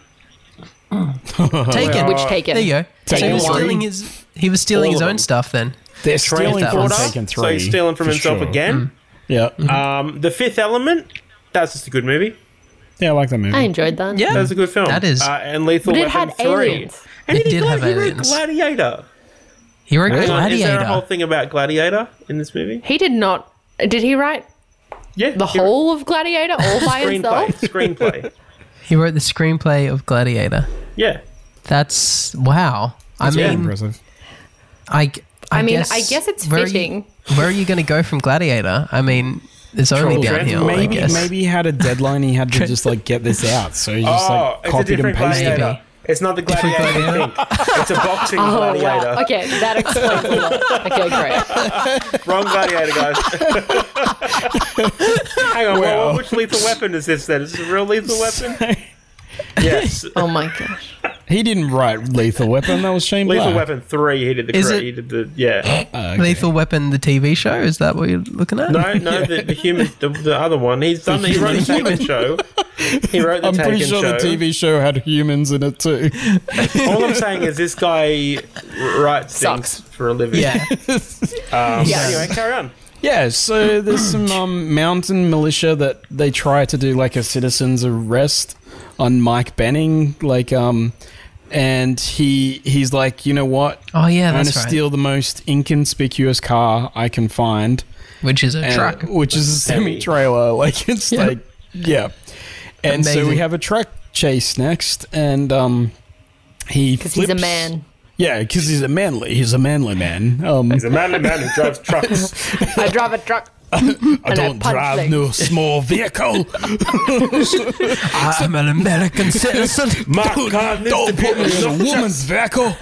Speaker 6: take it.
Speaker 4: Which
Speaker 2: uh,
Speaker 4: taken?
Speaker 6: There you go. So
Speaker 5: Taken
Speaker 6: he was
Speaker 5: three.
Speaker 6: stealing his he was stealing
Speaker 2: All
Speaker 6: his
Speaker 2: of
Speaker 6: own
Speaker 2: them.
Speaker 6: stuff then.
Speaker 5: They're stealing
Speaker 6: that
Speaker 5: from
Speaker 6: one's-
Speaker 5: Taken Three.
Speaker 2: so he's stealing from
Speaker 5: for
Speaker 2: himself
Speaker 5: sure. Mm.
Speaker 2: again.
Speaker 5: Yeah,
Speaker 4: Mm-hmm.
Speaker 5: Uh,
Speaker 2: Um, the Fifth Element. That's just a good movie.
Speaker 5: yeah, I like that movie.
Speaker 4: I enjoyed that.
Speaker 6: Yeah.
Speaker 5: Mm.
Speaker 2: That's a good film.
Speaker 6: That is.
Speaker 2: Uh, and Lethal
Speaker 4: But it
Speaker 2: Weapon
Speaker 4: had
Speaker 2: 3.
Speaker 4: aliens.
Speaker 2: And
Speaker 6: It
Speaker 2: he
Speaker 6: did
Speaker 2: gla-
Speaker 6: have
Speaker 2: he wrote
Speaker 6: aliens.
Speaker 2: Gladiator.
Speaker 6: He wrote
Speaker 2: Hang on, Is there a whole
Speaker 6: Gladiator.
Speaker 2: thing about Gladiator in this movie?
Speaker 4: He did not. Did he write
Speaker 2: Yeah.
Speaker 4: the whole of Gladiator all by
Speaker 2: screenplay.
Speaker 4: himself? *laughs*
Speaker 2: screenplay.
Speaker 6: He wrote the screenplay of Gladiator.
Speaker 2: Yeah.
Speaker 6: That's wow. I
Speaker 5: Very
Speaker 6: mean,
Speaker 5: impressive.
Speaker 6: I, g-
Speaker 4: I mean, I guess it's
Speaker 6: where are you-
Speaker 4: fitting.
Speaker 6: where are you going to go from Gladiator? I mean, it's only
Speaker 2: True.
Speaker 6: downhill. I
Speaker 5: Maybe
Speaker 6: guess.
Speaker 5: maybe he had a deadline. He had to just like get this out, so he just
Speaker 2: oh,
Speaker 5: like
Speaker 2: it's a
Speaker 5: copied and
Speaker 2: different
Speaker 5: pasted. it.
Speaker 2: Gladiator.
Speaker 6: it.
Speaker 2: It's not the Gladiator you think. It's a boxing
Speaker 4: *laughs* Oh,
Speaker 2: Gladiator.
Speaker 4: wow. Okay, that explains a *laughs* lot. Okay, great.
Speaker 2: Wrong Gladiator,
Speaker 5: *laughs*
Speaker 2: guys. Hang on. Well,
Speaker 5: Wow.
Speaker 2: which Lethal Weapon is this then? Is this a real Lethal Weapon? yes.
Speaker 4: Oh my gosh.
Speaker 5: *laughs* He didn't write Lethal Weapon. That was Shane
Speaker 2: *laughs* Lethal
Speaker 5: Black.
Speaker 2: Weapon 3, he did the
Speaker 6: Is
Speaker 2: cra-
Speaker 6: it-
Speaker 2: he did the yeah.
Speaker 5: Uh, okay.
Speaker 6: Lethal Weapon, the TV show. Is that what you're looking at?
Speaker 2: No, no, the, the human the, the other one. He's done he wrote the Taken show. He wrote the
Speaker 5: I'm
Speaker 2: Taken
Speaker 5: pretty sure
Speaker 2: show.
Speaker 5: the TV show had humans in it too.
Speaker 2: All I'm saying is this guy r- writes
Speaker 4: Sucks.
Speaker 2: things for a living.
Speaker 5: *laughs*
Speaker 6: Yeah.
Speaker 2: Um,
Speaker 6: Yeah.
Speaker 2: Anyway, carry on.
Speaker 5: *laughs* Yeah, so there's *coughs* some um, mountain militia that they try to do like a citizen's arrest on Mike Benning, like um, and he he's like, you know what,
Speaker 6: Oh yeah,
Speaker 5: I'm gonna
Speaker 6: that's right.
Speaker 5: steal the most inconspicuous car I can find,
Speaker 6: Which is a
Speaker 5: and-
Speaker 6: truck.
Speaker 5: which is a semi
Speaker 2: Heavy.
Speaker 5: trailer. *laughs* Like it's
Speaker 6: Yeah.
Speaker 5: like yeah, and so we
Speaker 6: Amazing.
Speaker 5: have a truck chase next, and um, he
Speaker 4: Because he's a
Speaker 5: flips-
Speaker 4: man.
Speaker 5: Yeah, because he's a manly. He's a manly man. Um,
Speaker 2: He's a manly man who drives
Speaker 5: *laughs*
Speaker 2: trucks.
Speaker 4: I drive a truck.
Speaker 5: I
Speaker 4: and I
Speaker 5: don't
Speaker 4: punch
Speaker 5: drive
Speaker 4: things.
Speaker 5: no
Speaker 4: *laughs*
Speaker 5: small vehicle.
Speaker 6: I'm an American
Speaker 5: *laughs*
Speaker 6: citizen.
Speaker 2: Mark Carden is the
Speaker 5: Don't put me in a
Speaker 2: people-
Speaker 5: woman's vehicle.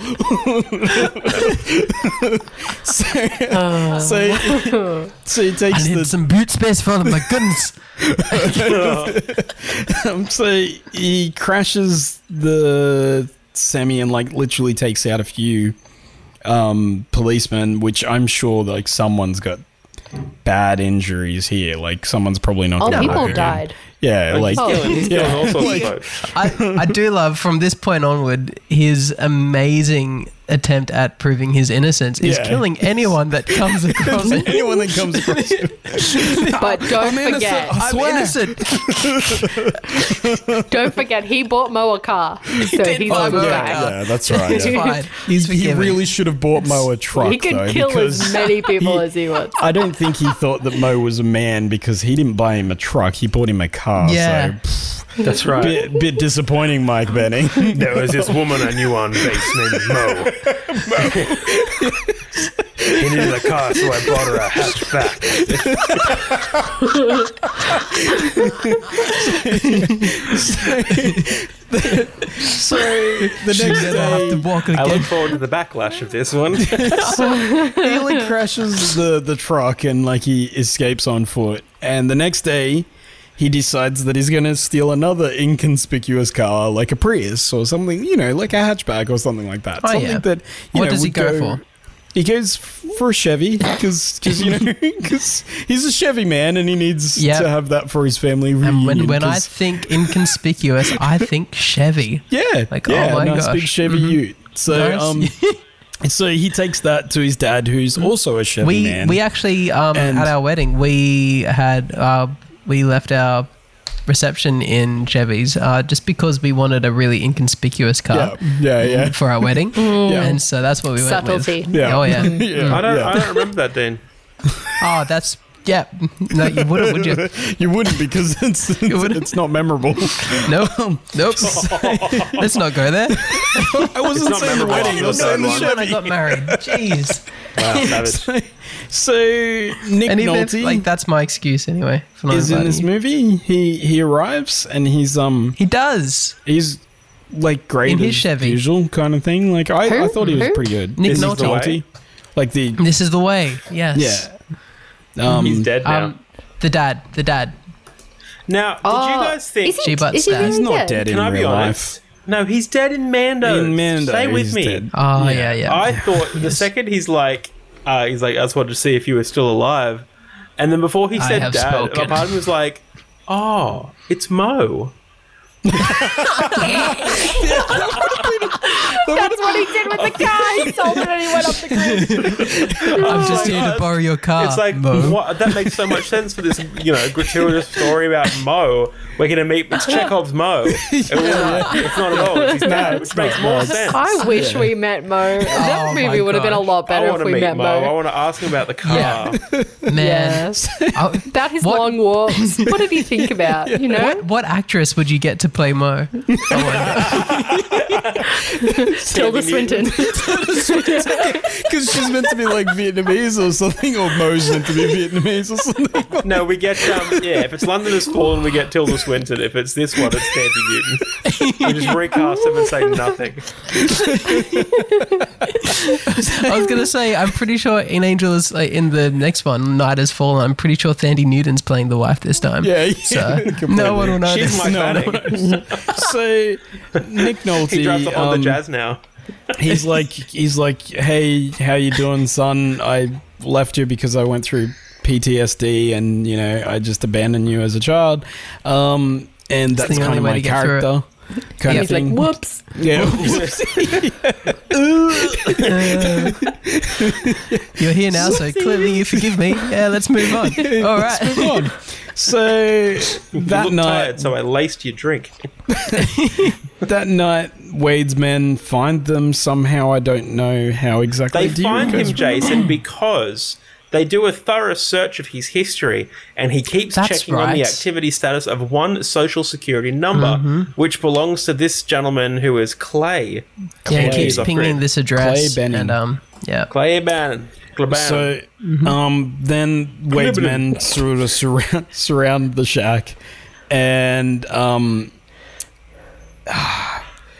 Speaker 5: *laughs* so,
Speaker 4: Oh.
Speaker 5: so, so he
Speaker 6: I
Speaker 5: takes
Speaker 6: need
Speaker 5: the
Speaker 6: some boot space for my guns.
Speaker 5: um, so he crashes the semi and like literally takes out a few um, policemen, which I'm sure like someone's got bad injuries here. Like someone's probably not.
Speaker 4: Oh,
Speaker 5: gonna
Speaker 4: people
Speaker 5: work again.
Speaker 4: died.
Speaker 5: *laughs* Yeah, like
Speaker 4: Oh.
Speaker 2: Killing, he's
Speaker 6: *laughs*
Speaker 2: killing all sorts of folks.
Speaker 6: I, I do love from this point onward his amazing attempt at proving his innocence is
Speaker 5: Yeah.
Speaker 6: killing anyone
Speaker 5: *laughs*
Speaker 6: that comes across. him.
Speaker 5: anyone that comes
Speaker 6: *laughs*
Speaker 5: across.
Speaker 4: But don't forget,
Speaker 6: I'm
Speaker 5: swear.
Speaker 6: *laughs* innocent.
Speaker 4: don't forget, he bought Mo a car. So he's
Speaker 6: did
Speaker 4: a
Speaker 6: buy
Speaker 4: good
Speaker 6: Mo a
Speaker 4: guy.
Speaker 6: car.
Speaker 5: yeah, that's right.
Speaker 6: It's
Speaker 5: yeah.
Speaker 4: *laughs*
Speaker 6: fine. He's
Speaker 5: He
Speaker 6: forgiven.
Speaker 5: really should have bought Mo a truck.
Speaker 4: He can
Speaker 5: though,
Speaker 4: kill
Speaker 5: because
Speaker 4: as many people
Speaker 5: he-
Speaker 4: as he wants.
Speaker 5: *laughs* I don't think he thought that Mo was a man because he didn't buy him a truck. He bought him a car.
Speaker 6: Yeah.
Speaker 5: So,
Speaker 2: That's right.
Speaker 5: bit, bit disappointing, Mike *laughs* Benning.
Speaker 2: There was this woman I knew on base named Mo. he needed a car, so I bought her a hatchback.
Speaker 5: so *laughs* the next
Speaker 6: She's gonna have
Speaker 5: day,
Speaker 6: to walk
Speaker 2: I look
Speaker 6: again.
Speaker 2: forward to the backlash of this one.
Speaker 6: *laughs*
Speaker 5: he like crashes the the truck and like he escapes on foot. And the next day, he decides that he's gonna steal another inconspicuous car, like a Prius or something. You know, like a hatchback or something like that.
Speaker 6: Oh,
Speaker 5: something
Speaker 6: yeah.
Speaker 5: that you
Speaker 6: What
Speaker 5: know,
Speaker 6: does he
Speaker 5: would
Speaker 6: go for?
Speaker 5: He goes for a Chevy because you know *laughs* 'cause he's a Chevy man and he needs
Speaker 6: Yeah.
Speaker 5: to have that for his family reunion.
Speaker 6: And when, when I
Speaker 5: 'cause-
Speaker 6: think inconspicuous,
Speaker 5: *laughs*
Speaker 6: I think Chevy.
Speaker 5: yeah,
Speaker 6: Like,
Speaker 5: yeah,
Speaker 6: oh my
Speaker 5: nice big
Speaker 6: gosh.
Speaker 5: Chevy Ute. So
Speaker 6: Nice.
Speaker 5: um,
Speaker 6: *laughs*
Speaker 5: so he takes that to his dad, who's also a Chevy
Speaker 6: Mm. we
Speaker 5: man.
Speaker 6: we actually um,
Speaker 5: And-
Speaker 6: at our wedding we had uh, we left our reception in Chevy's uh, just because we wanted a really inconspicuous
Speaker 5: yeah,
Speaker 6: car
Speaker 5: yeah, yeah.
Speaker 6: for our wedding,
Speaker 5: *laughs* Yeah.
Speaker 6: and so that's what we went
Speaker 4: Subtlety.
Speaker 5: *laughs*
Speaker 6: with.
Speaker 5: Yeah.
Speaker 6: Mm. Oh yeah.
Speaker 5: yeah,
Speaker 2: I don't,
Speaker 5: yeah.
Speaker 2: I don't remember that, Dean.
Speaker 6: Oh, that's Yeah, *laughs* no, you wouldn't, would you?
Speaker 5: *laughs* you wouldn't because
Speaker 6: *laughs*
Speaker 5: it's it's,
Speaker 6: wouldn't.
Speaker 5: it's not
Speaker 6: *laughs*
Speaker 5: memorable.
Speaker 6: Nope,
Speaker 5: *laughs*
Speaker 6: nope. *laughs* Let's not go there.
Speaker 5: I wasn't
Speaker 2: not
Speaker 5: saying the
Speaker 2: memorable
Speaker 5: wedding. I
Speaker 2: on
Speaker 5: was
Speaker 2: the
Speaker 5: saying the
Speaker 2: sideline.
Speaker 6: When I
Speaker 5: Chevy.
Speaker 6: got
Speaker 2: *laughs*
Speaker 6: married, jeez.
Speaker 2: Wow, savage.
Speaker 5: So, *laughs* so Nick
Speaker 6: And even if,
Speaker 5: Nolte
Speaker 6: like that's my excuse anyway. For not
Speaker 5: is in
Speaker 6: inviting
Speaker 5: this
Speaker 6: you.
Speaker 5: movie. He he arrives and he's um
Speaker 6: He does.
Speaker 5: he's like great
Speaker 6: In his
Speaker 5: as
Speaker 6: Chevy.
Speaker 5: usual kind of thing. Like I, I
Speaker 4: Who?
Speaker 5: thought he was
Speaker 4: Who?
Speaker 5: pretty good.
Speaker 6: Nick
Speaker 5: This is
Speaker 6: Nolte.
Speaker 5: the way. like the
Speaker 6: This is the way. Yes.
Speaker 5: yeah. Um,
Speaker 2: He's dead now.
Speaker 6: Um, the dad. The dad.
Speaker 2: now, did you
Speaker 4: Oh,
Speaker 2: guys think?
Speaker 4: Is he,
Speaker 6: She butts
Speaker 4: is he
Speaker 6: that.
Speaker 4: really
Speaker 5: He's not dead
Speaker 4: dead?
Speaker 5: in
Speaker 2: can I be
Speaker 5: real
Speaker 2: honest? No, he's dead in Mando.
Speaker 5: In Mando,
Speaker 2: Stay with
Speaker 5: he's
Speaker 2: me.
Speaker 5: *laughs* dead.
Speaker 6: Oh yeah, yeah.
Speaker 2: I thought the second he's like, uh, he's like, I just wanted to see if you were still alive. And then before he
Speaker 6: I
Speaker 2: said
Speaker 6: have
Speaker 2: dad,
Speaker 6: spoken.
Speaker 2: a part of me was like, oh, it's Mo.
Speaker 4: That's what he did with the car. He sold it and he went up the cliff.
Speaker 6: I'm just
Speaker 2: my
Speaker 6: here to
Speaker 2: God.
Speaker 6: borrow your car.
Speaker 2: It's like,
Speaker 6: Uh, Mo.
Speaker 2: what? That makes so much sense for this, you know, gratuitous story about Mo. We're going to meet, it's Chekhov's
Speaker 6: *laughs*
Speaker 2: Mo. It was not- It's not at all. It's his dad, which makes more sense.
Speaker 4: I wish we met Mo. That
Speaker 6: Oh my
Speaker 4: movie would have been a
Speaker 6: God.
Speaker 4: lot
Speaker 2: I
Speaker 4: better
Speaker 2: want to
Speaker 4: if we
Speaker 2: meet
Speaker 4: met
Speaker 2: Mo. I
Speaker 4: Mo.
Speaker 2: want to ask him about the car.
Speaker 6: Yeah. Man.
Speaker 4: Yes.
Speaker 6: I-
Speaker 4: About his
Speaker 6: What-
Speaker 4: long walks. What did he think about? You know?
Speaker 6: What actress would you get to play Mo?
Speaker 4: Tilda
Speaker 2: Sandy Newton.
Speaker 4: Swinton.
Speaker 5: Because she's meant to be like Vietnamese or something, or Mo's meant to be Vietnamese or something.
Speaker 2: *laughs* No, we get, um, yeah, if it's London is Fallen, we get Tilda Swinton. If it's this one, it's Sandy Newton. We just recast him and say
Speaker 6: *laughs*
Speaker 2: nothing.
Speaker 6: I was gonna say I'm pretty sure in Angel is like, in the next one, Night Has Fallen. I'm pretty sure Thandi Newton's playing the wife this
Speaker 5: *laughs*
Speaker 6: time.
Speaker 5: Yeah, yeah,
Speaker 6: So
Speaker 5: *laughs* completely.
Speaker 6: no one will know.
Speaker 2: She's
Speaker 6: this.
Speaker 2: my no,
Speaker 5: So Nick Nolte,
Speaker 2: He drives the Honda
Speaker 5: um,
Speaker 2: Jazz
Speaker 6: *laughs*
Speaker 2: now.
Speaker 5: *laughs* he's like he's like, hey, how you doing, son? I left you because I went through PTSD, and you know, I just abandoned you as a child. Um, and that's
Speaker 6: the
Speaker 5: kind
Speaker 6: only
Speaker 5: of
Speaker 6: way
Speaker 5: my
Speaker 6: to get through it. *laughs*
Speaker 5: character. Kind
Speaker 4: And
Speaker 5: of
Speaker 4: he's like,
Speaker 5: thing.
Speaker 4: whoops.
Speaker 5: yeah.
Speaker 6: You're here now, so clearly you forgive me. Yeah, let's move on. All right.
Speaker 5: Come on. So
Speaker 2: you
Speaker 5: that
Speaker 2: look
Speaker 5: night,
Speaker 2: tired, so I laced your drink.
Speaker 5: that night, Wade's men find them somehow. I don't know how exactly.
Speaker 2: They
Speaker 5: Do you
Speaker 2: find
Speaker 5: guys *clears throat*
Speaker 2: him, Jason, because they do a thorough search of his history, and he keeps
Speaker 6: That's
Speaker 2: checking on the
Speaker 6: right.
Speaker 2: activity status of one social security number,
Speaker 5: Mm-hmm.
Speaker 2: which belongs to this gentleman who is Clay.
Speaker 6: Yeah, he
Speaker 2: Clay
Speaker 6: keeps
Speaker 2: is
Speaker 6: pinging
Speaker 2: upgraded.
Speaker 6: this address.
Speaker 5: Clay Benning.
Speaker 6: and um, yeah.
Speaker 2: Clay Bannon. Claban.
Speaker 5: So, um, then Wade's men sort of surround surround the shack, and um,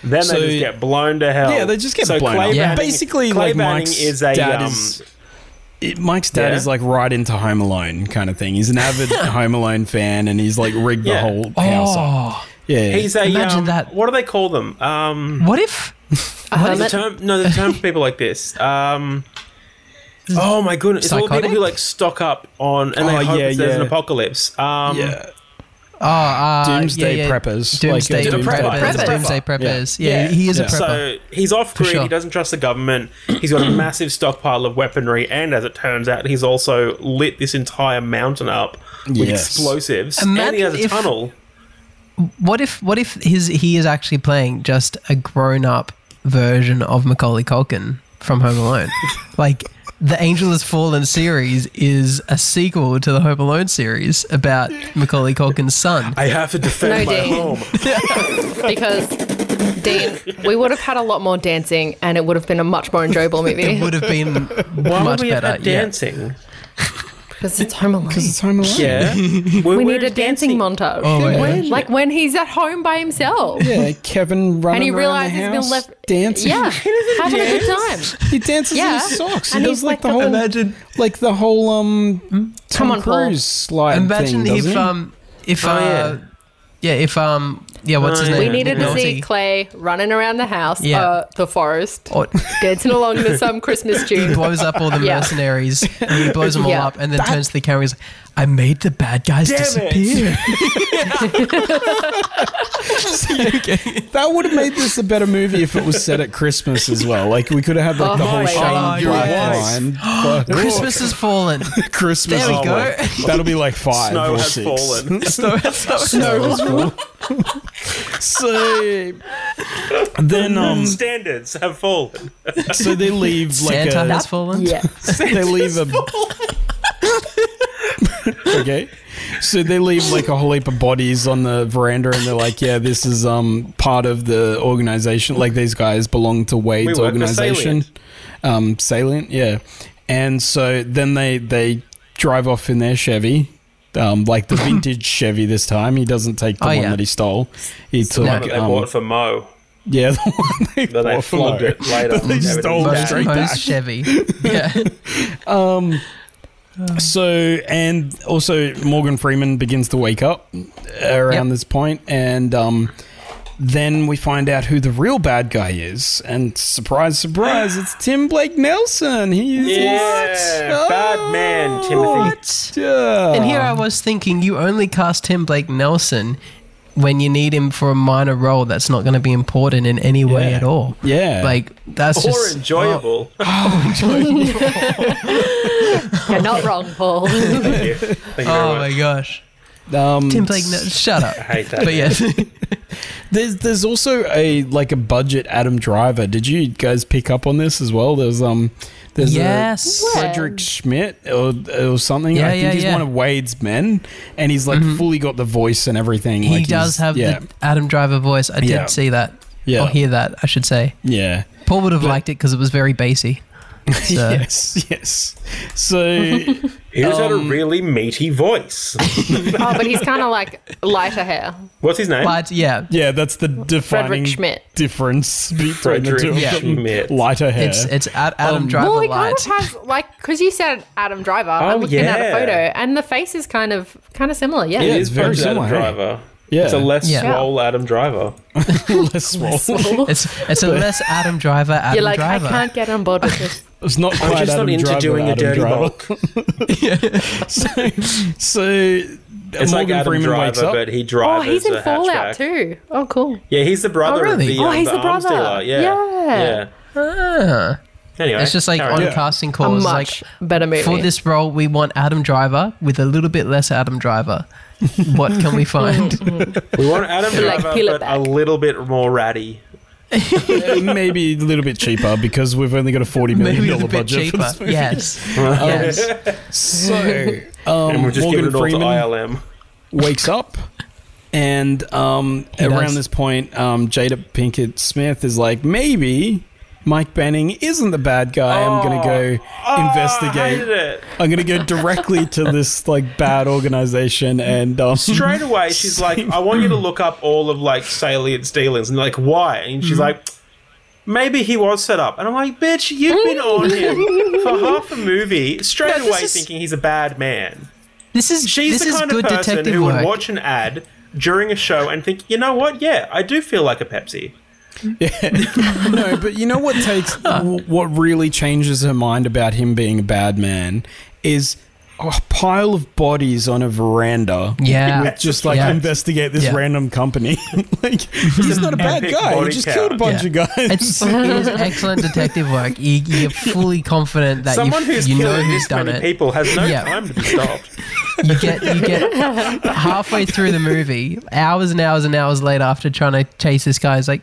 Speaker 2: then
Speaker 5: so-
Speaker 2: they just get blown to hell.
Speaker 5: yeah, they just get
Speaker 2: so
Speaker 5: blown
Speaker 2: Clay
Speaker 5: up.
Speaker 2: Banning-
Speaker 5: Basically,
Speaker 2: Clay
Speaker 5: like
Speaker 2: Banning
Speaker 5: Mike's
Speaker 2: is a
Speaker 5: dad
Speaker 2: um,
Speaker 5: is. it- Mike's dad
Speaker 2: Yeah.
Speaker 5: is like right into Home Alone kind of thing. He's an *laughs* avid Home Alone fan, and he's like rigged
Speaker 2: Yeah.
Speaker 5: the whole house up.
Speaker 6: Oh,
Speaker 5: Yeah,
Speaker 2: he's a
Speaker 6: Imagine
Speaker 2: um,
Speaker 6: that.
Speaker 2: What do they call them? Um,
Speaker 6: what if?
Speaker 2: There's a
Speaker 4: Hermit.
Speaker 2: term, no, there's a term for people like this. Um, oh my goodness! It's all the people
Speaker 6: Psychotic?
Speaker 2: who like stock up on and they
Speaker 5: Oh,
Speaker 2: hope
Speaker 5: yeah,
Speaker 2: that there's an
Speaker 5: yeah.
Speaker 2: apocalypse. Um,
Speaker 5: yeah.
Speaker 6: Oh, uh,
Speaker 5: Doomsday
Speaker 6: yeah, yeah.
Speaker 5: preppers, like,
Speaker 6: Doomsday
Speaker 5: uh,
Speaker 6: preppers.
Speaker 5: Doomsday
Speaker 2: preppers.
Speaker 6: Doomsday
Speaker 2: Prepper.
Speaker 6: preppers.
Speaker 5: Yeah.
Speaker 6: Yeah,
Speaker 5: Yeah.
Speaker 6: he is a
Speaker 5: Yeah.
Speaker 6: prepper.
Speaker 2: So he's off grid.
Speaker 6: sure.
Speaker 2: He doesn't trust the government. He's got a massive stockpile of weaponry, and as it turns out, he's also lit this entire mountain up with
Speaker 5: Yes.
Speaker 2: explosives. and he
Speaker 6: Imagine
Speaker 2: has a
Speaker 6: if-
Speaker 2: tunnel.
Speaker 6: what if? What if his he is actually playing just a grown up version of Macaulay Culkin from
Speaker 2: *laughs*
Speaker 6: Home Alone? like the Angel Has Fallen series is a sequel to the Home Alone series about Macaulay
Speaker 2: *laughs*
Speaker 6: Culkin's son.
Speaker 2: I have to defend
Speaker 4: No,
Speaker 2: my
Speaker 4: Dean.
Speaker 2: home.
Speaker 4: because Dean, we would have had a lot more dancing, and it would have been a much more enjoyable movie
Speaker 6: It
Speaker 4: *laughs*
Speaker 6: would have been
Speaker 2: Why would
Speaker 6: much
Speaker 2: we have
Speaker 6: better.
Speaker 2: had
Speaker 6: Yeah.
Speaker 2: dancing?
Speaker 4: because it's Home Alone.
Speaker 5: It's Home Alone.
Speaker 2: Yeah,
Speaker 4: We need a dancing montage,
Speaker 6: Oh, yeah.
Speaker 4: like when he's at home by himself,
Speaker 5: Yeah,
Speaker 4: *laughs*
Speaker 5: Kevin running
Speaker 4: and he
Speaker 5: around the
Speaker 4: realizes he's
Speaker 5: house
Speaker 4: been left
Speaker 5: dancing.
Speaker 4: *laughs* Yeah, having a good time.
Speaker 5: *laughs* He dances
Speaker 4: Yeah.
Speaker 5: in his socks. He
Speaker 4: And
Speaker 5: does
Speaker 4: he's
Speaker 5: like
Speaker 4: like
Speaker 5: the
Speaker 4: a-
Speaker 5: whole
Speaker 6: Imagine-
Speaker 5: like the whole um Tom
Speaker 4: on, Paul.
Speaker 5: Cruise slide
Speaker 6: Imagine
Speaker 5: thing.
Speaker 6: if
Speaker 5: doesn't he?
Speaker 6: um if
Speaker 2: Oh,
Speaker 6: uh,
Speaker 2: yeah.
Speaker 6: yeah. if um yeah what's
Speaker 2: Oh,
Speaker 6: his
Speaker 2: yeah.
Speaker 6: name?
Speaker 4: We needed to see
Speaker 6: Naughty.
Speaker 4: Clay running around the house,
Speaker 6: Yeah.
Speaker 4: uh, the forest,
Speaker 6: Or-
Speaker 4: dancing along to
Speaker 6: *laughs*
Speaker 4: some Christmas
Speaker 6: he
Speaker 4: tune.
Speaker 6: blows up all the
Speaker 4: *laughs* Yeah.
Speaker 6: mercenaries. and he blows them all
Speaker 4: Yeah.
Speaker 6: up and then turns to the camera. He's like, "I made the bad guys
Speaker 2: Damn it. *laughs*
Speaker 6: disappear."
Speaker 5: *laughs* that would have made this a better movie if it was set at Christmas as well. Like we could have had like the
Speaker 4: Oh
Speaker 5: whole
Speaker 4: my
Speaker 5: Shane
Speaker 6: God.
Speaker 5: Black
Speaker 2: Yes.
Speaker 5: line. Fuck.
Speaker 6: Christmas
Speaker 2: *laughs*
Speaker 6: has fallen. *gasps*
Speaker 5: *laughs* Christmas.
Speaker 6: There we
Speaker 5: oh
Speaker 6: go.
Speaker 5: my- That'll be like five
Speaker 2: Snow
Speaker 5: or
Speaker 2: has
Speaker 5: six.
Speaker 2: fallen.
Speaker 6: Snow, *laughs*
Speaker 5: *laughs*
Speaker 6: snow,
Speaker 5: Snow
Speaker 4: *laughs*
Speaker 5: has fallen. so then um
Speaker 2: Standards have fallen.
Speaker 5: so they leave like
Speaker 6: Santa
Speaker 5: a
Speaker 6: has fallen.
Speaker 4: Yeah,
Speaker 5: they leave a *laughs* okay. So they leave like a whole heap of bodies on the veranda, and they're like, "Yeah, this is um part of the organization. Like these guys belong to Wade's
Speaker 2: work for
Speaker 5: organization, um, Salient, yeah." And so then they they drive off in their Chevy, um, like
Speaker 6: *laughs*
Speaker 5: the vintage Chevy this time. He doesn't take the
Speaker 6: Oh,
Speaker 5: one
Speaker 6: yeah.
Speaker 5: that he stole. He took
Speaker 2: One that they
Speaker 5: um,
Speaker 2: bought for Mo.
Speaker 5: yeah, *laughs* the one they
Speaker 2: That they
Speaker 5: bought from
Speaker 2: flogged
Speaker 5: Lowe.
Speaker 2: it later.
Speaker 5: That *laughs* they stole
Speaker 2: Everything's
Speaker 5: straight
Speaker 6: Post
Speaker 5: back.
Speaker 2: *laughs*
Speaker 6: Chevy. Yeah.
Speaker 5: So, and also Morgan Freeman begins to wake up around
Speaker 6: Yep.
Speaker 5: this point, and um, then we find out who the real bad guy is. And surprise, surprise, it's Tim Blake Nelson. He's
Speaker 2: Yeah, bad man, Timothy.
Speaker 6: What?
Speaker 5: Oh, Yeah.
Speaker 6: And here I was thinking, you only cast Tim Blake Nelson when you need him for a minor role that's not going to be important in any way
Speaker 5: Yeah.
Speaker 6: at all.
Speaker 5: Yeah.
Speaker 6: Like that's
Speaker 2: Or
Speaker 6: just
Speaker 2: enjoyable.
Speaker 5: oh.
Speaker 4: You're not wrong, *laughs* Paul.
Speaker 2: *laughs*
Speaker 4: Oh,
Speaker 2: Thank you. Thank you
Speaker 6: Oh, oh
Speaker 2: very
Speaker 6: my
Speaker 2: much.
Speaker 6: gosh,
Speaker 5: um,
Speaker 6: Tim Blake. No, shut
Speaker 2: I
Speaker 6: up.
Speaker 2: hate that.
Speaker 6: But yes, *laughs*
Speaker 5: There's there's also a like a budget Adam Driver. Did you guys pick up on this as well? There's um there's
Speaker 6: Yes.
Speaker 5: a
Speaker 4: Where?
Speaker 5: Frederick Schmidt or, or something.
Speaker 6: Yeah,
Speaker 5: I think
Speaker 6: yeah,
Speaker 5: he's
Speaker 6: yeah. Mm-hmm.
Speaker 5: one of Wade's men, and he's like fully got the voice and everything.
Speaker 6: he
Speaker 5: like
Speaker 6: does
Speaker 5: he's-
Speaker 6: have
Speaker 5: yeah,
Speaker 6: the Adam Driver voice. I did
Speaker 5: Yeah.
Speaker 6: see that.
Speaker 5: Yeah.
Speaker 6: Or hear that, I should say.
Speaker 5: yeah.
Speaker 6: Paul would have liked it because it was very bassy. *laughs* So,
Speaker 5: yes, yes. So
Speaker 2: He's got a really meaty voice.
Speaker 4: oh, but he's kind of like lighter hair.
Speaker 2: What's his name?
Speaker 6: But yeah,
Speaker 5: yeah, that's the defining
Speaker 4: Schmidt.
Speaker 5: difference between
Speaker 2: Frederick
Speaker 5: the two of
Speaker 2: Yeah.
Speaker 5: them.
Speaker 2: Schmidt.
Speaker 5: Lighter hair.
Speaker 6: it's it's Ad- Adam Driver
Speaker 4: Well, he kind
Speaker 6: light.
Speaker 4: of has like because you said Adam Driver.
Speaker 2: Oh,
Speaker 4: I'm looking at a
Speaker 2: yeah.
Speaker 4: photo, and the face is kind of kind of similar. Yeah,
Speaker 5: It
Speaker 2: It
Speaker 5: is
Speaker 2: is
Speaker 5: very
Speaker 2: very Adam
Speaker 5: similar, hey?
Speaker 2: Driver.
Speaker 5: Yeah.
Speaker 2: It's a less
Speaker 6: Yeah.
Speaker 2: swole Adam Driver.
Speaker 5: *laughs* less
Speaker 6: *laughs*
Speaker 5: swole.
Speaker 6: It's it's a less Adam Driver. Adam
Speaker 4: you're like
Speaker 6: Driver.
Speaker 4: I can't get on board with this.
Speaker 5: It's not quite
Speaker 2: I'm just
Speaker 5: Adam
Speaker 2: not into
Speaker 5: Driver,
Speaker 2: doing a
Speaker 5: Adam
Speaker 2: dirty
Speaker 5: Driver.
Speaker 2: bulk.
Speaker 5: so, *laughs* so it's
Speaker 2: It's like
Speaker 5: Morgan
Speaker 2: Adam
Speaker 5: Freeman wakes
Speaker 2: Driver,
Speaker 5: up.
Speaker 2: but he
Speaker 4: oh,
Speaker 2: drives
Speaker 4: he's in
Speaker 2: a
Speaker 4: Fallout
Speaker 2: hatchback.
Speaker 4: too. Oh, cool.
Speaker 2: Yeah, he's the brother
Speaker 6: really?
Speaker 2: of the,
Speaker 4: Oh,
Speaker 2: um,
Speaker 4: he's
Speaker 2: the
Speaker 4: the
Speaker 2: arms
Speaker 4: brother.
Speaker 2: dealer. Yeah.
Speaker 4: Yeah.
Speaker 6: Ah.
Speaker 2: Anyway,
Speaker 6: It's just like
Speaker 2: carry
Speaker 6: on
Speaker 2: on.
Speaker 6: casting
Speaker 4: A
Speaker 6: calls, like
Speaker 4: much better movie.
Speaker 6: for this role, we want Adam Driver with a little bit less Adam Driver. what can we find?
Speaker 2: we want
Speaker 4: *laughs*
Speaker 2: Adam
Speaker 4: Like,
Speaker 2: Driver,
Speaker 4: peel it
Speaker 2: but a
Speaker 4: back.
Speaker 2: little bit more ratty.
Speaker 5: It may be a little bit cheaper because we've only got a forty million
Speaker 6: Maybe a
Speaker 5: dollar
Speaker 6: little bit
Speaker 5: budget. for *laughs*
Speaker 6: cheaper.
Speaker 5: this movie.
Speaker 6: Yes. yes.
Speaker 5: So um,
Speaker 2: And we're just
Speaker 5: Morgan
Speaker 2: giving it all
Speaker 5: Freeman
Speaker 2: to ILM.
Speaker 5: wakes up, and um, around
Speaker 6: does.
Speaker 5: this point, um, Jada Pinkett Smith is like, maybe Mike Banning isn't the bad guy. I'm gonna go
Speaker 2: Oh, I
Speaker 5: investigate.
Speaker 2: hated it.
Speaker 5: I'm gonna go directly to this like bad organization and um,
Speaker 2: Straight away,
Speaker 6: *laughs*
Speaker 2: she's like, I want you to look up all of like Salient's dealings. And they're like, why? And
Speaker 6: Mm-hmm.
Speaker 2: she's like, maybe he was set up. And I'm like, bitch, you've been
Speaker 6: *laughs*
Speaker 2: on him for half a movie, straight
Speaker 6: No, this
Speaker 2: away
Speaker 6: is-
Speaker 2: thinking he's a bad man.
Speaker 6: This is
Speaker 2: She's
Speaker 6: this
Speaker 2: the
Speaker 6: is
Speaker 2: kind
Speaker 6: good
Speaker 2: of person
Speaker 6: detective
Speaker 2: who
Speaker 6: work.
Speaker 2: would watch an ad during a show and think, you know what? Yeah, I do feel like a Pepsi.
Speaker 5: No, but you know what
Speaker 6: *laughs*
Speaker 5: takes w- what really changes her mind about him being a bad man is a pile of bodies on a veranda.
Speaker 6: Yeah.
Speaker 5: With just like
Speaker 6: Yeah.
Speaker 5: investigate this
Speaker 6: Yeah.
Speaker 5: random company. *laughs* like he's not a bad
Speaker 2: epic
Speaker 5: guy. He
Speaker 2: body
Speaker 5: just
Speaker 2: count.
Speaker 5: killed a bunch
Speaker 6: Yeah.
Speaker 5: of guys. *laughs*
Speaker 2: *laughs*
Speaker 6: It's, it is excellent detective work. You, you're fully confident that
Speaker 2: Someone
Speaker 6: you,
Speaker 2: who's
Speaker 6: you know
Speaker 2: killing
Speaker 6: who's
Speaker 2: this
Speaker 6: done
Speaker 2: many
Speaker 6: it.
Speaker 2: people has no
Speaker 6: Yeah.
Speaker 2: time to be
Speaker 6: *laughs*
Speaker 2: stopped.
Speaker 6: You get you
Speaker 2: *laughs*
Speaker 6: get halfway through the movie, hours and hours and hours later, after trying to chase this guy, is like,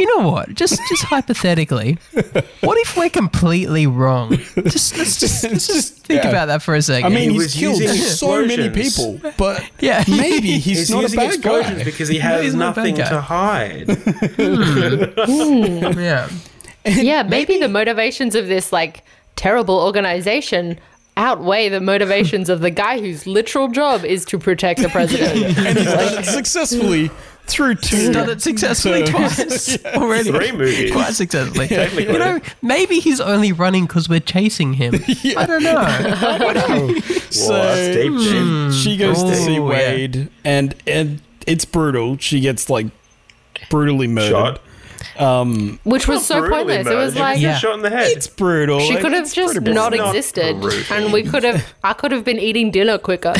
Speaker 6: you know what? Just just hypothetically, what if we're completely wrong? Just
Speaker 2: *laughs*
Speaker 6: let's just let's just think
Speaker 5: yeah.
Speaker 6: about that for a second.
Speaker 5: I mean,
Speaker 2: He
Speaker 5: he's
Speaker 2: was
Speaker 5: killed
Speaker 2: using
Speaker 5: so many people,
Speaker 2: explosions.
Speaker 5: but
Speaker 6: *laughs* yeah,
Speaker 5: maybe he's,
Speaker 2: He's
Speaker 5: not a
Speaker 2: using
Speaker 5: bad
Speaker 2: explosions
Speaker 5: guy.
Speaker 6: *laughs*
Speaker 2: because he has
Speaker 6: he's not a bad
Speaker 2: nothing
Speaker 6: guy.
Speaker 2: to hide.
Speaker 6: *laughs* yeah.
Speaker 4: *laughs* yeah, maybe, the motivations of this like terrible organization outweigh the motivations of the guy whose literal job is to protect
Speaker 6: *laughs*
Speaker 4: the president.
Speaker 5: and he's done it successfully through two.
Speaker 6: Done it successfully
Speaker 2: *laughs*
Speaker 5: So-
Speaker 6: twice already.
Speaker 2: Three movies. *laughs*
Speaker 6: Quite successfully.
Speaker 2: Technically.
Speaker 6: You know, maybe he's only running because we're
Speaker 2: *laughs*
Speaker 6: chasing him. I don't know.
Speaker 2: Whoa, that's deep, dude.
Speaker 5: She goes to
Speaker 6: Oh,
Speaker 5: see
Speaker 6: yeah.
Speaker 5: Wade, and and it's brutal. She gets like brutally murdered.
Speaker 2: Shot.
Speaker 4: Which was so
Speaker 2: Brutally
Speaker 4: pointless. It
Speaker 2: murdered.
Speaker 4: was like
Speaker 2: He
Speaker 6: Yeah.
Speaker 2: got shot in the head.
Speaker 5: It's brutal.
Speaker 4: she
Speaker 5: Like,
Speaker 4: could have
Speaker 5: it's
Speaker 4: just
Speaker 5: pretty
Speaker 4: not
Speaker 5: brutal.
Speaker 2: Not
Speaker 4: existed,
Speaker 2: brutal.
Speaker 4: and we could have. I could have been eating dinner quicker.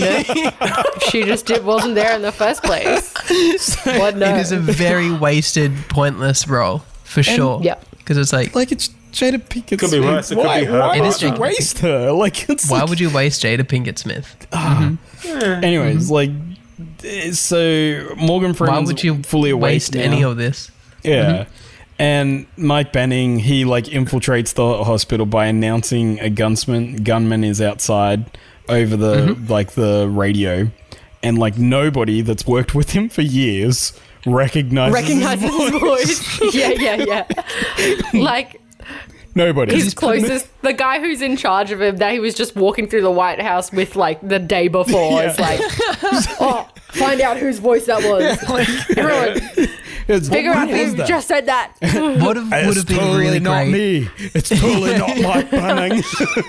Speaker 6: *laughs*
Speaker 4: know, If she just did, wasn't there in the first place. What no?
Speaker 6: It is a
Speaker 4: *laughs*
Speaker 6: very wasted, pointless role for sure.
Speaker 4: yeah.
Speaker 6: Because it's like,
Speaker 5: Like it's Jada Pinkett.
Speaker 2: Could be
Speaker 5: Smith.
Speaker 2: worse, it could
Speaker 5: Why-
Speaker 2: be her
Speaker 5: Why
Speaker 6: It
Speaker 5: would
Speaker 6: is
Speaker 5: you
Speaker 6: Jada
Speaker 5: waste her? *laughs* Like it's.
Speaker 6: why
Speaker 5: like- ah.
Speaker 6: would Mm-hmm. you waste Jada Pinkett Smith?
Speaker 5: anyways, like. eh, So Morgan
Speaker 6: Why
Speaker 5: Freeman's
Speaker 6: would you
Speaker 5: fully awake
Speaker 6: waste any
Speaker 5: now.
Speaker 6: of this?
Speaker 5: Yeah. And Mike Banning, he like infiltrates the hospital by announcing a gunsman gunman is outside. over the like the radio, and like nobody that's worked with him for years recognizes. his
Speaker 6: *laughs*
Speaker 4: Recognizes his voice. *laughs* yeah, yeah, yeah. Like
Speaker 5: vo- *laughs* Nobody.
Speaker 4: his closest, the guy who's in charge of him, that he was just walking through the White House with like the day
Speaker 6: *laughs*
Speaker 4: before. It's like, oh, find out whose voice that was. Everyone,
Speaker 5: It's-
Speaker 4: figure
Speaker 5: who
Speaker 4: out
Speaker 5: was
Speaker 4: who
Speaker 5: that?
Speaker 4: just
Speaker 6: *laughs*
Speaker 4: said that.
Speaker 6: What have- would
Speaker 5: It's
Speaker 6: have been
Speaker 5: totally
Speaker 6: really
Speaker 5: not
Speaker 6: great
Speaker 5: me. It's totally
Speaker 6: *laughs*
Speaker 5: not Mike Bunning.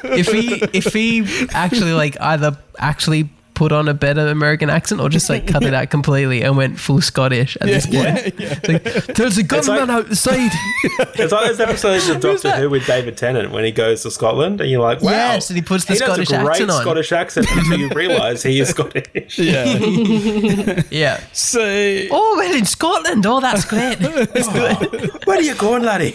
Speaker 6: if he if he actually like either actually put on a better American accent or just like cut it out completely and went full Scottish at this point.
Speaker 5: *laughs*
Speaker 6: It's Like, There's a gunman outside.
Speaker 2: It's like those episodes of Doctor Who with David Tennant when he goes to Scotland and you're like, wow.
Speaker 6: Yes, and he puts the
Speaker 2: does
Speaker 6: Scottish
Speaker 2: a great
Speaker 6: accent on.
Speaker 2: Scottish accent until you realise he
Speaker 6: *laughs*
Speaker 2: is Scottish.
Speaker 5: yeah.
Speaker 6: Yeah.
Speaker 5: *laughs* So
Speaker 6: Oh, well, in Scotland. Oh, that's great.
Speaker 2: Where are you going, laddie?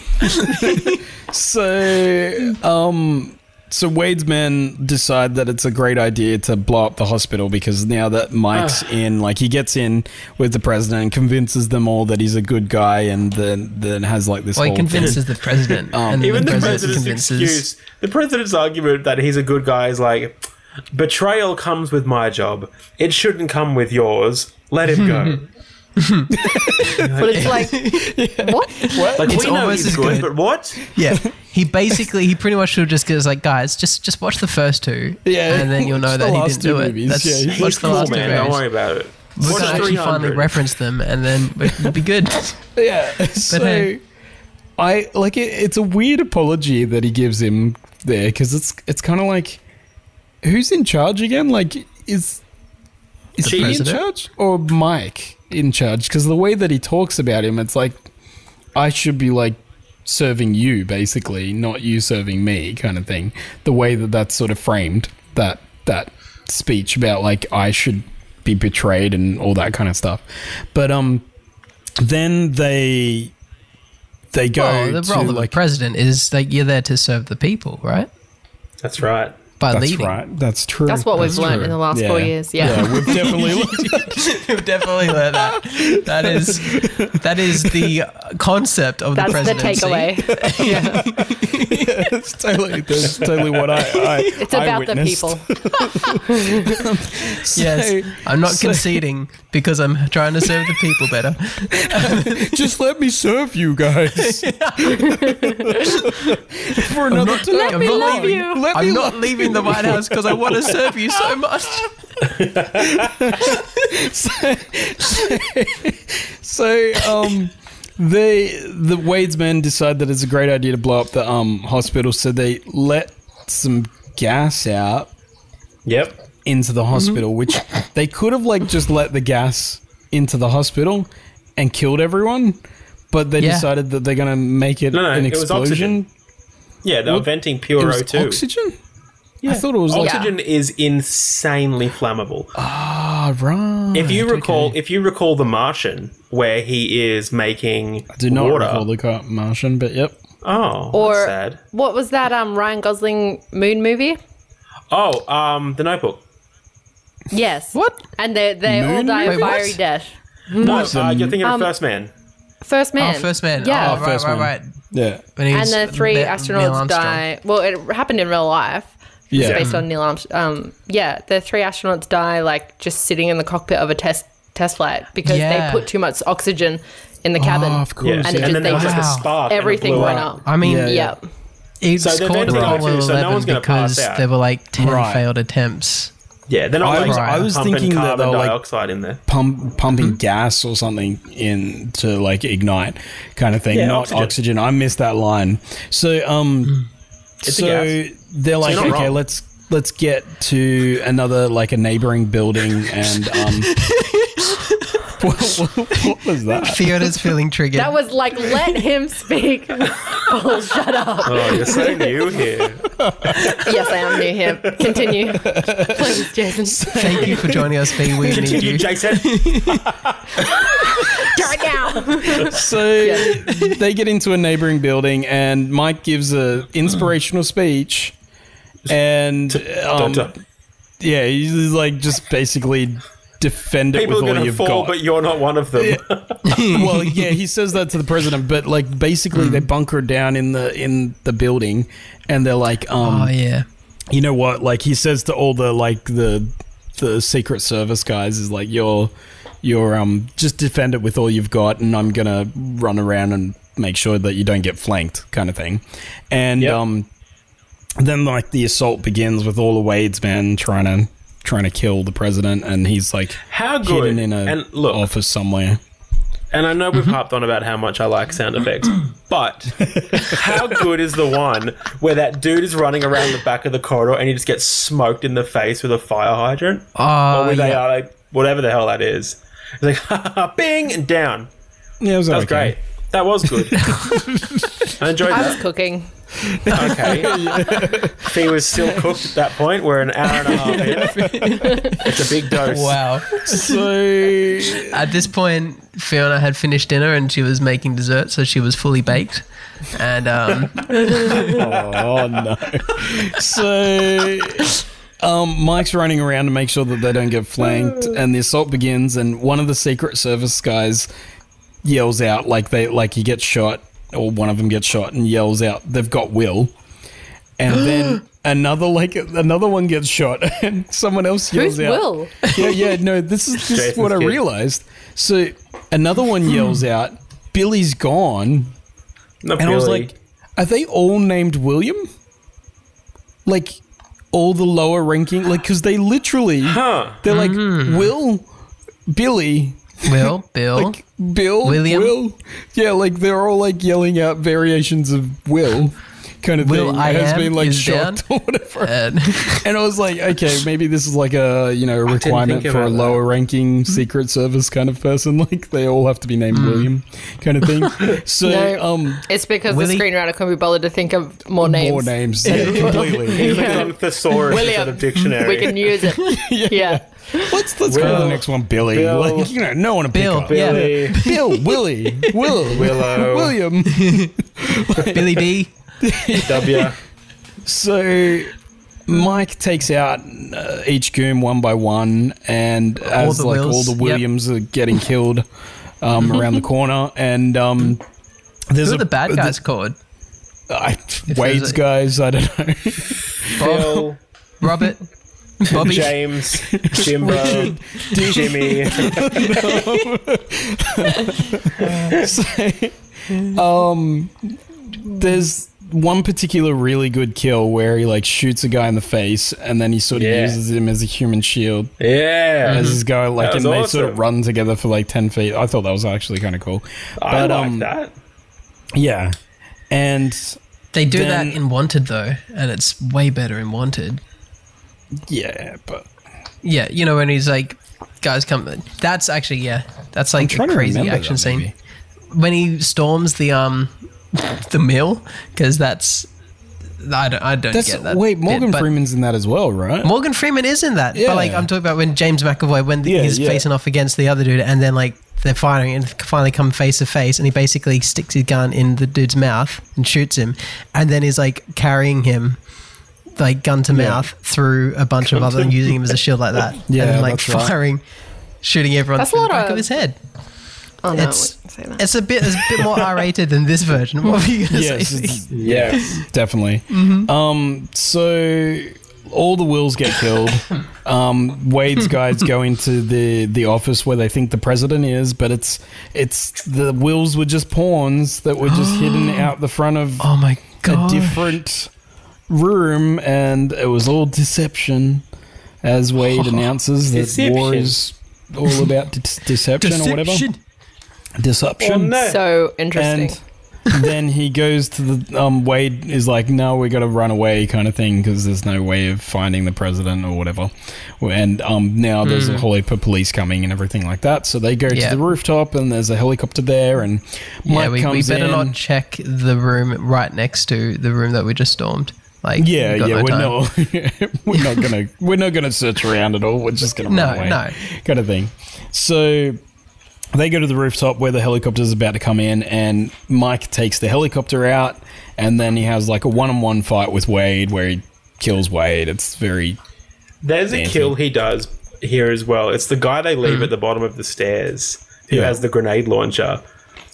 Speaker 5: So, um, so Wade's men decide that it's a great idea to blow up the hospital because now that Mike's
Speaker 6: Ah.
Speaker 5: in, like he gets in with the president and convinces them all that he's a good guy, and then then has like this
Speaker 6: Well, he
Speaker 5: whole thing.
Speaker 6: convinces the president. and then
Speaker 2: Even the,
Speaker 6: president
Speaker 2: president's excuse, the president's argument that he's a good guy is like, betrayal comes with my job. It shouldn't come with yours. Let him
Speaker 6: *laughs*
Speaker 2: go.
Speaker 4: But it's like, what?
Speaker 2: Like
Speaker 6: It's
Speaker 2: we know
Speaker 6: almost
Speaker 2: he's
Speaker 6: as
Speaker 2: good,
Speaker 6: good.
Speaker 2: but what?
Speaker 6: Yeah. He basically, he pretty much should have just goes like, guys, just just watch the first two.
Speaker 5: Yeah.
Speaker 6: And then you'll know
Speaker 5: Watch
Speaker 6: that
Speaker 5: the
Speaker 6: he
Speaker 5: last
Speaker 6: didn't
Speaker 5: two
Speaker 6: do it.
Speaker 5: movies.
Speaker 6: That's,
Speaker 5: Yeah, he's
Speaker 6: watch the
Speaker 2: Cool
Speaker 6: last
Speaker 2: man,
Speaker 6: two
Speaker 2: don't
Speaker 6: movies.
Speaker 2: worry about it.
Speaker 6: We're
Speaker 2: Watch
Speaker 6: gonna actually finally
Speaker 2: 300.
Speaker 6: reference them, and then it'll be good.
Speaker 5: Yeah. so
Speaker 6: hey.
Speaker 5: I like it, it's a weird apology that he gives him there because it's it's kind of like who's in charge again? Like is is
Speaker 6: The
Speaker 5: he in
Speaker 6: president?
Speaker 5: charge or Mike in charge? Because the way that he talks about him, it's like I should be like serving you basically, not you serving me, kind of thing. The way that that's sort of framed that that speech about like I should be betrayed and all that kind of stuff. But um, then they they *laughs* go
Speaker 6: Well, the
Speaker 5: to
Speaker 6: role of
Speaker 5: like
Speaker 6: a president is that you're there to serve the people, right?
Speaker 2: That's right.
Speaker 6: By
Speaker 5: that's
Speaker 6: leading. *laughs*
Speaker 5: right, that's true.
Speaker 4: That's what we've learned
Speaker 5: true.
Speaker 4: in the last four years. Yeah.
Speaker 5: we've definitely
Speaker 4: *laughs*
Speaker 5: learned.
Speaker 6: We've definitely learned that. That is that is the concept of
Speaker 4: That's
Speaker 6: the
Speaker 4: the
Speaker 6: presidency. *laughs*
Speaker 4: takeaway.
Speaker 5: That's totally that's totally what I. I
Speaker 4: *laughs* It's about the people.
Speaker 6: Yes, I'm not conceding because I'm trying to serve the people better.
Speaker 5: *laughs* Just let me serve you
Speaker 4: *laughs*
Speaker 5: guys *laughs* for another time.
Speaker 4: Let me
Speaker 6: not
Speaker 4: love
Speaker 6: leaving.
Speaker 4: you.
Speaker 5: Let me
Speaker 6: I'm
Speaker 5: lo-
Speaker 6: not leaving
Speaker 5: *laughs*
Speaker 6: the White House because I want to serve you so much.
Speaker 5: So um, they the Wade's men decide that it's a great idea to blow up the um hospital, so they let some gas out
Speaker 2: Yep.
Speaker 5: into the hospital,
Speaker 6: Mm-hmm.
Speaker 5: which they could have like just let the gas into the hospital and killed everyone, but they
Speaker 6: Yeah.
Speaker 5: decided that they're gonna make it
Speaker 2: No, no,
Speaker 5: an
Speaker 2: it was
Speaker 5: explosion.
Speaker 2: Yeah, they were venting
Speaker 5: It
Speaker 2: pure
Speaker 5: was
Speaker 2: O2.
Speaker 5: oxygen. I thought it was like
Speaker 2: Oxygen is insanely flammable.
Speaker 5: ah right.
Speaker 2: if you recall,
Speaker 5: okay.
Speaker 2: if you recall The Martian, where he is making
Speaker 5: I do not
Speaker 2: water.
Speaker 5: recall the car Martian, but yep.
Speaker 2: oh,
Speaker 4: Or
Speaker 2: that's sad.
Speaker 4: what was that um Ryan Gosling moon movie?
Speaker 2: Oh, um, The Notebook.
Speaker 4: Yes.
Speaker 6: What?
Speaker 4: And they they all
Speaker 5: Moon
Speaker 4: die a
Speaker 6: movie? Wait, what?
Speaker 4: fiery death.
Speaker 5: Mm.
Speaker 2: No, uh, you're thinking
Speaker 4: Um,
Speaker 2: of First Man.
Speaker 4: First man.
Speaker 6: Oh, first man.
Speaker 4: Yeah.
Speaker 6: Oh, right,
Speaker 5: First man.
Speaker 6: right, right.
Speaker 5: Yeah.
Speaker 6: When he
Speaker 4: and
Speaker 6: was
Speaker 4: the three
Speaker 6: Ne- Neil
Speaker 4: astronauts
Speaker 6: Armstrong.
Speaker 4: die. Well, it happened in real life.
Speaker 5: Yeah.
Speaker 4: It's based on Neil Armstrong. Um, yeah, the three astronauts die like just sitting in the cockpit of a test test flight because
Speaker 6: Yeah.
Speaker 4: they put too much oxygen in the cabin.
Speaker 5: Oh, of course.
Speaker 2: Yeah.
Speaker 5: And
Speaker 2: And,
Speaker 4: it just-
Speaker 2: then there was
Speaker 4: they
Speaker 2: just a
Speaker 6: just-
Speaker 2: spark. Oh, and it
Speaker 4: Everything
Speaker 2: blew
Speaker 4: went
Speaker 2: up.
Speaker 4: up.
Speaker 6: I mean,
Speaker 5: Yeah,
Speaker 4: Yeah.
Speaker 5: yeah.
Speaker 6: It's
Speaker 2: So they're
Speaker 6: called
Speaker 2: venting
Speaker 6: Apollo
Speaker 2: too, so no
Speaker 6: 11
Speaker 2: one's gonna
Speaker 6: because
Speaker 2: pass out.
Speaker 6: there were like 10
Speaker 5: Right.
Speaker 2: *laughs*
Speaker 6: failed attempts.
Speaker 2: Yeah, then
Speaker 5: I
Speaker 2: I
Speaker 5: was-
Speaker 2: was,
Speaker 5: I was
Speaker 2: pumping
Speaker 5: thinking that
Speaker 2: carbon
Speaker 5: they were, like-
Speaker 2: dioxide in there.
Speaker 5: pump, pumping
Speaker 2: Mm-hmm.
Speaker 5: gas or something in to like ignite kind of thing,
Speaker 2: Yeah,
Speaker 5: not oxygen.
Speaker 2: oxygen. Mm.
Speaker 5: I missed that line. So um,
Speaker 2: It's a
Speaker 5: so
Speaker 2: gas.
Speaker 5: they're like,
Speaker 2: you're not
Speaker 5: okay,
Speaker 2: wrong.
Speaker 5: let's let's get to another like a neighboring building and um.
Speaker 2: *laughs*
Speaker 5: what, what, what was that?
Speaker 6: Fiona's feeling triggered.
Speaker 4: That was like, let him speak. oh, shut up.
Speaker 2: Oh, you're
Speaker 5: *laughs*
Speaker 2: so new here.
Speaker 4: Yes, I am new here. Continue. Please,
Speaker 6: *laughs*
Speaker 4: Jason.
Speaker 6: Thank you for joining us, B. We need
Speaker 2: you,
Speaker 6: you.
Speaker 2: Jason.
Speaker 4: Right now.
Speaker 5: So they get into a neighboring building and Mike gives a inspirational speech. And *laughs* um,
Speaker 2: Doctor.
Speaker 5: yeah, he's like just basically defend it
Speaker 2: People are
Speaker 5: with all
Speaker 2: going to
Speaker 5: you've
Speaker 2: fall,
Speaker 5: got.
Speaker 2: but you're not one of them.
Speaker 5: well, yeah, he says that to the president, but like Mm. basically they bunker down in the in the building, and they're like, um,
Speaker 6: Oh, yeah.
Speaker 5: you know what? Like he says to all the like the the Secret Service guys is like you're you're um just defend it with all you've got, and I'm gonna run around and make sure that you don't get flanked, kind of thing. And
Speaker 2: Yep.
Speaker 5: um, then like the assault begins with all the Wade's men trying to trying to kill the president, and he's like
Speaker 2: How good.
Speaker 5: hidden in a
Speaker 2: and look,
Speaker 5: office somewhere.
Speaker 2: and I know we've harped on about how much I like sound effects, but how good is the one where that dude is running around the back of the corridor and he just gets smoked in the face with a fire hydrant?
Speaker 6: Oh,
Speaker 2: or with
Speaker 6: yeah.
Speaker 2: AI, like, whatever the hell that is. It's like, *laughs* ha, ha, ha, bing, and down.
Speaker 5: Yeah, it was,
Speaker 2: That was great. That was good. I enjoyed
Speaker 4: I was
Speaker 2: that.
Speaker 4: cooking.
Speaker 2: Okay. Fee was still cooked at that point. We're an hour and a half in. It's a big dose.
Speaker 6: Wow.
Speaker 5: So
Speaker 6: At this point, Fiona had finished dinner and she was making dessert, so she was fully baked.
Speaker 2: *laughs*
Speaker 6: And um,
Speaker 5: oh no. So um, Mike's running around to make sure that they don't get flanked, and the assault begins. And one of the Secret Service guys yells out, like they like he gets shot, or one of them gets shot, and yells out, "They've got Will." And then another like another one gets shot, *laughs* and someone else yells
Speaker 4: Who's
Speaker 5: out,
Speaker 4: Will?
Speaker 5: yeah, yeah, no, this is this is
Speaker 2: Jason's
Speaker 5: what I
Speaker 2: kid.
Speaker 5: realized. So another one yells out, "Billy's gone."
Speaker 2: Not
Speaker 5: And I was
Speaker 2: really.
Speaker 5: like, are they all named William? Like, all the lower ranking? Like, because they literally,
Speaker 2: huh.
Speaker 5: they're like,
Speaker 6: Mm-hmm.
Speaker 5: Will, Billy,
Speaker 6: Will, Bill,
Speaker 5: like, Bill,
Speaker 6: William?
Speaker 5: Will. Yeah, like, they're all like yelling out variations of Will kind of
Speaker 6: Will
Speaker 5: thing.
Speaker 6: I
Speaker 5: has
Speaker 6: am
Speaker 5: been like
Speaker 6: is Uh,
Speaker 5: shocked *laughs* or whatever.
Speaker 6: and *laughs*
Speaker 5: And I was like, okay, maybe this is like a, you know, a requirement
Speaker 2: think
Speaker 5: for a
Speaker 2: about that.
Speaker 5: lower ranking
Speaker 6: Mm-hmm.
Speaker 5: Secret Service kind of person. Like, they all have to be
Speaker 6: Mm.
Speaker 5: named William kind of
Speaker 6: *laughs*
Speaker 5: thing. So,
Speaker 4: No.
Speaker 5: um,
Speaker 4: It's because
Speaker 6: Willie-
Speaker 4: the screenwriter couldn't be bothered to think of more names.
Speaker 5: More names, yeah, completely.
Speaker 2: He's looking on thesaurus instead of dictionary.
Speaker 4: We can use it. yeah.
Speaker 5: Let's let's go to the next one, Billy.
Speaker 2: Bill.
Speaker 5: like you know, no one to
Speaker 6: Bill,
Speaker 5: pick up.
Speaker 6: yeah,
Speaker 2: Billy,
Speaker 5: Bill,
Speaker 6: *laughs*
Speaker 5: Willie, Will,
Speaker 2: *laughs* Willow.
Speaker 5: William.
Speaker 6: Billy B.
Speaker 2: *laughs* W.
Speaker 5: So Mike takes out uh, each goon one by one, and as
Speaker 6: the
Speaker 5: like
Speaker 6: Wills,
Speaker 5: all the
Speaker 6: yep.
Speaker 5: Williams are getting killed um,
Speaker 6: *laughs*
Speaker 5: around the corner, and um, there's
Speaker 6: Who are
Speaker 5: a
Speaker 6: the bad
Speaker 5: uh,
Speaker 6: guys called?
Speaker 5: I,
Speaker 6: there's
Speaker 5: Wade's
Speaker 6: a-
Speaker 5: guys. I don't know.
Speaker 6: Bob,
Speaker 2: Bill,
Speaker 6: Robert,
Speaker 2: *laughs*
Speaker 6: Bobby.
Speaker 2: James, Jimbo, *laughs* Jimmy.
Speaker 5: *laughs* say, um, there's one particular really good kill where he like shoots a guy in the face and then he sort of
Speaker 2: Yeah.
Speaker 5: uses him as a human shield
Speaker 2: Yeah.
Speaker 5: as his guy like
Speaker 2: That
Speaker 5: and
Speaker 2: was
Speaker 5: they sort of
Speaker 2: awesome.
Speaker 5: run together for like 10 feet i thought that was actually kind of cool
Speaker 2: I
Speaker 5: but,
Speaker 2: like
Speaker 5: um,
Speaker 2: that.
Speaker 5: yeah and
Speaker 6: They do
Speaker 5: Then-
Speaker 6: that in Wanted though, and it's way better in Wanted.
Speaker 5: yeah but
Speaker 6: Yeah, you know when he's like, guys come. That's actually yeah, that's like a
Speaker 5: trying to
Speaker 6: crazy
Speaker 5: remember
Speaker 6: action
Speaker 5: that
Speaker 6: scene.
Speaker 5: movie.
Speaker 6: When he storms the um, *laughs* the mill because that's I don't I don't
Speaker 5: that's
Speaker 6: get that.
Speaker 5: wait
Speaker 6: bit,
Speaker 5: morgan
Speaker 6: but-
Speaker 5: freeman's in that as well right
Speaker 6: Morgan Freeman is in that.
Speaker 5: Yeah.
Speaker 6: But like I'm talking about when James McAvoy when the,
Speaker 5: Yeah,
Speaker 6: he's
Speaker 5: yeah.
Speaker 6: facing off against the other dude and then like they're firing and finally come face to face and he basically sticks his gun in the dude's mouth and shoots him and then is like carrying him like gun to mouth through a bunch of other and using him as a shield like that.
Speaker 5: *laughs* Yeah,
Speaker 6: And then, like
Speaker 5: that's right.
Speaker 6: firing shooting everyone
Speaker 4: That's a
Speaker 6: through the
Speaker 4: lot
Speaker 6: back of,
Speaker 4: of-
Speaker 6: his head.
Speaker 4: Oh, no,
Speaker 6: It's-
Speaker 4: I wouldn't say that.
Speaker 6: It's a bit it's a
Speaker 5: *laughs*
Speaker 6: bit more R rated than this version. What were you gonna *laughs*
Speaker 5: yes
Speaker 6: say?
Speaker 5: it's-
Speaker 2: Yes.
Speaker 5: definitely.
Speaker 2: Mm-hmm.
Speaker 5: Um, so all the wills get
Speaker 2: *coughs*
Speaker 5: killed. um, Wade's guys go into the the office where they think the president is, but it's it's the wills were just pawns that were
Speaker 2: *gasps*
Speaker 5: just hidden out the front of
Speaker 6: Oh my
Speaker 5: a
Speaker 6: god.
Speaker 5: different room, and it was all deception. As
Speaker 2: *laughs*
Speaker 5: Wade announces that war
Speaker 2: Deception.
Speaker 5: is all about de- deception, or whatever.
Speaker 6: Deception.
Speaker 5: Deception
Speaker 2: Oh, no.
Speaker 4: so interesting.
Speaker 5: and then he goes to the um, Wade is like, no, we got to run away, kind of thing, because there's no way of finding the president or whatever. And um, now there's a whole heap of police coming and everything like that. So they go
Speaker 6: Hmm. Yeah.
Speaker 5: to the rooftop, and there's a helicopter there, and Mike
Speaker 6: yeah, we, we
Speaker 5: comes
Speaker 6: better
Speaker 5: in.
Speaker 6: not check the room right next to the room that we just stormed. Like,
Speaker 5: yeah,
Speaker 6: we've got
Speaker 5: yeah,
Speaker 6: no
Speaker 5: we're
Speaker 6: time.
Speaker 5: not *laughs* we're not gonna we're not gonna search around at all. We're just gonna
Speaker 6: No,
Speaker 5: run away,
Speaker 6: no.
Speaker 5: kind of thing. So they go to the rooftop where the helicopter's about to come in, and Mike takes the helicopter out, and then he has like a one-on-one fight with Wade where he kills Wade. It's very
Speaker 2: There's a
Speaker 5: Dancing.
Speaker 2: kill he does here as well. It's the guy they leave at the bottom of the stairs who
Speaker 5: Yeah.
Speaker 6: Hmm.
Speaker 2: has the grenade launcher,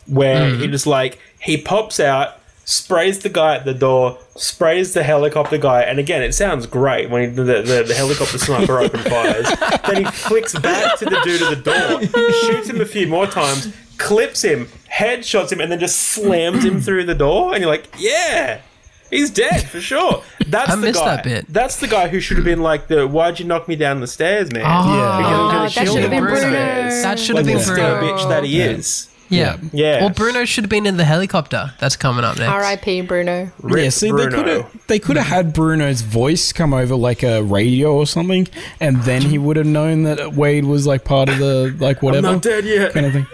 Speaker 2: where he just like he pops out, sprays the guy at the door, sprays the helicopter guy, and again, it sounds great when he, the, the, the helicopter
Speaker 6: *laughs*
Speaker 2: sniper open fires. Then he flicks back to the dude at the door, shoots him a few more times, clips him, headshots him, and then just slams
Speaker 6: *clears throat*
Speaker 2: him through the door. And you're like, yeah. He's dead for sure. That's
Speaker 6: I
Speaker 2: the
Speaker 6: missed
Speaker 2: guy.
Speaker 6: that bit.
Speaker 2: That's the guy who should have been like the "Why'd you knock me down the stairs, man?"
Speaker 6: Ah.
Speaker 2: Because I'm gonna
Speaker 4: Ah, that
Speaker 2: kill
Speaker 4: should have
Speaker 2: you
Speaker 4: been
Speaker 2: on the
Speaker 4: Bruno.
Speaker 2: stairs.
Speaker 6: That should
Speaker 2: Like
Speaker 6: have been
Speaker 2: the stale
Speaker 6: Bruno.
Speaker 2: bitch that he is.
Speaker 6: Yeah.
Speaker 2: Yeah.
Speaker 6: Well, Bruno should have been in the helicopter. That's coming up next.
Speaker 4: R.I.P. Bruno.
Speaker 2: Rip
Speaker 5: yeah, see, they
Speaker 2: Bruno.
Speaker 5: could have they could have had Bruno's voice come over like a radio or something, and then he would have known that Wade was like part of the like whatever
Speaker 2: not dead yet.
Speaker 5: kind of thing.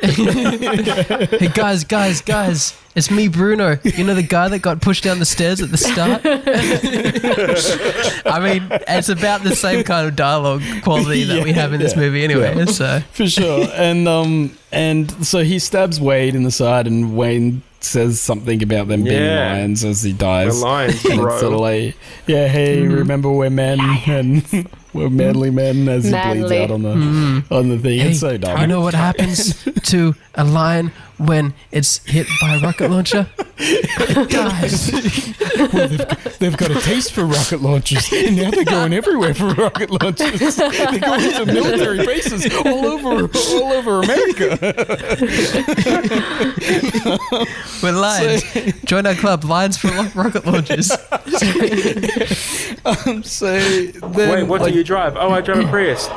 Speaker 6: Hey guys, guys, guys! It's me, Bruno. You know the guy that got pushed down the stairs at the
Speaker 4: *laughs*
Speaker 6: start. I mean, it's about the same kind of dialogue quality that we have in this movie, anyway. So
Speaker 5: for *laughs* sure. And um, and so he stabs Wade in the side, and Wayne says something about them being
Speaker 2: Yeah.
Speaker 5: lions as he dies.
Speaker 2: We're lions,
Speaker 5: and
Speaker 2: bro.
Speaker 5: it's sort of like, yeah, hey, remember we're men and *laughs* we're manly men as he bleeds
Speaker 4: Manly.
Speaker 5: out on the on the thing.
Speaker 6: Hey,
Speaker 5: it's so dumb. *laughs*
Speaker 6: You know what *laughs* happens to a lion when it's hit by a rocket launcher? It
Speaker 5: *laughs*
Speaker 6: dies.
Speaker 5: They've got a taste for rocket launchers, and now they're going everywhere for rocket *laughs* launchers. They're going to military bases all over all over America.
Speaker 6: *laughs* We're *laughs* lions. Join our club, Lions for Lo- Rocket *laughs* Launchers.
Speaker 5: So then,
Speaker 2: Wait, what
Speaker 5: like, Oh.
Speaker 2: do you drive? Oh, I drive
Speaker 5: *laughs*
Speaker 2: a Prius.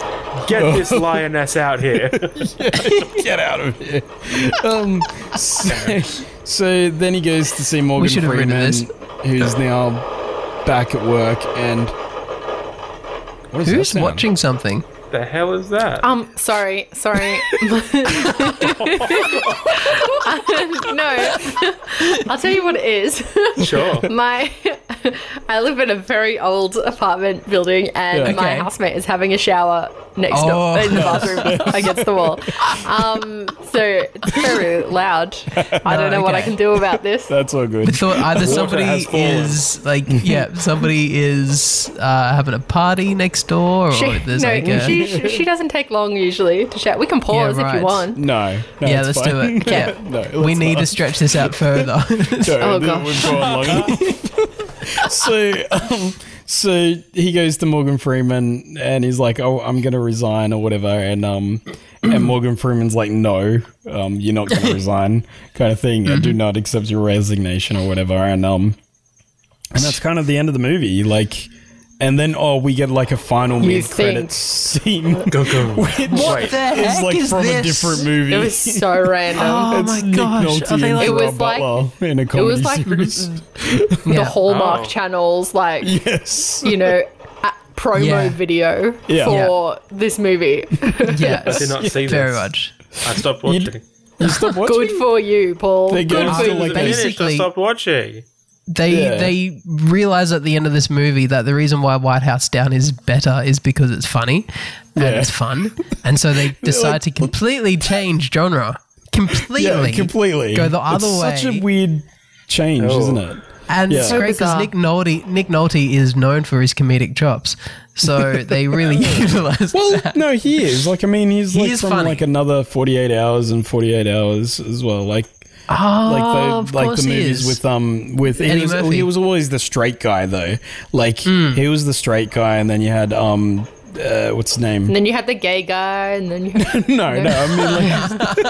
Speaker 2: Get this lioness out here.
Speaker 5: Get out of here. Um, so, so then he goes to see Morgan
Speaker 6: We should have written
Speaker 5: Freeman,
Speaker 6: this.
Speaker 5: who's now back at work, and what is that
Speaker 6: Who's
Speaker 5: sound?
Speaker 6: watching something?
Speaker 2: the hell is that?
Speaker 6: Oh,
Speaker 4: Um, sorry,
Speaker 6: *laughs*
Speaker 4: sorry. *laughs* no, I'll tell you what it is.
Speaker 6: *laughs*
Speaker 4: *laughs*
Speaker 2: sure.
Speaker 4: My, I live in a very old apartment building, and
Speaker 5: Yeah.
Speaker 4: my
Speaker 6: Okay.
Speaker 4: housemate is having a shower next
Speaker 6: Oh.
Speaker 4: door in the bathroom against the wall. Um, so it's very loud. I don't know what I
Speaker 6: okay.
Speaker 4: can do
Speaker 5: *laughs*
Speaker 4: about this.
Speaker 5: That's all good.
Speaker 6: thought either somebody
Speaker 2: has fallen.
Speaker 6: is *laughs* like yeah somebody is uh, having a party next door or
Speaker 4: She,
Speaker 6: there's
Speaker 4: no,
Speaker 6: like a
Speaker 4: she, she she doesn't take long usually to shout. We can pause if
Speaker 6: right.
Speaker 4: you want.
Speaker 5: No, no
Speaker 6: yeah
Speaker 5: it's
Speaker 6: let's
Speaker 5: fine.
Speaker 6: do
Speaker 5: *laughs*
Speaker 6: it yeah
Speaker 5: No,
Speaker 6: we
Speaker 5: let's
Speaker 6: need
Speaker 5: not.
Speaker 6: to stretch this out *laughs* further
Speaker 5: Sorry,
Speaker 4: Oh,
Speaker 5: th-
Speaker 4: gosh.
Speaker 5: we've gone long enough. *laughs* so, um, so he goes to Morgan Freeman and he's like, "Oh, I'm gonna resign or whatever," and um,
Speaker 4: *clears throat*
Speaker 5: and Morgan Freeman's like, "No, um, you're not gonna resign," kind of thing. I do
Speaker 4: Mm-hmm.
Speaker 5: not accept your resignation or whatever, and um, and that's kind of the end of the movie, like. And then, oh, we get like a final
Speaker 4: You
Speaker 5: mid credits scene. Go go! Which
Speaker 6: What the
Speaker 5: is
Speaker 6: heck
Speaker 5: like
Speaker 6: is
Speaker 5: from a
Speaker 6: this?
Speaker 5: different movie.
Speaker 4: It was
Speaker 6: *laughs*
Speaker 4: so random.
Speaker 6: *gasps* oh my
Speaker 5: Nick
Speaker 6: gosh
Speaker 5: Nolte
Speaker 6: are they
Speaker 5: and
Speaker 6: like
Speaker 4: It was
Speaker 5: Gerard
Speaker 4: like-
Speaker 5: Butler in a
Speaker 4: it
Speaker 5: comedy
Speaker 4: was like
Speaker 5: series.
Speaker 4: *laughs* the
Speaker 6: yeah.
Speaker 4: Hallmark
Speaker 2: Oh.
Speaker 4: channels, like *laughs*
Speaker 5: Yes.
Speaker 4: you know, a promo
Speaker 6: Yeah.
Speaker 4: video
Speaker 5: Yeah.
Speaker 4: for this movie.
Speaker 6: *laughs* yeah
Speaker 2: I did not see this.
Speaker 6: very much
Speaker 2: I stopped watching.
Speaker 5: You stop watching.
Speaker 4: *laughs* Good for you, Paul.
Speaker 5: They go
Speaker 4: Good
Speaker 5: after
Speaker 4: for you.
Speaker 5: like
Speaker 2: Finished, I
Speaker 6: basically-
Speaker 2: stopped watching.
Speaker 6: they
Speaker 5: Yeah.
Speaker 6: they realize at the end of this movie that the reason why White House Down is better is because it's funny and
Speaker 5: Yeah.
Speaker 6: it's fun
Speaker 5: *laughs*
Speaker 6: and so they decide to completely change genre completely
Speaker 5: yeah, completely
Speaker 6: go the other
Speaker 5: it's
Speaker 6: way
Speaker 5: Such a weird change, isn't
Speaker 4: Oh.
Speaker 5: it?
Speaker 6: And
Speaker 5: Yeah.
Speaker 6: it's
Speaker 5: So
Speaker 6: great because
Speaker 4: bizarre.
Speaker 6: Nick Nolte, Nick Nolte is known for his comedic chops.
Speaker 5: *laughs*
Speaker 6: So they really utilize
Speaker 5: Well,
Speaker 6: that.
Speaker 5: no,
Speaker 6: *laughs*
Speaker 5: he is. Like, I mean, he's like
Speaker 6: is
Speaker 5: from
Speaker 6: funny.
Speaker 5: like another forty-eight hours and forty-eight hours as well. Like,
Speaker 6: Oh,
Speaker 5: like
Speaker 6: of
Speaker 5: the like
Speaker 6: course
Speaker 5: the
Speaker 6: he
Speaker 5: movies
Speaker 6: is.
Speaker 5: with um with he
Speaker 6: Eddie
Speaker 5: was,
Speaker 6: Murphy. Hmm.
Speaker 5: he was always the straight guy though. Like he was the straight guy, and then you had um uh, what's his name?
Speaker 4: And then you had the gay guy, and then you
Speaker 5: *laughs*
Speaker 4: had
Speaker 5: No, no, I mean like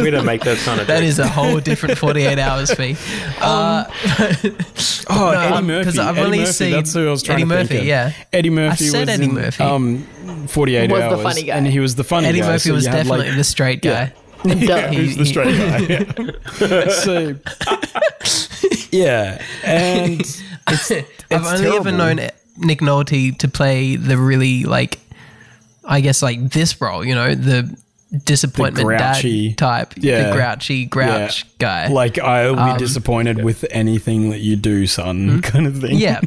Speaker 2: We don't make that kind of.
Speaker 6: That is
Speaker 5: *laughs*
Speaker 6: a whole different 48 hours fee.
Speaker 5: Um,
Speaker 6: Uh,
Speaker 5: oh
Speaker 6: No,
Speaker 5: Eddie
Speaker 6: I'm- 'cause
Speaker 5: Murphy.
Speaker 6: I've
Speaker 5: Eddie
Speaker 6: only
Speaker 5: Murphy,
Speaker 6: seen
Speaker 5: that's who I was trying to
Speaker 6: Eddie
Speaker 5: think
Speaker 6: Murphy,
Speaker 5: of.
Speaker 6: yeah.
Speaker 5: Eddie Murphy.
Speaker 6: I said
Speaker 5: was
Speaker 6: Eddie
Speaker 5: in,
Speaker 6: Murphy.
Speaker 5: Um, forty-eight
Speaker 4: Was the
Speaker 5: hours,
Speaker 4: funny guy.
Speaker 5: and he was the funny
Speaker 6: Eddie
Speaker 5: guy.
Speaker 6: Murphy
Speaker 5: so
Speaker 6: was
Speaker 5: you had,
Speaker 6: definitely
Speaker 5: like,
Speaker 6: the straight guy. *laughs*
Speaker 4: Duh.
Speaker 5: *laughs*
Speaker 6: He-
Speaker 5: Who's the
Speaker 6: he-
Speaker 5: straight guy? Yeah. so, *laughs* yeah, and
Speaker 6: *laughs* I've
Speaker 5: It's
Speaker 6: only
Speaker 5: terrible.
Speaker 6: ever known Nick Nolte to play the really like, I guess like this role, you know, the disappointment
Speaker 5: grouchy-
Speaker 6: dad type,
Speaker 5: yeah.
Speaker 6: the grouchy grouch guy.
Speaker 5: like I'll be disappointed with anything that you do, son, kind of thing. *laughs*
Speaker 6: yeah.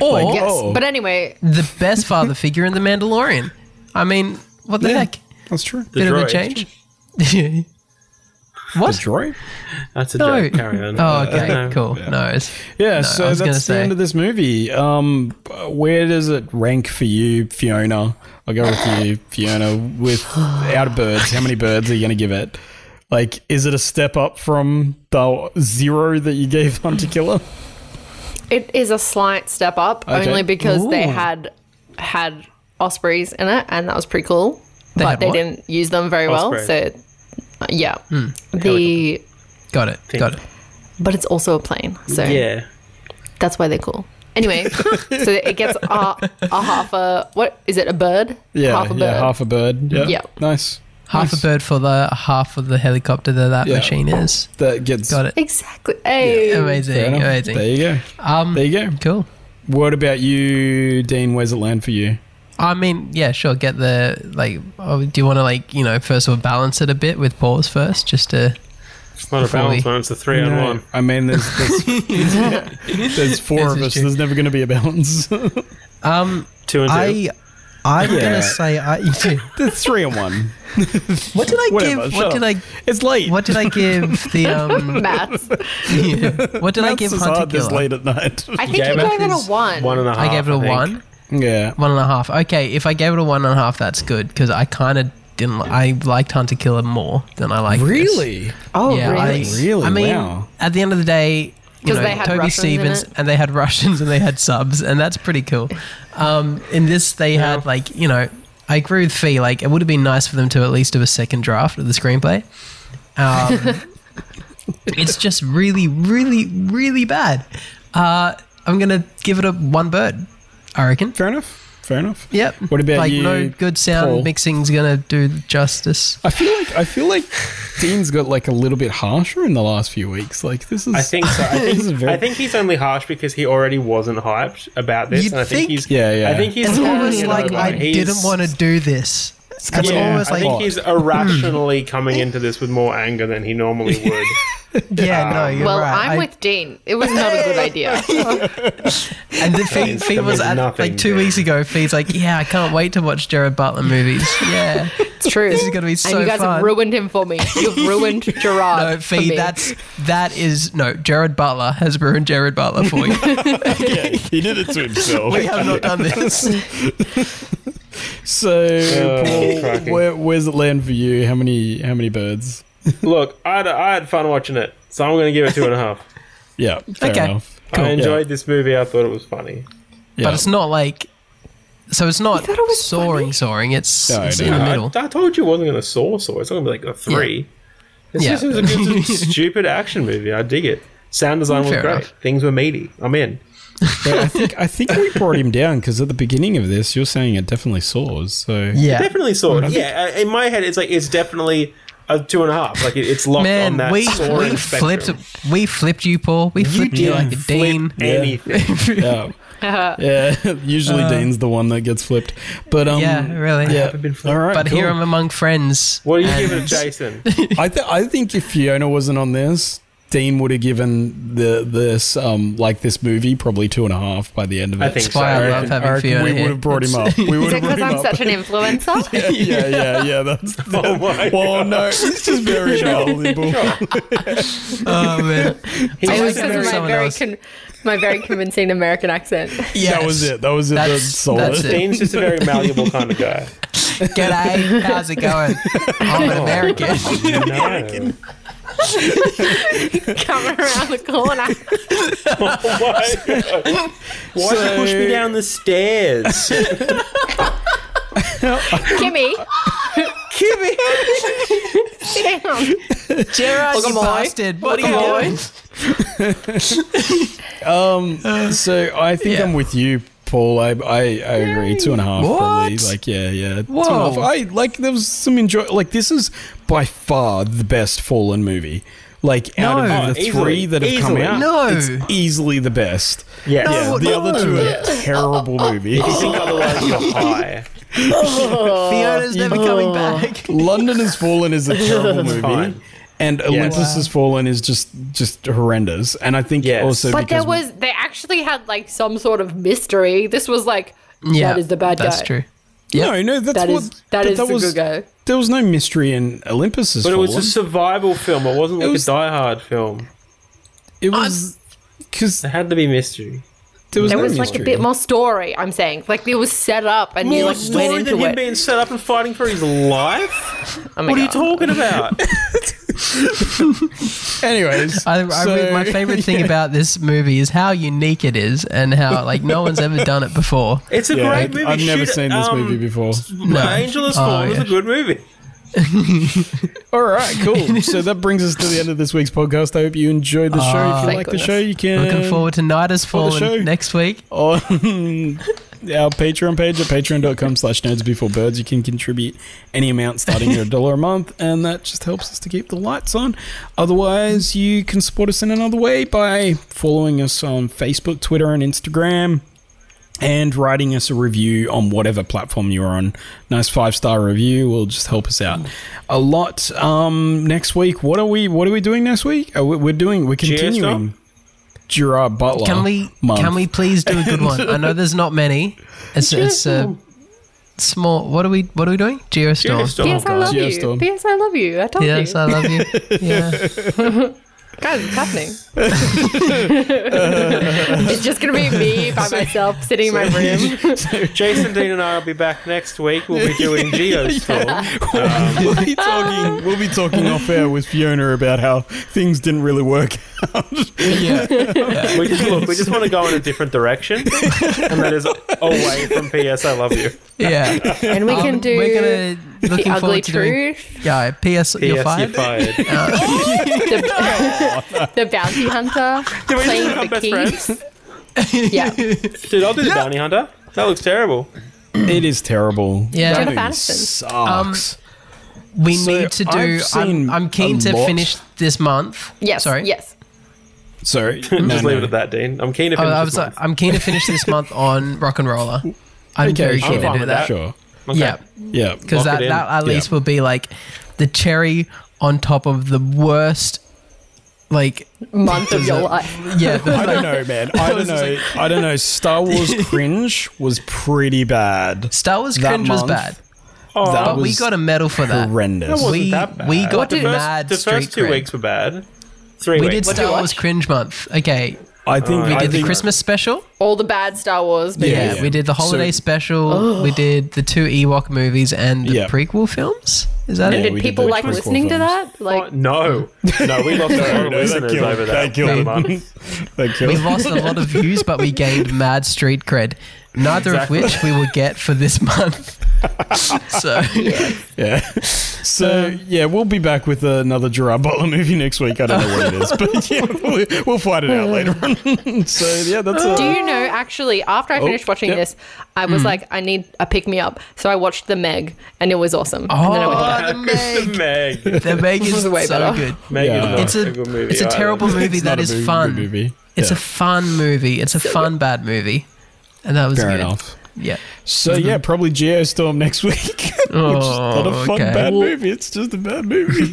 Speaker 6: Or
Speaker 5: Yes. Oh.
Speaker 4: But anyway,
Speaker 6: the best father figure in The Mandalorian. I mean, what the
Speaker 5: Yeah.
Speaker 6: heck?
Speaker 5: that's true. The
Speaker 6: Bit of a
Speaker 2: droid.
Speaker 5: *laughs*
Speaker 6: change. what?
Speaker 5: droid.
Speaker 2: That's a
Speaker 6: No.
Speaker 2: joke. Carry on.
Speaker 6: Oh, okay,
Speaker 2: No.
Speaker 6: cool. No, it's
Speaker 5: Yeah,
Speaker 6: No, I
Speaker 5: so
Speaker 6: was gonna
Speaker 5: that's the
Speaker 6: say.
Speaker 5: end of this movie. Um, where does it rank for you,
Speaker 6: *sighs*
Speaker 5: Fiona? I'll go with you, Fiona. With out of birds, how many birds are you going to give it? Like, is it a step up from the zero that you gave Hunter
Speaker 6: *laughs*
Speaker 5: Killer?
Speaker 4: It is a slight step up
Speaker 5: Okay.
Speaker 4: only because they
Speaker 6: Ooh.
Speaker 4: had had ospreys in it, and that was pretty cool.
Speaker 6: They
Speaker 4: but
Speaker 6: had
Speaker 4: they
Speaker 6: what? Hmm.
Speaker 4: didn't use them very
Speaker 2: Ospreys.
Speaker 4: well, so uh, yeah. The
Speaker 6: Got it. Got it.
Speaker 4: but it's also a plane, so
Speaker 2: Yeah.
Speaker 4: that's why they're cool.
Speaker 5: *laughs*
Speaker 4: Anyway, so it gets a, a half a what is it? A bird?
Speaker 5: Yeah,
Speaker 4: half a bird.
Speaker 5: yeah, half a bird. Yeah,
Speaker 4: Yeah.
Speaker 5: nice.
Speaker 6: Half
Speaker 5: Nice.
Speaker 6: a bird for the half of the helicopter that that
Speaker 5: Yeah.
Speaker 6: machine is.
Speaker 5: That gets
Speaker 6: Got it.
Speaker 4: exactly. Hey,
Speaker 5: Fair
Speaker 6: Amazing.
Speaker 5: enough. There
Speaker 6: Amazing.
Speaker 5: you go.
Speaker 6: Um,
Speaker 5: There you go.
Speaker 6: cool.
Speaker 5: What about you, Dean? Where's it land for you?
Speaker 6: I mean, yeah, sure. Get the like. Oh, do you want to like you know first of all balance it a bit with pause first, just to
Speaker 2: It's not a balance one, it's a three on
Speaker 5: No,
Speaker 2: one.
Speaker 5: I mean, there's there's,
Speaker 6: *laughs*
Speaker 5: there's four
Speaker 6: This
Speaker 5: of
Speaker 6: is
Speaker 5: us.
Speaker 6: true.
Speaker 5: There's never going to be a balance.
Speaker 6: um.
Speaker 2: Two and two.
Speaker 6: I I'm
Speaker 5: Yeah.
Speaker 6: gonna say I.
Speaker 5: there's three and *laughs* one.
Speaker 6: What did I
Speaker 5: Whatever, shut
Speaker 6: give? What did
Speaker 5: up.
Speaker 6: I?
Speaker 5: It's late.
Speaker 6: What did I give the
Speaker 4: *laughs*
Speaker 6: um?
Speaker 4: Maths.
Speaker 6: yeah. What did I
Speaker 5: Maths
Speaker 6: give
Speaker 5: is
Speaker 6: Hunter
Speaker 5: hard this
Speaker 6: Killer?
Speaker 5: late at night.
Speaker 4: I think you
Speaker 2: gave it
Speaker 4: gave it a
Speaker 6: his-
Speaker 4: one.
Speaker 2: one and a half.
Speaker 6: I gave it a
Speaker 2: think.
Speaker 6: one,
Speaker 5: yeah.
Speaker 6: one and a half. Okay, if I gave it a one and a half, that's good because I kind of didn't. li- I liked Hunter Killer more than I liked. this.
Speaker 4: Oh,
Speaker 6: yeah,
Speaker 4: really?
Speaker 6: I,
Speaker 5: Really?
Speaker 6: I mean,
Speaker 5: Wow.
Speaker 6: at the end of the day, you
Speaker 4: 'Cause
Speaker 6: know,
Speaker 4: they had
Speaker 6: Toby
Speaker 4: Russians in
Speaker 6: Stevens
Speaker 4: it.
Speaker 6: and they had *laughs* Russians and they had subs, and that's pretty cool. Um, in this, they had like you know, I agree with Fee. Like, it would have been nice for them to at least do a second draft of the screenplay.
Speaker 5: *laughs*
Speaker 6: Um, it's just really, really, really bad. Uh, I'm gonna give it a one bird. I reckon.
Speaker 5: Fair enough. Fair enough.
Speaker 6: Yep.
Speaker 5: What about
Speaker 6: like
Speaker 5: you,
Speaker 6: no good sound
Speaker 5: Paul?
Speaker 6: mixing's gonna do justice.
Speaker 5: I feel like I feel like Dean's got like a little bit harsher in the last few weeks. Like this is. *laughs*
Speaker 2: I think so.
Speaker 6: *laughs*
Speaker 2: I
Speaker 5: this is
Speaker 2: think,
Speaker 5: very.
Speaker 2: I think he's only harsh because he already wasn't hyped about this.
Speaker 6: You'd
Speaker 2: and I think,
Speaker 6: think-
Speaker 2: he's
Speaker 5: Yeah, yeah.
Speaker 2: I think he's
Speaker 6: It's
Speaker 2: carrying
Speaker 6: almost
Speaker 2: it
Speaker 6: like
Speaker 2: over.
Speaker 6: I
Speaker 2: He's-
Speaker 6: didn't want to do this. It's
Speaker 5: Yeah,
Speaker 6: almost
Speaker 2: I
Speaker 6: like
Speaker 2: think he's irrationally coming into this with more anger than he
Speaker 6: *laughs*
Speaker 2: normally would.
Speaker 6: Yeah, no, you're
Speaker 4: Well,
Speaker 6: right.
Speaker 4: I'm
Speaker 6: I-
Speaker 4: with Dean. It was not
Speaker 6: *laughs*
Speaker 4: a good idea.
Speaker 2: *laughs*
Speaker 6: and the Fee,
Speaker 2: means-
Speaker 6: Fee
Speaker 2: that means
Speaker 6: was at,
Speaker 2: nothing,
Speaker 6: like two
Speaker 2: yeah.
Speaker 6: weeks ago. Fee's like, yeah, I can't wait to watch Jared
Speaker 2: *laughs*
Speaker 6: Butler movies. Yeah,
Speaker 4: It's true.
Speaker 6: This is gonna be
Speaker 4: And
Speaker 6: so
Speaker 4: you guys have
Speaker 6: fun.
Speaker 4: ruined him for me.
Speaker 6: *laughs*
Speaker 4: You've ruined Gerard.
Speaker 6: no,
Speaker 4: for
Speaker 6: Fee,
Speaker 4: me.
Speaker 6: that's that is no. Jared Butler has ruined Jared Butler for you.
Speaker 4: *laughs*
Speaker 5: he did it to *laughs* himself.
Speaker 6: we have not done this.
Speaker 5: so,
Speaker 2: Oh,
Speaker 5: Paul,
Speaker 2: crikey.
Speaker 5: where, where's it land for you? How many? How many birds?
Speaker 2: Look, I had, I had fun watching it, so I'm going to give it two and a
Speaker 6: *laughs*
Speaker 2: half.
Speaker 5: Yeah. Fair
Speaker 6: Okay.
Speaker 5: enough.
Speaker 2: I enjoyed this movie. I thought it was funny.
Speaker 5: Yeah.
Speaker 6: But it's not like. So it's not soaring, soaring. It's,
Speaker 5: No,
Speaker 6: it's
Speaker 5: no.
Speaker 6: in the
Speaker 5: Yeah,
Speaker 2: I,
Speaker 6: middle.
Speaker 2: I told you it wasn't going to soar, soar. It's going to be like a three. This
Speaker 6: Yeah.
Speaker 2: just was a
Speaker 6: *laughs*
Speaker 2: good, stupid action movie. I dig it. Sound design was
Speaker 6: Fair
Speaker 2: great.
Speaker 6: enough.
Speaker 2: Things were meaty. I'm in.
Speaker 5: But I think I think we brought him down because at the beginning of this, you're saying it definitely soars. So
Speaker 6: Yeah,
Speaker 2: Definitely soared.
Speaker 6: Mm-hmm.
Speaker 2: Yeah, I- in my head, it's like it's definitely a two and a half. Like it, it's locked on
Speaker 6: man,
Speaker 2: that.
Speaker 6: we
Speaker 2: soaring
Speaker 6: we
Speaker 2: spectrum.
Speaker 6: flipped we flipped you, Paul. We flipped you,
Speaker 5: did
Speaker 6: like a dean.
Speaker 5: *laughs*
Speaker 2: anything.
Speaker 5: yeah,
Speaker 4: *laughs*
Speaker 5: yeah. *laughs* Usually Dean's the one that gets flipped, but um,
Speaker 6: Uh, yeah, really.
Speaker 5: yeah.
Speaker 2: haven't been flipped.
Speaker 5: All right,
Speaker 6: But
Speaker 5: cool.
Speaker 6: here I'm among friends.
Speaker 2: What do you give
Speaker 6: *laughs*
Speaker 2: it, Jason? *laughs*
Speaker 5: *laughs* I th- I think if Fiona wasn't on this, Dean would have given the this um like this movie probably two and a half by the end of it.
Speaker 2: I think
Speaker 6: That's why I
Speaker 2: Sorry,
Speaker 6: love
Speaker 2: I-
Speaker 6: having
Speaker 5: reckon
Speaker 6: Fiona
Speaker 5: we
Speaker 6: here.
Speaker 5: would have brought him
Speaker 6: *laughs*
Speaker 5: up. We
Speaker 4: Is
Speaker 5: would
Speaker 4: it
Speaker 5: have brought
Speaker 4: because
Speaker 5: him
Speaker 4: I'm
Speaker 5: up.
Speaker 4: such an
Speaker 5: *laughs*
Speaker 4: influencer?
Speaker 5: yeah, yeah, yeah. That's
Speaker 2: Oh my
Speaker 5: well, no, *laughs* it's just very valuable.
Speaker 6: Oh man,
Speaker 2: He
Speaker 4: I
Speaker 2: was
Speaker 6: was gonna
Speaker 4: was because
Speaker 6: marry
Speaker 4: of my
Speaker 6: someone
Speaker 4: very,
Speaker 6: else.
Speaker 4: con- my very convincing American accent. *laughs*
Speaker 6: yes.
Speaker 5: That was it. That was it.
Speaker 6: That's-
Speaker 5: That's solid.
Speaker 6: that's
Speaker 2: *laughs*
Speaker 6: it.
Speaker 2: Dean's just a very malleable kind of
Speaker 6: *laughs*
Speaker 2: guy.
Speaker 6: *laughs*
Speaker 2: Oh,
Speaker 6: G'day, how's
Speaker 5: *laughs*
Speaker 6: it going? I'm
Speaker 2: *laughs*
Speaker 6: an American.
Speaker 2: No.
Speaker 4: Coming around the corner.
Speaker 5: *laughs*
Speaker 6: *laughs*
Speaker 2: Why? Why'd you push me down the
Speaker 6: *laughs*
Speaker 2: stairs?
Speaker 4: Kimmy. Kimmy. Damn.
Speaker 6: *laughs* Gerard, you
Speaker 4: Welcome, boy.
Speaker 6: bastard. What are you
Speaker 4: Welcome,
Speaker 5: *laughs*
Speaker 6: doing?
Speaker 5: So I think
Speaker 6: Yeah.
Speaker 5: I'm with you, Paul. I I, I agree. Two and a half, probably.
Speaker 6: What?
Speaker 5: Like yeah, yeah. Two and a
Speaker 6: Whoa.
Speaker 5: half. I like there was some enjoy. Like this is by far the best Fallen movie. Like out
Speaker 6: No.
Speaker 5: of the
Speaker 2: Oh,
Speaker 5: three
Speaker 2: easily.
Speaker 5: that have come
Speaker 2: Easily.
Speaker 5: out,
Speaker 6: No.
Speaker 5: it's easily the best.
Speaker 2: Yes.
Speaker 5: Yeah,
Speaker 6: No,
Speaker 5: the other two
Speaker 6: no.
Speaker 5: are terrible movies. *laughs*
Speaker 2: You think otherwise you're high.
Speaker 5: Uh,
Speaker 6: Fiona's never
Speaker 5: oh.
Speaker 6: coming
Speaker 4: *laughs*
Speaker 6: back.
Speaker 5: London Has Fallen is a terrible movie.
Speaker 2: fine.
Speaker 5: And Olympus Has Fallen is just just horrendous. And I think
Speaker 2: Yes.
Speaker 5: also
Speaker 4: But
Speaker 5: because
Speaker 4: there was, they actually had like some sort of mystery. This was like, that is the bad
Speaker 6: That's
Speaker 4: guy.
Speaker 6: true.
Speaker 5: no, no, that's
Speaker 4: That
Speaker 5: what
Speaker 4: is- that
Speaker 5: but
Speaker 4: is the
Speaker 5: was,
Speaker 4: good guy.
Speaker 5: There was no mystery in Olympus Has
Speaker 2: But it
Speaker 5: Fallen.
Speaker 2: was a survival film. It wasn't like
Speaker 5: was-
Speaker 2: a Die Hard film.
Speaker 5: It was because
Speaker 2: It had to be mystery.
Speaker 5: there was,
Speaker 4: There
Speaker 5: no
Speaker 4: was like a
Speaker 5: mystery.
Speaker 4: bit more story, I'm saying. Like it was set up and you like went into it. *laughs*
Speaker 2: being set up and fighting for his life?
Speaker 4: Oh my
Speaker 2: what are you
Speaker 4: God.
Speaker 2: talking about?
Speaker 5: Anyways,
Speaker 6: I, I
Speaker 5: so-
Speaker 6: really, my favorite thing about this movie is how unique it is and
Speaker 5: *laughs*
Speaker 6: how like no one's ever done it before.
Speaker 2: It's a
Speaker 5: Yeah,
Speaker 2: great movie.
Speaker 5: I've never
Speaker 2: Shoot,
Speaker 5: seen this
Speaker 2: um,
Speaker 5: movie before.
Speaker 2: *laughs*
Speaker 6: No.
Speaker 2: Angel is
Speaker 6: Oh,
Speaker 2: Fallen is a
Speaker 6: yeah.
Speaker 2: good movie.
Speaker 5: All right,
Speaker 6: *laughs*
Speaker 5: cool. So that brings us to the end of this week's podcast. I hope you enjoyed the show. If you
Speaker 4: thank
Speaker 5: like the
Speaker 4: goodness.
Speaker 5: show, you can
Speaker 6: Ah. Looking forward to Night Has
Speaker 5: the show.
Speaker 6: Fallen next week.
Speaker 5: on *laughs* our Patreon page at patreon.com slash nerds before birds. You can contribute any amount starting at a dollar a month, and that just helps us to keep the lights on. Otherwise, you can support us in another way by following us on Facebook, Twitter, and Instagram. And writing us a review on whatever platform you're on. Nice five star review will just help us out a lot. Um, next week, what are we? What are we doing next week? Oh, we- we're doing. We're
Speaker 2: Dom?
Speaker 5: continuing. Gerard Butler.
Speaker 6: Can we
Speaker 5: month.
Speaker 6: can we please do a good one?
Speaker 5: *laughs*
Speaker 6: I know there's not many. It's it's a small. What are we what are we doing? Geostorm.
Speaker 2: Geostorm.
Speaker 4: P.S. I love you.
Speaker 5: Geostorm.
Speaker 4: P.S. I love you. I told
Speaker 6: Yes,
Speaker 4: you.
Speaker 6: I love
Speaker 4: *laughs*
Speaker 6: you. Yeah.
Speaker 4: Guys, it's happening. *laughs* it's just going to be me by myself sitting in my room.
Speaker 2: Jason Dean and I will be back next week. We'll be doing Um, Geostorm.
Speaker 5: we'll be talking. We'll be talking off air with Fiona about how things didn't really work.
Speaker 2: We just, look, we just want to go in a different direction, and that is away from PS. I love you.
Speaker 6: Yeah. Um,
Speaker 4: And we can do
Speaker 6: We're gonna
Speaker 4: the
Speaker 6: looking
Speaker 4: ugly
Speaker 6: forward to doing, *laughs*
Speaker 4: truth,
Speaker 6: Yeah. PS, you're
Speaker 2: PS,
Speaker 6: fired.
Speaker 2: fired.
Speaker 4: the, *laughs* the bounty hunter,
Speaker 2: Did we just
Speaker 4: playing
Speaker 2: become
Speaker 4: the
Speaker 2: best friends?
Speaker 4: keys. *laughs* Yeah.
Speaker 2: Dude, I'll do the Bounty Hunter. That looks terrible.
Speaker 5: It is terrible.
Speaker 6: Yeah.
Speaker 5: That
Speaker 4: Jennifer
Speaker 5: movie
Speaker 4: Aniston.
Speaker 5: sucks.
Speaker 6: We
Speaker 5: So
Speaker 6: need to
Speaker 5: I've
Speaker 6: do.
Speaker 5: seen
Speaker 6: I'm, I'm
Speaker 5: a
Speaker 6: keen to
Speaker 5: lot.
Speaker 6: finish this month.
Speaker 4: Yes.
Speaker 6: Sorry.
Speaker 4: Yes.
Speaker 5: Sorry,
Speaker 2: *laughs* just leave it at that, Dean. I'm keen to
Speaker 6: I,
Speaker 2: finish. this
Speaker 6: I was
Speaker 2: month.
Speaker 6: like, I'm keen to finish this month on Rock and Roller. I'm very
Speaker 5: sure.
Speaker 6: keen
Speaker 2: fine
Speaker 6: to do
Speaker 2: with
Speaker 6: that.
Speaker 5: Sure.
Speaker 2: Okay.
Speaker 6: Yeah,
Speaker 5: Yeah.
Speaker 6: because
Speaker 2: Lock
Speaker 6: that,
Speaker 2: it in.
Speaker 6: that at
Speaker 5: Yeah.
Speaker 6: least will be like the cherry on top of the worst. Like
Speaker 4: Month of your life.
Speaker 6: yeah, the,
Speaker 5: I don't know, man. I don't know. I don't know. Star Wars cringe was pretty bad.
Speaker 6: Star Wars
Speaker 5: That
Speaker 6: cringe was
Speaker 5: month,
Speaker 6: bad,
Speaker 2: Oh,
Speaker 5: that
Speaker 6: but we
Speaker 5: was
Speaker 6: got a medal for that.
Speaker 5: horrendous.
Speaker 2: That wasn't
Speaker 6: We
Speaker 2: that bad.
Speaker 6: we got
Speaker 2: the first,
Speaker 6: mad
Speaker 2: the
Speaker 6: street
Speaker 2: first two
Speaker 6: cred.
Speaker 2: weeks were bad. Three
Speaker 6: We did
Speaker 2: weeks.
Speaker 6: Star
Speaker 4: you
Speaker 6: Wars
Speaker 4: watch?
Speaker 6: cringe month. Okay,
Speaker 5: I think
Speaker 2: I
Speaker 5: I
Speaker 6: did the
Speaker 5: think-
Speaker 6: Christmas special.
Speaker 4: All the bad Star Wars movies.
Speaker 5: Yeah.
Speaker 6: Yeah, we did the holiday
Speaker 5: So-
Speaker 6: special. We did the two Ewok movies and the
Speaker 5: Yeah.
Speaker 6: prequel films. Is that
Speaker 5: Yeah,
Speaker 6: it?
Speaker 5: we
Speaker 4: Did
Speaker 5: did
Speaker 4: people
Speaker 5: the
Speaker 4: like
Speaker 5: prequel
Speaker 4: listening to
Speaker 5: films.
Speaker 4: that? Like,
Speaker 2: Oh, No, no, Oh, we lost our
Speaker 5: No, they
Speaker 2: listeners
Speaker 5: killed
Speaker 2: over
Speaker 5: them. They
Speaker 2: that.
Speaker 5: killed them. They
Speaker 6: We
Speaker 5: killed them.
Speaker 6: lost a lot of views, but
Speaker 5: *laughs*
Speaker 6: we gained mad street cred. Neither
Speaker 2: Exactly.
Speaker 6: of which we will get for this
Speaker 5: *laughs*
Speaker 6: month. so
Speaker 5: Yeah. *laughs* So yeah, we'll be back with another Gerard Butler movie next week. I don't know what it is, but yeah, we'll, we'll find it out later on. so *laughs* yeah, that's
Speaker 4: do
Speaker 5: uh,
Speaker 2: *laughs*
Speaker 4: you know, actually, after I finished watching
Speaker 5: yep.
Speaker 4: this, I was like, I need a pick me up. So I watched The Meg and it was awesome. and then I went to bed.
Speaker 6: oh, the
Speaker 4: *laughs*
Speaker 6: Meg,
Speaker 2: Meg. Meg.
Speaker 6: the Meg is
Speaker 4: is way
Speaker 6: so
Speaker 4: better.
Speaker 6: good.
Speaker 2: Meg
Speaker 5: Yeah.
Speaker 2: is not
Speaker 6: It's a,
Speaker 2: good movie.
Speaker 6: it's a
Speaker 2: either. *laughs*
Speaker 6: terrible movie
Speaker 5: not
Speaker 6: that
Speaker 5: a
Speaker 6: is
Speaker 5: boo-
Speaker 6: fun.
Speaker 5: good movie.
Speaker 6: It's
Speaker 5: Yeah.
Speaker 6: a fun movie. It's a fun bad movie, and that was
Speaker 5: Fair
Speaker 6: good.
Speaker 5: enough.
Speaker 6: Yeah.
Speaker 5: So yeah, probably Geostorm next week. *laughs* Which is not a
Speaker 6: Oh,
Speaker 5: fun
Speaker 6: okay.
Speaker 5: bad movie. It's just a bad
Speaker 6: *laughs*
Speaker 5: movie.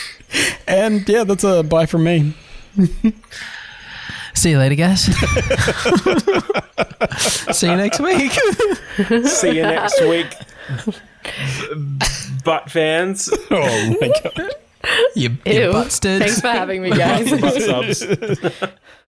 Speaker 5: *laughs* and yeah, that's a bye from me.
Speaker 6: See you
Speaker 5: *laughs*
Speaker 6: later, guys. *laughs* See you next
Speaker 4: *laughs*
Speaker 6: week.
Speaker 2: See you next
Speaker 6: *laughs*
Speaker 2: week, butt fans,
Speaker 5: Oh *laughs* my god.
Speaker 6: You, you
Speaker 4: Ew.
Speaker 6: busted.
Speaker 2: *laughs*
Speaker 4: Thanks for having me, guys.
Speaker 2: butt subs.